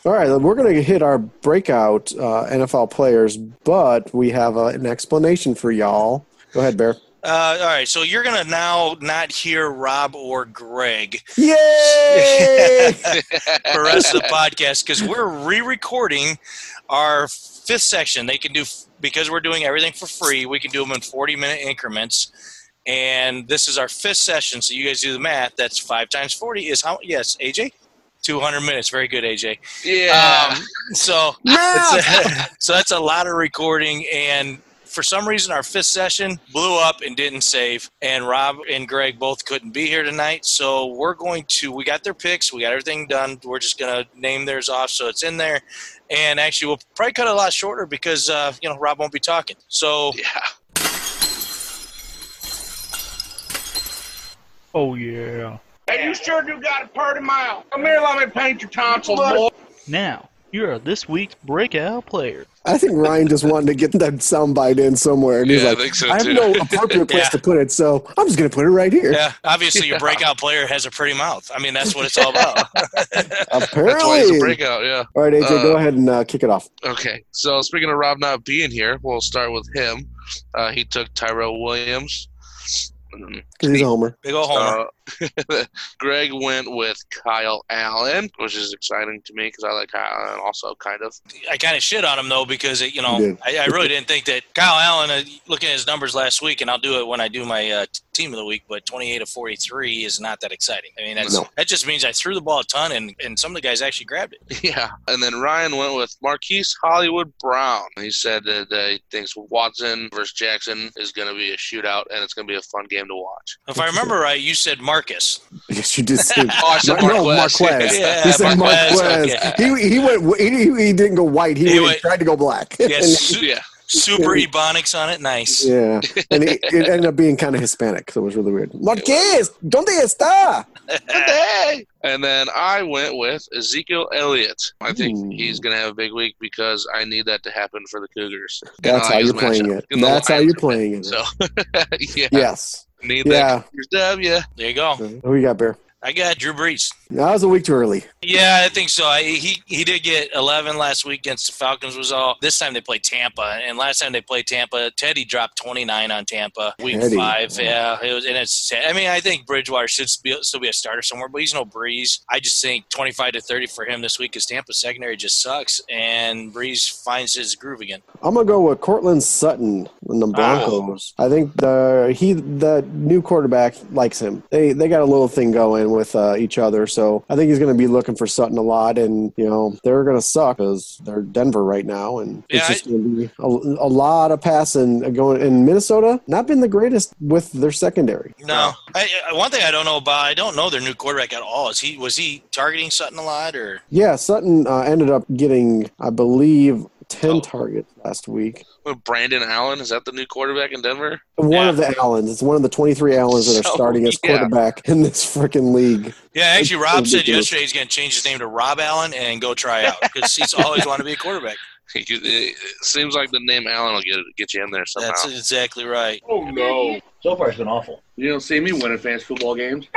All right, we're going to hit our breakout uh, NFL players, but we have uh an explanation for y'all. Go ahead, Bear.
Uh, all right, so you're gonna now not hear Rob or Greg
Yay!
for the rest of the podcast because we're re-recording our fifth section. They can do because we're doing everything for free. We can do them in 40 minute increments. And this is our fifth session, so you guys do the math. That's five times 40 is how? Yes, AJ, 200 minutes. Very good, AJ.
Yeah.
Um, so, it's a- so that's a lot of recording. And for some reason, our fifth session blew up and didn't save. And Rob and Greg both couldn't be here tonight. So we're going to, we got their picks, we got everything done. We're just going to name theirs off so it's in there. And actually, we'll probably cut it a lot shorter because, uh, you know, Rob won't be talking. So,
yeah.
Oh, yeah.
Hey, you sure do got a party mile. Come here, let me paint your tonsils, boy.
Now, you are this week's breakout player.
I think Ryan just wanted to get that soundbite in somewhere, and he's
Yeah, I
like,
think so,
I have
too."
no appropriate place
Yeah.
to put it, so I'm just going to put it right here.
yeah, obviously, your breakout player has a pretty mouth. I mean, that's what it's all about.
That's why he's a
Apparently.
breakout. Yeah.
All right, AJ, go
Uh,
ahead and uh, kick it off.
Okay. So speaking of Rob not being here, we'll start with him. Uh, he took Tyrell Williams.
Because he's a homer.
Big ol' homer.
Uh, Greg went with Kyle Allen, which is exciting to me because I like Kyle Allen also, kind of.
I kind of shit on him though because it, you know
You did.
I, I really didn't think that Kyle Allen. Uh, looking at his numbers last week, and I'll do it when I do my uh, t- team of the week. But twenty eight of forty three is not that exciting. I mean, that's,
No.
that just means I threw the ball a ton, and, and some of the guys actually grabbed it.
Yeah. And then Ryan went with Marquise Hollywood Brown. He said that uh, he thinks Watson versus Jackson is going to be a shootout and it's going to be a fun game to watch.
If I remember right, you said Marcus.
Yes, you did say
Oh, I said
Mar- no,
Marquez.
Marquez.
Yeah,
he said
Marquez,
Marquez.
okay.
He, he went. He, he didn't go white. He,
He
went-
went-
tried to go black.
Yes,
Yeah.
Super ebonics on it. Nice.
Yeah, and it, it ended up being kind of Hispanic, so it was really weird. Marquez, donde está?
And then I went with Ezekiel Elliott. I think
Hmm.
he's going to have a big week because I need that to happen for the Cougars.
That's
I
how
like
you're
his
playing
matchup.
it.
In the
That's how
Lions
you're playing it.
So, yeah.
Yes.
Need
Yeah.
that Cougars W.
There you go.
Who you got, Bear?
I got Drew Brees.
That was a week too early.
Yeah, I think so. I, he he did get 11 last week against the Falcons. Was all this time they played Tampa, and last time they played Tampa, Teddy dropped 29 on Tampa week
Teddy.
five. Yeah, it was, and it's. sad. I mean, I think Bridgewater should be, still be a starter somewhere, but he's no Breeze. I just think 25 to 30 for him this week because Tampa secondary just sucks, and Breeze finds his groove again.
I'm gonna go with Cortland Sutton in the Broncos. I think the he the new quarterback likes him. They they got a little thing going with uh, each other, so I think he's gonna be looking for Sutton a lot. And you know they're gonna suck because they're Denver right now, and it's just gonna be a, a lot of passing going. in Minnesota not been the greatest with their secondary.
No, I, I, one thing I don't know about I don't know their new quarterback at all. Is he was he targeting Sutton a lot or?
Yeah, Sutton uh, ended up getting I believe ten targets last week.
With Brandon Allen, is that the new quarterback in Denver?
One of the Allens. It's one of the 23 Allens that are
So,
starting as
yeah.
quarterback in this freaking league.
Yeah, actually, Rob said
ridiculous.
yesterday he's going to change his name to Rob Allen and go try out because he's always wanted to be a quarterback.
It, it seems like the name Allen will get get you in there somehow.
That's exactly right.
Oh no!
So far, it's been awful.
You don't see me winning fantasy football games.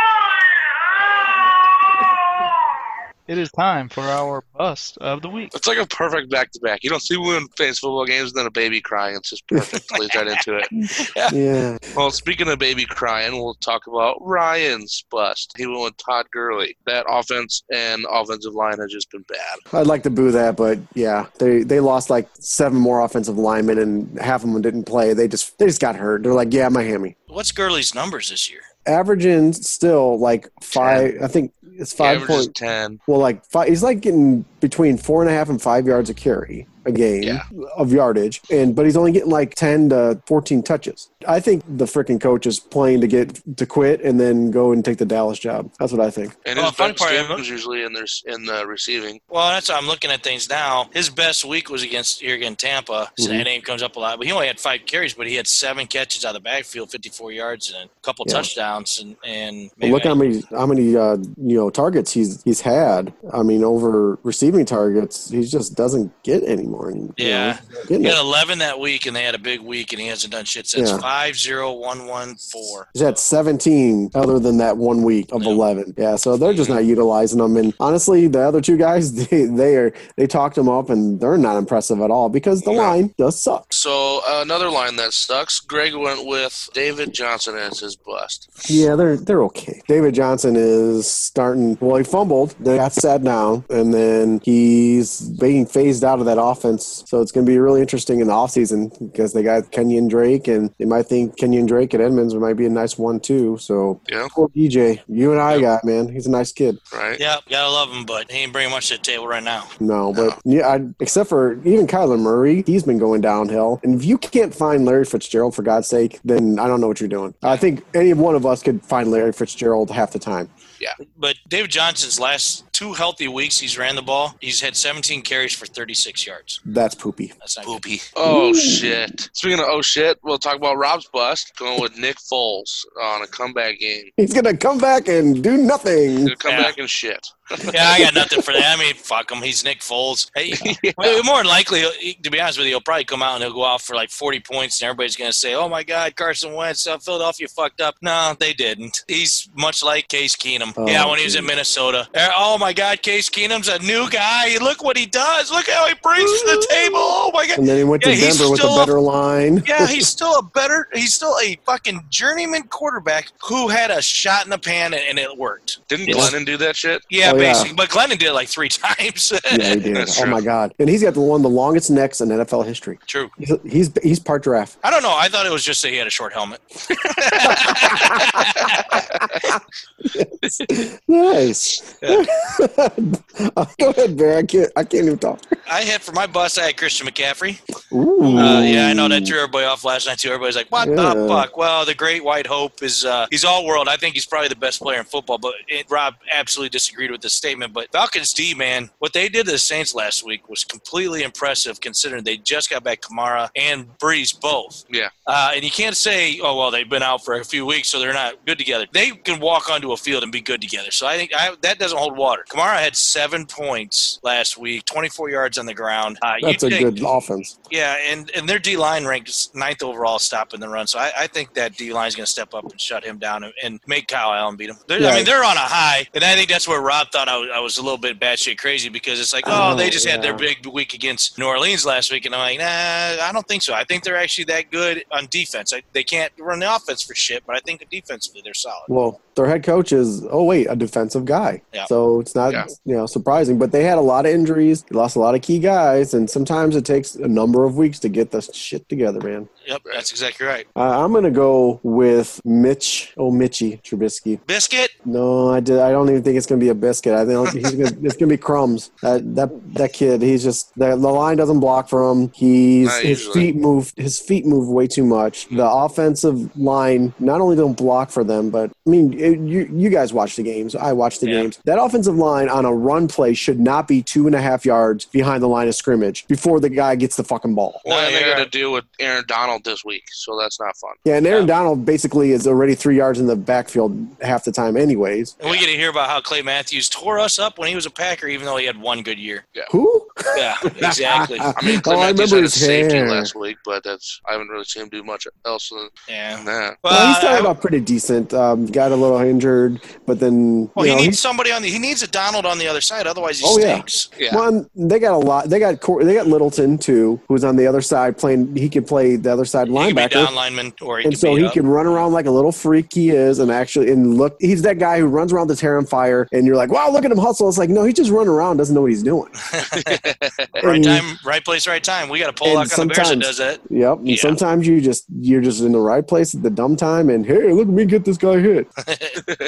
It is time for our bust of the week.
It's like a perfect back to back. You don't see me winning fantasy football games, and then a baby crying. It's just perfect. Leads right into it.
Yeah.
Well, speaking of baby crying, we'll talk about Ryan's bust. He went with Todd Gurley. That offense and offensive line has just been bad.
I'd like to boo that, but yeah, they they lost like seven more offensive linemen, and half of them didn't play. They just they just got hurt. They're like, yeah, my hammy.
What's Gurley's numbers this year?
Averaging still like five. I think it's
He
five
averages
point.
ten.
Well, like five, he's like getting between four and a half and five yards a carry a game of yardage, and but he's only getting like ten to fourteen touches. I think the freaking coach is playing to get to quit and then go and take the Dallas job. That's what I think.
And his best game is usually in there's in the receiving.
Well, that's how I'm looking at things now. His best week was against here again Tampa. So
Mhm.
Mm-hmm.
that name comes up a lot, but he only had five carries, but he had seven catches out of the backfield, 54 yards, and a couple
Yeah.
touchdowns, and and
Well,
maybe
look how many how many uh, you know targets he's he's had. I mean, over receiving targets, he just doesn't get any more. you
Yeah.
know,
He
getting
had
it.
11 that week, and they had a big week, and he hasn't done shit since.
Yeah.
Five zero one one four.
He's had 17 other than that one week of 11. Yeah, so they're just not utilizing them. And honestly, the other two guys, they, they are they talked them up, and they're not impressive at all because the line does suck.
So another line that sucks. Greg went with David Johnson as his bust.
Yeah, they're they're okay. David Johnson is starting. Well, he fumbled. They got sat down, and then he's being phased out of that offense. So it's going to be really interesting in the offseason because they got Kenyon Drake, and they might think Kenyon Drake at Edmonds might be a nice one too. So
Yeah.
poor DJ, you and I got man. He's a nice kid.
Right.
Yeah, gotta love him, but he ain't bringing much to the table right now.
No, but yeah, I, except for even Kyler Murray, he's been going downhill. And if you can't find Larry Fitzgerald for God's sake, then I don't know what you're doing. I think any one of us could find Larry Fitzgerald half the time.
Yeah.
But David Johnson's last two healthy weeks, he's ran the ball. He's had 17 carries for 36 yards.
That's poopy.
That's not poopy.
Oh shit! Speaking of oh shit, we'll talk about Rob's bust. Going with Nick Foles on a comeback game.
He's gonna come back and do nothing.
Gonna come back and shit.
yeah, I got nothing for that. I mean, fuck him. He's Nick Foles. Hey, well, more than likely, he'll- he- to be honest with you, he'll probably come out and he'll go out for like 40 points, and everybody's going to say, oh my God, Carson Wentz, uh, Philadelphia fucked up. No, they didn't. He's much like Case Keenum.
Oh,
yeah, when he was in Minnesota. Eh, Oh my God, Case Keenum's a new guy. Look what he does. Look how he brings to the table. Oh my God.
And then he went
Yeah,
to
he's
Denver with a
still a
better line.
yeah, he's still a better. He's still a fucking journeyman quarterback who had a shot in the pan and, and it worked.
Didn't
It's-
Glennon do that shit?
Yeah,
Oh, yeah.
basically. But Glennon did it like three times.
yeah, he did. Oh my god! And he's got the one of the longest necks in NFL history.
True.
He's he's, he's part giraffe.
I don't know. I thought it was just that he had a short helmet.
nice. Go ahead, Bear. I can't. I can't even talk.
I had for my bus, I had Christian McCaffrey.
Ooh.
Uh, yeah, I know that threw everybody off last night too. Everybody's like, "What the
Yeah.
fuck?" Well, the uh, Great White Hope is—he's all world. I think he's probably the best player in football. But it, Rob absolutely disagreed with with this statement, but Falcons D, man, what they did to the Saints last week was completely impressive considering they just got back Kamara and Breeze both.
Yeah.
Uh, and you can't say, oh, well, they've been out for a few weeks, so they're not good together. They can walk onto a field and be good together. So I think I, that doesn't hold water. Kamara had seven points last week, 24 yards on the ground. Uh, you
That's a
take-
good offense.
yeah, and, and their D line ranked ninth overall stopping the run. So I, I think that D line is going to step up and shut him down and, and make Kyle Allen beat him. They're- I
Yeah.
mean, they're on a high, and I think that's where Rob thought I was, I was a little bit batshit crazy because it's like, oh,
Oh,
they just had their
yeah.
big week against New Orleans last week, and I'm like, nah, I don't think so. I think they're actually that good on defense. I, they can't run the offense for shit, but I think defensively they're solid.
Well, their head coach is oh wait, a defensive guy.
Yeah.
So it's not
Yeah.
you know surprising, but they had a lot of injuries, they lost a lot of key guys, and sometimes it takes a number of weeks to get this shit together, man.
Yep, that's exactly right.
Uh, I'm gonna go with Mitch. Oh, Mitchy Trubisky.
Biscuit.
No, I did. I don't even think it's gonna be a biscuit. I think he's gonna, it's gonna be crumbs. That that that kid. He's just the, the line doesn't block for him. He's
Not
his
usually. Hmm.
feet move his feet move way too much. The offensive line not only don't block for them, but I mean, it, you you guys watch the games. I watch the games. That offensive line on a run play should not be two and a half yards behind the line of scrimmage before the guy gets the fucking ball.
Well, and they're going to do with Aaron Donald this week, so that's not fun.
Yeah, and Aaron Donald basically is already three yards in the backfield half the time, anyways.
And we get to hear about how Clay Matthews tore us up when he was a Packer, even though he had one good year.
Yeah.
Who?
Yeah, exactly.
I
I mean,
Oh,
Clay
I
Matthews
remember
had a
his
safety
hair.
last week, but that's I haven't really seen him do much else than
yeah.
that.
Well, he's started about pretty decent. Um, got a little injured, but then
Well,
you know,
he needs
he's-
somebody on the. He needs a Donald on the other side, otherwise he
Oh yeah.
stinks.
Well, and they got a lot. They got Cor- they got Littleton too, who's on the other side playing. He can play the other side
He could
linebacker,
be down lineman, or he
and
could
so
be
he
up.
can run around like a little freak. He is, and actually, and look, he's that guy who runs around the tear on fire, and you're like, wow, look at him hustle. It's like, no, he just run around, doesn't know what he's doing.
right
and-
time, right place, right time. We got a pull lock on the Bears that does that.
Yep. And sometimes you just you're just in the right place at the dumb time, and hey, look at me get this guy hit.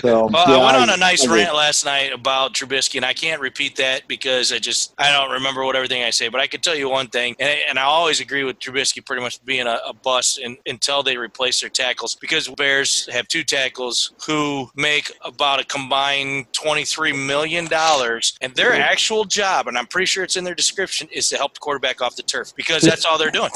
so,
Well,
yeah,
I went on a nice
I-
rant last night about Trubisky, and I can't repeat that because I just I don't remember what everything I say. But I can tell you one thing, and, and I always agree with Trubisky pretty much being a, a bust in, until they replace their tackles because Bears have two tackles who make about a combined twenty three million dollars, and their actual job, and I'm pretty sure it's in their description, is to help the quarterback off the turf because that's all they're doing.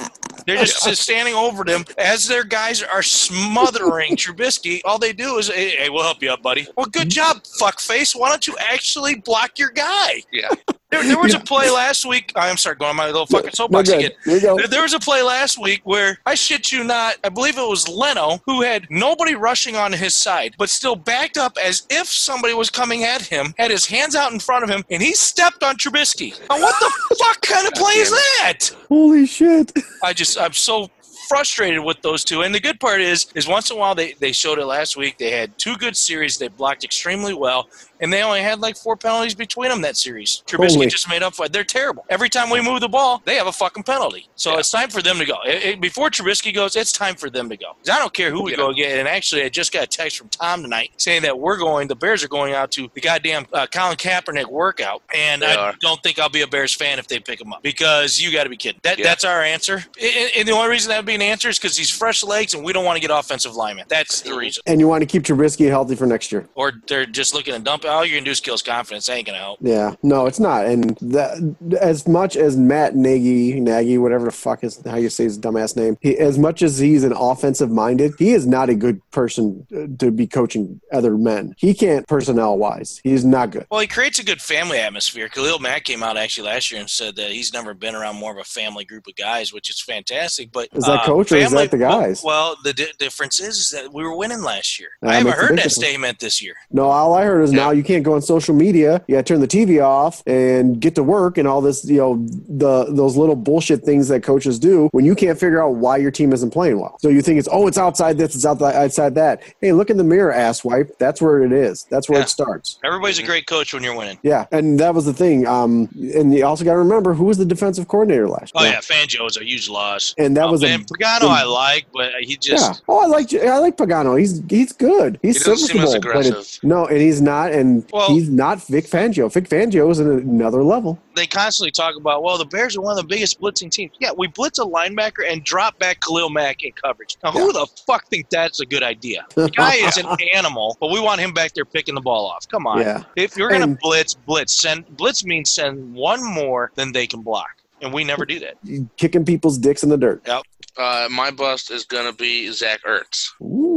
They're just just standing over them as their guys are smothering Trubisky. All they do is, hey, hey, we'll help you up, buddy. Well, good job, fuckface. Why don't you actually block your guy?
Yeah.
There, there was a play last week. I'm sorry, going on my little fucking
No,
soapbox
good.
again.
Here you go.
There, there was a play last week where I shit you not, I believe it was Leno who had nobody rushing on his side, but still backed up as if somebody was coming at him, had his hands out in front of him, and he stepped on Trubisky. Now, what the fuck kind of play is that?
Holy shit!
I just I'm so frustrated with those two. And the good part is is once in a while they, they showed it last week. They had two good series. They blocked extremely well, and they only had like four penalties between them that series. Trubisky
Holy.
just made up for it. They're terrible. Every time we move the ball, they have a fucking penalty. So it's time for them to go. It- it- before Trubisky goes, it's time for them to go. 'Cause I don't care who we go again. And actually, I just got a text from Tom tonight saying that we're going. The Bears are going out to the goddamn uh, Colin Kaepernick workout, and
They
I
are.
don't think I'll be a Bears fan if they pick him up because you got to be kidding. That
Yeah.
that's our answer, and, and the only reason that would be an answer is because he's fresh legs, and we don't want to get offensive linemen. That's the reason.
And you want to keep Trubisky healthy for next year.
Or they're just looking to dump. All you're gonna do is kill his confidence. That ain't gonna help.
Yeah, no, it's not. And that, as much as Matt Nagy, Nagy, whatever the fuck is how you say his dumbass name, he, as much as he's an offensive minded, he is not a good person uh, to be coaching other men. He can't personnel wise. He's not good.
Well, he creates a good family atmosphere. Khalil Mack came out actually last year and said that he's never been around more of a family group of guys, which is fantastic. But uh,
Is that coach or is that the guys?
Well, the di- difference is, is that we were winning last year.
That
I haven't
makes a
heard
big
that
difference.
statement this year.
No, all I heard is now you can't go on social media. You got to turn the TV off and get to work and all this, you know, the those little bullshit things that coaches do when you can't figure out why your team isn't playing well. So you think it's oh, it's outside this, it's outside outside that. Hey, look in the mirror, asswipe. That's where it is. That's where
Yeah.
it starts.
Everybody's a great coach when you're winning.
Yeah, and that was the thing. Um, and you also got to remember who was the defensive coordinator last
Oh
year.
yeah, Fangio is a huge loss.
And that
Uh,
was a
Van- Pagano I like, but he just
yeah. Oh, I like I like Pagano. He's he's good. He's
He doesn't seem as
serviceable. but it- no, and he's not. And
Well-
he's not Vic Fangio. Vic Fangio is in another level.
they constantly talk about, well, the Bears are one of the biggest blitzing teams. Yeah, we blitz a linebacker and drop back Khalil Mack in coverage. Now, who the fuck thinks that's a good idea? The guy is an animal, but we want him back there picking the ball off. Come on.
Yeah.
If you're going
And-
to blitz, blitz. Send Blitz means send one more than they can block. And we never do that.
Kicking people's dicks in the dirt.
Yep.
Uh, my bust is gonna be Zach Ertz.
Ooh.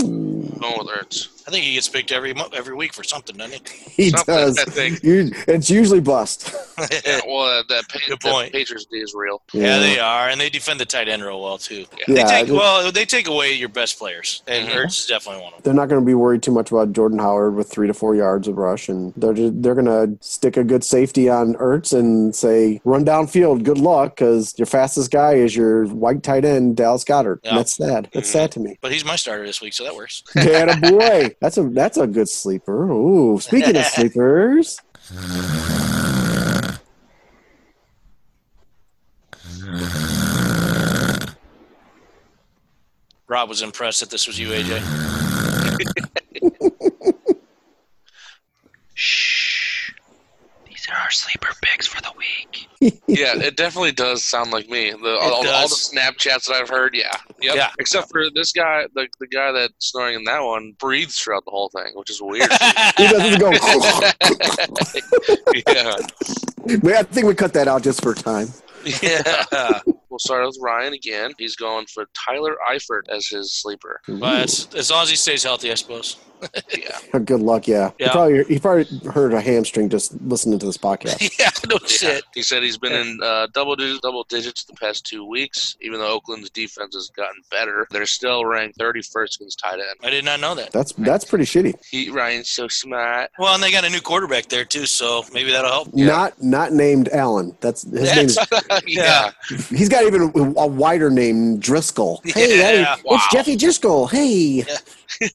Going with Ertz.
I think he gets picked every mo- every week for something, doesn't he?
He
Something,
does.
I think.
You- it's usually bust.
yeah,
well, uh, that, pa- that Patriots D is real.
Yeah.
Yeah.
they are, and they defend the tight end real well too.
Yeah,
they take
I-
well, they take away your best players, and Ertz is definitely one of them.
They're not going to be worried too much about Jordan Howard with three to four yards of rush, and they're just, they're going to stick a good safety on Ertz and say run downfield. Good luck, because your fastest guy is your white tight end Dallas Goddard.
Yeah. Mm-hmm.
And that's sad. That's sad to me.
But he's my starter this week, so that works.
Data boy, that's a that's a good sleeper. Ooh, speaking of sleepers,
Rob was impressed that this was you, AJ.
These are our sleeper picks for the week. yeah, it definitely does sound like me. The, all, all the
does.
Snapchats that I've heard, yeah. Yep.
Yeah.
Except for this guy, the, the guy that's snoring in that one breathes throughout the whole thing, which is weird.
he doesn't go.
yeah.
Man, I think we cut that out just for time.
Yeah. we'll start with Ryan again. He's going for Tyler Eifert as his sleeper.
But as long as he stays healthy, I suppose.
yeah.
Good luck. Yeah,
Yeah.
He probably he probably hurt a hamstring just listening to this podcast.
yeah, no Oh, shit.
He said he's been in uh, double digits, double digits the past two weeks. Even though Oakland's defense has gotten better, they're still ranked 31st against tight end.
I did not know that.
That's that's pretty shitty.
He Ryan's so smart.
Well, and they got a new quarterback there too, so maybe that'll help.
Not not named Allen. That's his name. Is,
yeah.
he's got even a wider name, Driscoll. Hey,
Yeah,
hey,
wow.
it's Jeffy Driscoll. Hey.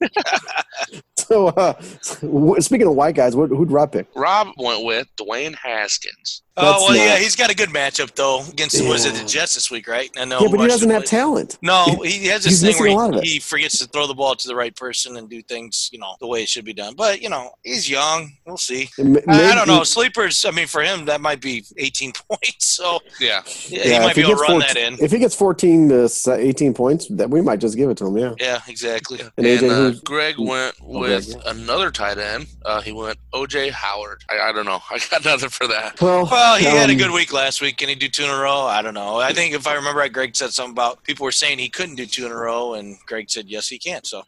so, uh, w- speaking of white guys, what, who'd Rob pick?
Rob went with Dwayne Haskins.
Oh well,
That's
yeah,
not-
he's got a good matchup though against was it the Jets this week, right? I know.
yeah, but he
Washington
doesn't have
plays-
talent.
No, he has
He's
this thing
missing a
where
lot of
he,
it.
he forgets to throw the ball to the right person and do things, you know, the way it should be done. But you know, he's young. We'll see.
M-
I, I
maybe-
don't know. Sleepers. I mean, for him, that might be 18 points. So
yeah,
he
if
might be able to
gets
run
14
that in.
If he gets 14 to s- 18 points, that we might just give it to him. Yeah.
Yeah, exactly.
And
And
AJ,
uh,
who's- Oh,
Greg went with another tight end. Uh, he went OJ Howard. I, I don't know. I got nothing for that.
Well,
Well, he had a
um,
good week last week. Can he do two in a row? I don't know. I think if I remember right, Greg said something about people were saying he couldn't do two in a row, and Greg said yes, he can. So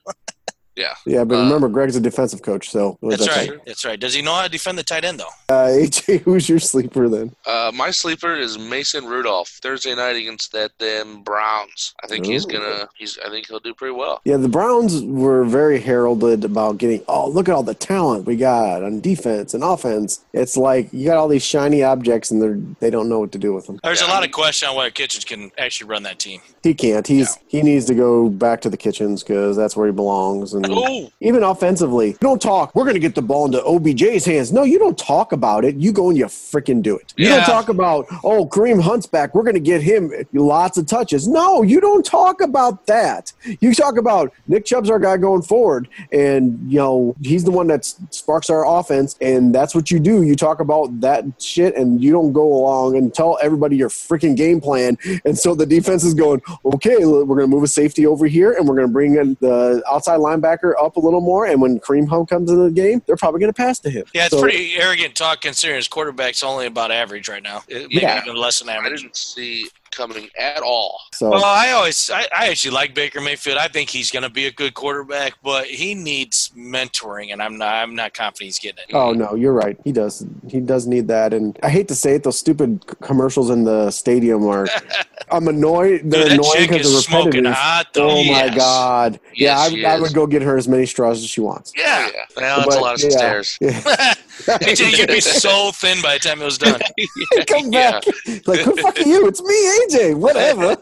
Yeah.
Yeah, but remember, Greg's a defensive coach, so
uh, that's right. That's right. Does he know how to defend the tight end though?
Uh, AJ, who's your sleeper then?
Uh, my sleeper is Mason Rudolph Thursday night against that damn Browns. I think he's
Ooh.
gonna. He's. I think he'll do pretty well.
Yeah, the Browns were very heralded about getting, oh, look at all the talent we got on defense and offense. It's like you got all these shiny objects and they're, they don't know what to do with them.
There's a lot of question on whether Kitchens can actually run that team.
He can't. He's He needs to go back to the kitchens because that's where he belongs. And
Oh.
even offensively, don't talk. We're going to get the ball into OBJ's hands. No, you don't talk about it. You go and you freaking do it. You
Yeah.
don't talk about, oh, Kareem Hunt's back. We're going to get him lots of touches. No, you don't talk about that. You talk about Nick Chubb's our guy going forward, and you know he's the one that s- sparks our offense, and that's what you do. You talk about that shit, and you don't go along and tell everybody your freaking game plan. And so the defense is going, okay, l- we're going to move a safety over here, and we're going to bring in the outside linebacker up a little more. And when Kareem Hunt comes into the game, they're probably going to pass to him.
Yeah, it's
So-
pretty arrogant talk considering his quarterback's only about average right now. It- Maybe
Yeah.
even less than
I
average.
didn't see coming at all.
So
Well, I always, I, I actually like Baker Mayfield. I think he's going to be a good quarterback, but he needs mentoring, and I'm not, I'm not confident he's getting it.
Oh no, you're right. He does. He does need that, and I hate to say it, those stupid c- commercials in the stadium are. I'm annoyed. They're
Dude, that
annoying
chick
because
is
they're
smoking
repetitive.
hot, though.
oh
Yes.
my god!
Yes, she
yeah, I, I
is.
would go get her as many straws as she wants.
Yeah. Well, it's a
But,
lot of
yeah,
stairs.
yeah.
AJ, you'd be so thin by the time it was done.
Come back. Like who fucking you? It's me, AJ. Whatever.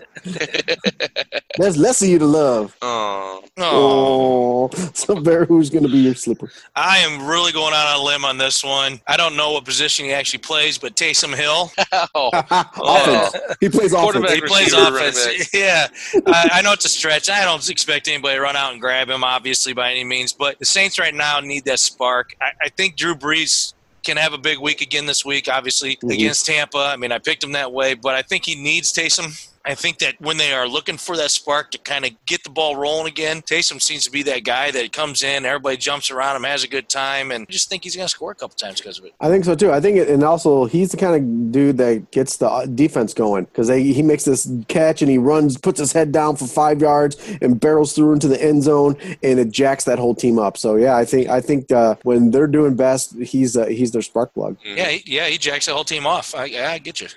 There's less of you to love.
Oh.
Oh. So, Bear, who's going to be your slipper?
I am really going out on a limb on this one. I don't know what position he actually plays, but Taysom Hill.
Oh.
Oh.
Offense. He plays offense.
He plays
receiver,
offense.
running back.
Yeah, I, I know it's a stretch. I don't expect anybody to run out and grab him, obviously, by any means. But the Saints right now need that spark. I, I think Drew Brees can have a big week again this week, obviously
Mhm.
against Tampa. I mean, I picked him that way, but I think he needs Taysom. I think that when they are looking for that spark to kind of get the ball rolling again, Taysom seems to be that guy that comes in, everybody jumps around him, has a good time, and I just think he's going to score a couple times because of it.
I think so too. I think, it, and also he's the kind of dude that gets the uh, defense going because he makes this catch and he runs, puts his head down for five yards, and barrels through into the end zone, and it jacks that whole team up. So yeah, I think I think uh, when they're doing best, he's uh, he's their spark plug.
Yeah, he, yeah, he jacks the whole team off. I, I get you.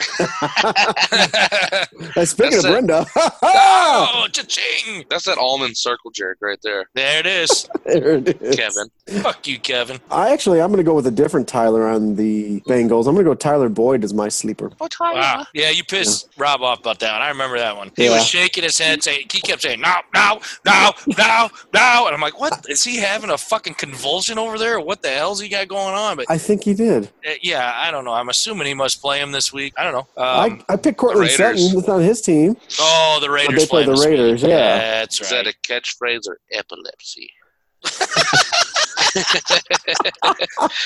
And Uh, speaking
That's
of
it.
Brenda,
oh, cha-ching!
That's that almond circle jerk right there,
There it is.
there it is.
Kevin.
Fuck you, Kevin.
I actually I'm going to go with a different Tyler on the Bengals. I'm going to go Tyler Boyd as my sleeper.
Wow. Yeah, you pissed Rob off about that one. I remember that one. He
Yeah.
was shaking his head, saying he kept saying no, no, no, no, no, and I'm like, what is he having a fucking convulsion over there? What the hell's he got going on? But
I think he did.
uh, yeah, I don't know. I'm assuming he must play him this week. I don't know. Um,
I, I picked Cortland
Raiders.
Sutton. It's on his team.
oh, the Raiders
they play
him
the
this week.
Raiders. Yeah.
That's
Is
right.
that a catchphrase or epilepsy?
I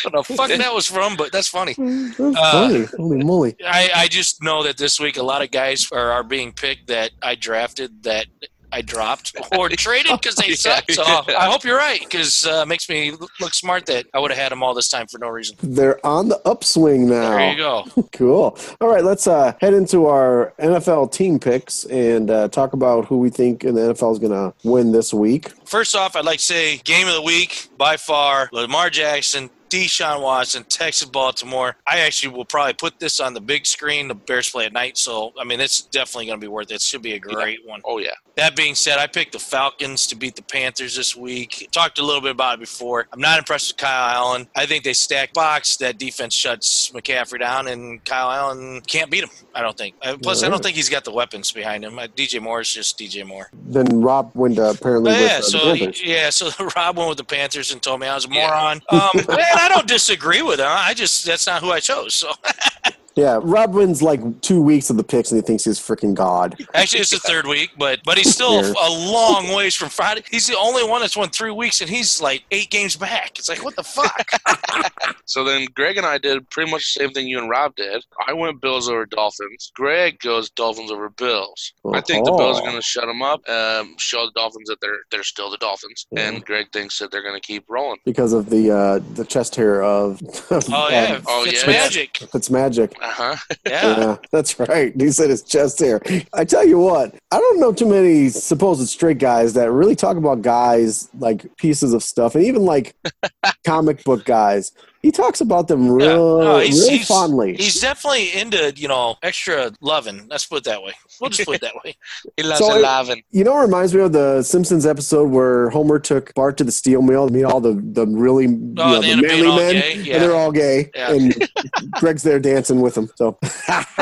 don't know. Fuck that was from, but that's funny.
That's
Uh,
Oh, funny. Holy moly.
I, I just know that this week a lot of guys are, are being picked that I drafted that I dropped or traded because they suck. So I hope you're right because uh, it makes me look smart that I would have had them all this time for no reason.
They're on the upswing now.
There you go.
Cool. All right, let's uh, head into our NFL team picks and uh, talk about who we think in the NFL is going to win this week.
First off, I'd like to say game of the week by far Lamar Jackson. Deshaun Watson, Texas Baltimore. I actually will probably put this on the big screen. The Bears play at night, so I mean it's definitely going to be worth it. It should be a great one.
Oh yeah.
That being said, I picked the Falcons to beat the Panthers this week. Talked a little bit about it before. I'm not impressed with Kyle Allen. I think they stack box. That defense shuts McCaffrey down, and Kyle Allen can't beat him. I don't think. Uh, Plus, I don't think he's got the weapons behind him. Uh, DJ Moore is just DJ Moore.
Then Rob went uh, apparently
But
with
Oh, yeah,
uh,
so
the Panthers.
yeah, so Rob went with the Panthers and told me I was a moron. Um, and I don't disagree with him. I just that's not who I chose. So
Yeah, Rob wins like two weeks of the picks and he thinks he's freaking God.
Actually, it's the third week, but but he's still
Yeah.
a long ways from Friday. He's the only one that's won three weeks, and he's like eight games back. It's like what the fuck?
So then Greg and I did pretty much the same thing you and Rob did. I went Bills over Dolphins. Greg goes Dolphins over Bills. I think the Bills are
Oh.
going to shut them up, um, show the Dolphins that they're they're still the Dolphins, and Greg thinks that they're going to keep rolling.
Because of the uh, the chest hair of
Oh yeah,
Oh,
it's
yeah.
magic.
it's magic.
Uh huh.
Yeah.
Yeah, that's right. He said his chest hair. I tell you what, I don't know too many supposed straight guys that really talk about guys like pieces of stuff, and even like comic book guys. He talks about them real,
No, he's-
real
he's-
fondly.
He's definitely into you know extra loving. Let's put it that way. We'll just put it that way.
He loves
So
so
it- you know, it reminds me of the Simpsons episode where Homer took Bart to the steel mill to meet all the the really you
Oh,
know,
they
the
end up being
manly
all
men,
gay, yeah.
and they're all gay,
Yeah.
and Greg's there dancing with them. So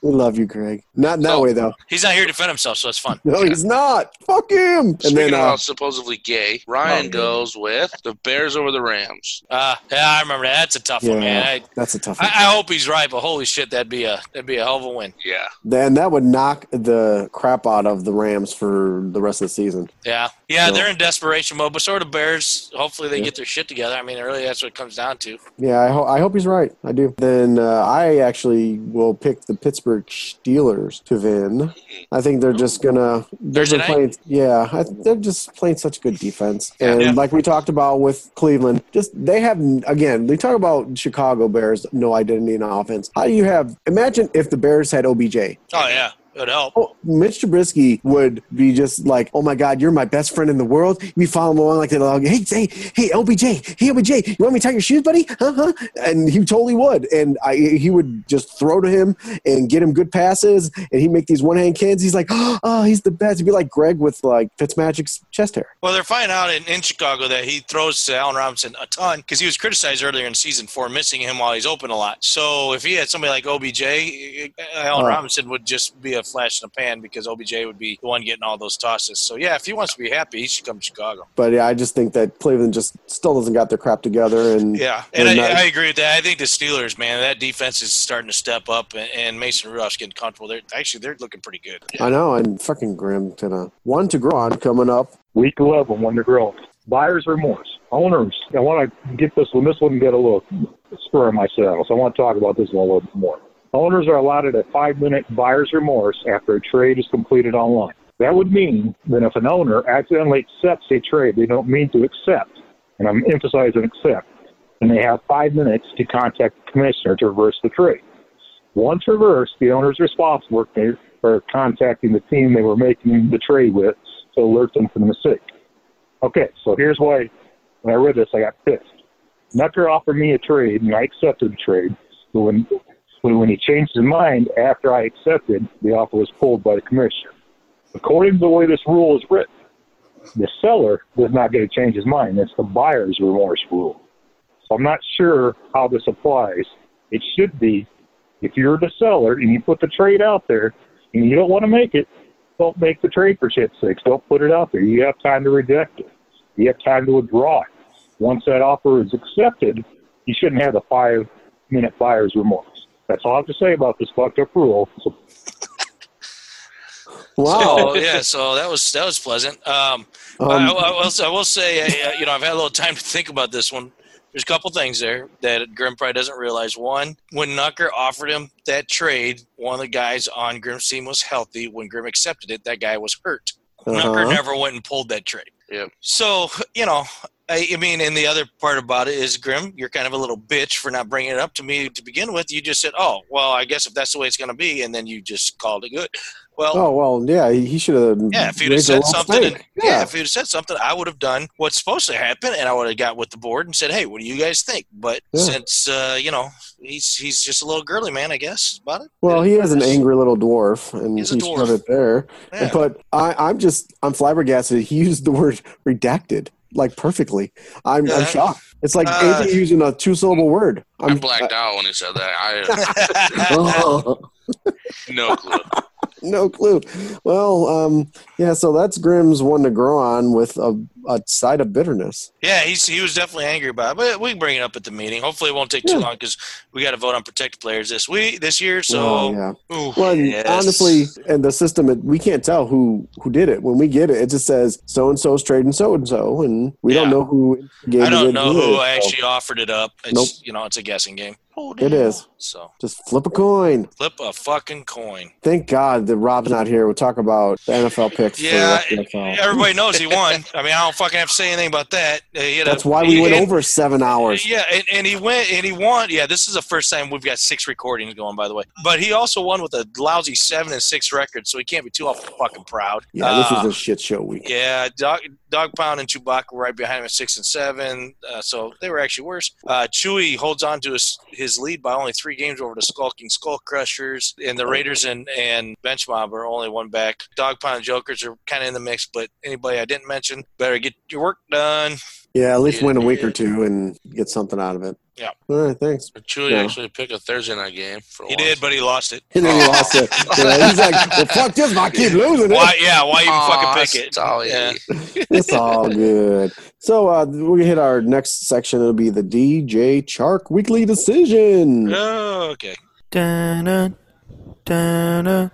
we love you, Greg. Not in that
So-
way though.
he's not here to defend himself, so it's fun.
No, he's not. Fuck him. And
Speaking
then uh,
about supposedly gay,
Oh,
Ryan goes with the Bears over the Rams.
Uh, yeah, I remember that. That's a tough
Yeah.
one, man. I,
that's a tough one.
I, I hope he's right, but holy shit, that'd be a that'd be a hell of a win.
Yeah.
Then that would knock the crap out of the Rams for the rest of the season.
Yeah, yeah,
So-
they're in desperation mode, but sort of Bears. Hopefully, they
Yeah.
get their shit together. I mean, really, that's what it comes down to.
Yeah, I, ho- I hope he's right. I do. Then uh, I actually will pick the Pittsburgh Steelers to win. I think they're just gonna they're
Thursday
just
night?
playing. Yeah, I, they're just playing such good defense. And
Yeah.
like we talked about with Cleveland, just they have again. We talk about Chicago Bears, no identity in offense. How do you have? Imagine if the Bears had OBJ.
Oh yeah, it would help.
Oh, Mitch Trubisky would be just like, "Oh my God, you're my best friend in the world." You be following along like that. Like, hey, hey, hey, LBJ, hey, LBJ, you want me to tie your shoes, buddy? Huh? huh? And he totally would. And I, he would just throw to him and get him good passes, and he'd make these one hand cans. He's like, "Oh, he's the best." He'd be like Greg with like Fitzmagic's chest hair.
Well, they're finding out in, in Chicago that he throws to Allen Robinson a ton because he was criticized earlier in season for missing him while he's open a lot. So if he had somebody like OBJ, eh, Allen
Oh.
Robinson would just be a a flash in the pan because OBJ would be the one getting all those tosses. So yeah, if he wants to be happy, he should come to Chicago.
But yeah, I just think that Cleveland just still doesn't got their crap together. And
Yeah, and
they're
I,
not-
I agree with that. I think the Steelers, man, that defense is starting to step up, and, and Mason Rudolph's getting comfortable. They're actually they're looking pretty good.
I know, and fucking grim to the one to grow on coming up.
Week 11, when the growth. Buyer's remorse. Owners, I want to get this one. This one get a little spur in my saddle. So I want to talk about this one a little bit more. Owners are allotted a five minute buyer's remorse after a trade is completed online. That would mean that if an owner accidentally accepts a trade they don't mean to accept, and I'm emphasizing accept, and they have five minutes to contact the commissioner to reverse the trade. Once reversed, the owner is responsible for- for contacting the team they were making the trade with to alert them to the mistake. Okay, so here's why when I read this, I got pissed. Nucker offered me a trade, and I accepted the trade. But when, when, when he changed his mind after I accepted, the offer was pulled by the commissioner. According to the way this rule is written, the seller does not get to change his mind. That's the buyer's remorse rule. So I'm not sure how this applies. It should be if you're the seller and you put the trade out there and you don't want to make it, don't make the trade for shit's sakes. Don't put it out there. You have time to reject it. You have time to withdraw it. Once that offer is accepted, you shouldn't have the five minute buyer's remorse. That's all I have to say about this fucked up rule. So
So, yeah, so that was that was pleasant. Um,
Um,
I, I will, I will say, uh, you know, I've had a little time to think about this one. There's a couple things there that Grim probably doesn't realize. One, when Nucker offered him that trade, one of the guys on Grim's team was healthy. When Grim accepted it, that guy was hurt. Nucker
Uh-huh.
never went and pulled that trade.
Yep.
So, you know, I, I mean, and the other part about it is, Grim, you're kind of a little bitch for not bringing it up to me to begin with. You just said, oh, well, I guess if that's the way it's going to be, and then you just called it good. Well,
oh well, yeah, he, he should have.
yeah, if you'd have
raised a
said
little
something,
stake.
and, yeah. if you'd have said something, I would have done what's supposed to happen, and I would have got with the board and said, "Hey, what do you guys think?" But
Yeah.
since uh, you know he's he's just a little girly man, I guess about it.
Well, he is an angry little dwarf, and he
He's a dwarf.
showed it there.
Yeah.
But I, I'm just, I'm flabbergasted. He used the word redacted like perfectly. I'm, I'm
Yeah.
shocked. It's like
Uh,
AJ using a two syllable word.
I
I'm,
blacked out when he said that. I
Oh,
no clue.
no clue. Well, um, yeah. So that's Grimm's one to grow on with a, a side of bitterness.
Yeah, he's, he was definitely angry about it, but we can bring it up at the meeting. Hopefully, it won't take too long because we got to vote on protected players this week this year. So,
Well, yeah.
Ooh,
well and
yes.
honestly, and the system, it, we can't tell who who did it. When we get it, it just says so and so's trading so and so, and we don't know who.
I
instigated
don't
it
know
and
who
it, so
actually offered it up. It's
Nope.
you know it's a guessing game.
It
eh.
is.
So
Just flip a coin.
flip a fucking coin.
Thank God that Rob's not here. We'll talk about the NFL picks. for
Yeah,
the NFL.
Everybody knows he won. I mean, I don't fucking have to say anything about that. Uh, he had a-
That's why we
he-
went
and-
over seven hours.
Yeah, and, and he went and he won. Yeah, this is the first time we've got six recordings going, by the way. But he also won with a lousy seven and six record, so he can't be too awful fucking proud.
Yeah, this was
Uh,
a shit show week.
yeah, Dog, Dog Pound and Chewbacca were right behind him at six and seven, uh, so they were actually worse. Uh, Chewy holds on to his, his lead by only three games over the Skulking Skull Crushers, and the Raiders and, and Bench Mob are only one back. Dog Pound and Jokers are kind of in the mix, but anybody I didn't mention better get your work done.
Yeah, at least win a week or two and get something out of it.
Yeah.
All right, thanks.
Chewy
Yeah.
actually picked a Thursday night game for
He did, but he lost it.
And then he lost it. Yeah, he's like, well, fuck this. I keep losing eh?" it.
Why? Yeah, why even
Aw,
fucking pick it? Yeah.
It's all good. So uh, we hit our next section. It'll be the DJ Chark Weekly Decision.
Oh, okay.
Dun dun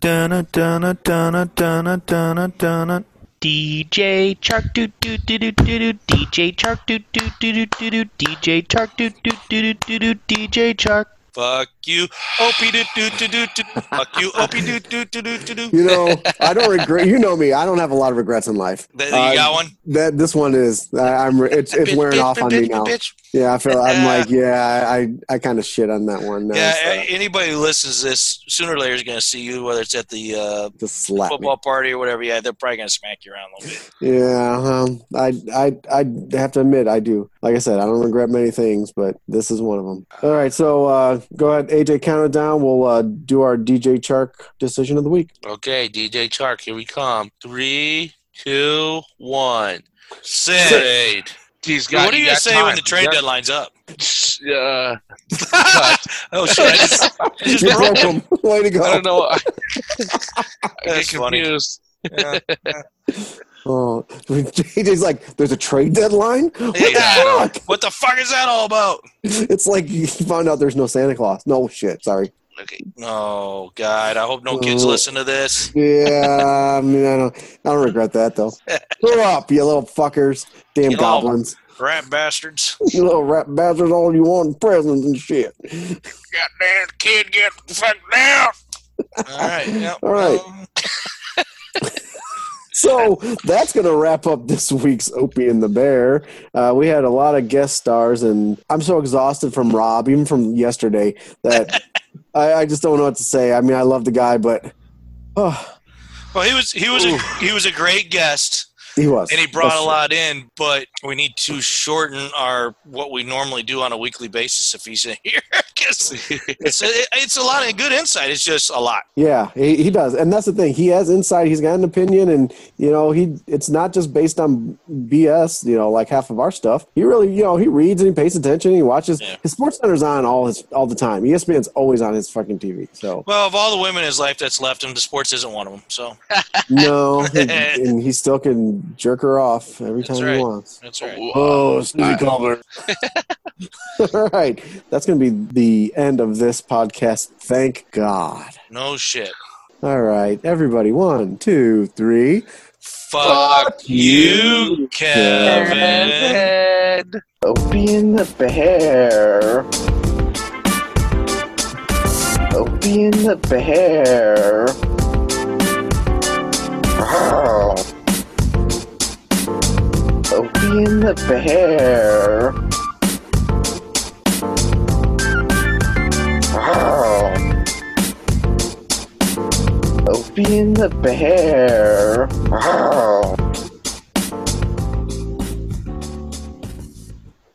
dun dun dun dun dun dun
DJ Chark doo doo doo doo doo doo DJ Chark doo doo doo doo doo doo DJ Chark doo doo doo doo doo doo DJ Chark.
Fuck you, Opie doo doo doo doo doo. Fuck you, Opie doo doo doo doo doo doo.
You know, I don't regret. You know me. I don't have a lot of regrets in life.
That- you got one?
That this one is. I, I'm. It's, Uh, it's
Bitch,
wearing
bitch,
off on
bitch,
me now.
bitch.
Yeah, I feel. I'm like, yeah, I I kind of shit on that one. now,
Yeah,
so.
a- anybody who listens to this sooner or later is going to see you, whether it's at the uh,
the slap me.
football party or whatever. Yeah, they're probably going to smack you around a little bit.
Yeah, um, I, I, I have to admit I do. Like I said, I don't regret many things, but this is one of them. All right, so uh, go ahead, AJ, count it down. We'll uh, do our DJ Chark decision of the week.
Okay, DJ Chark, here we come. Three, two, one.
Sid.
Trade. He's got.
What are you
got
gonna say
time.
when the trade
Got-
deadline's up?
Uh, cut.
Oh shit! I just, I just
You
broke
broke
it.
'em.
Way to go.
I don't know. I, I get
That's funny.
confused.
Yeah.
Oh, JJ's like, there's a trade deadline. What the fuck?
What the fuck is that all about?
It's like you found out there's no Santa Claus. No shit. Sorry.
Oh God! I hope no kids
Oh.
listen to this.
Yeah, I mean, I don't, I don't regret that though. Grow up, you little fuckers, damn
You little
goblins,
Rat bastards.
you little rat bastards, all you want, presents and shit.
Goddamn kid, get the fuck down.
All right. Yep. Um,
All right. so that's going to wrap up this week's Opie and the Bear. Uh, we had a lot of guest stars, and I'm so exhausted from Rob, even from yesterday, that I, I just don't know what to say. I mean, I love the guy, but oh,
Well, he was he was a, he was a great guest,
he was.
and he brought
That's
a lot in. But we need to shorten our what we normally do on a weekly basis if he's in here. 'Cause it's a, it's a lot of good insight. It's just a lot.
Yeah, he, he does, and that's the thing. He has insight. He's got an opinion, and you know, he it's not just based on BS. You know, like half of our stuff. He really, you know, he reads and he pays attention. He watches. His Sports Center's on all his all the time. E ESPN's always on his fucking TV. So
Well, of all the women in his life that's left him, the sports isn't one of them. So
no, he- and he still can jerk her off every
that's
time he
right.
wants.
That's right.
Oh, Stevie Culver. all right, that's going to be the end of this podcast. Thank God.
No shit.
All right, everybody. One, two, three.
Fuck you, Kevin.
Opie and the Bear. Opie and the Bear. Wow. Opie and the Bear. Wow. Opie and the Bear. Wow.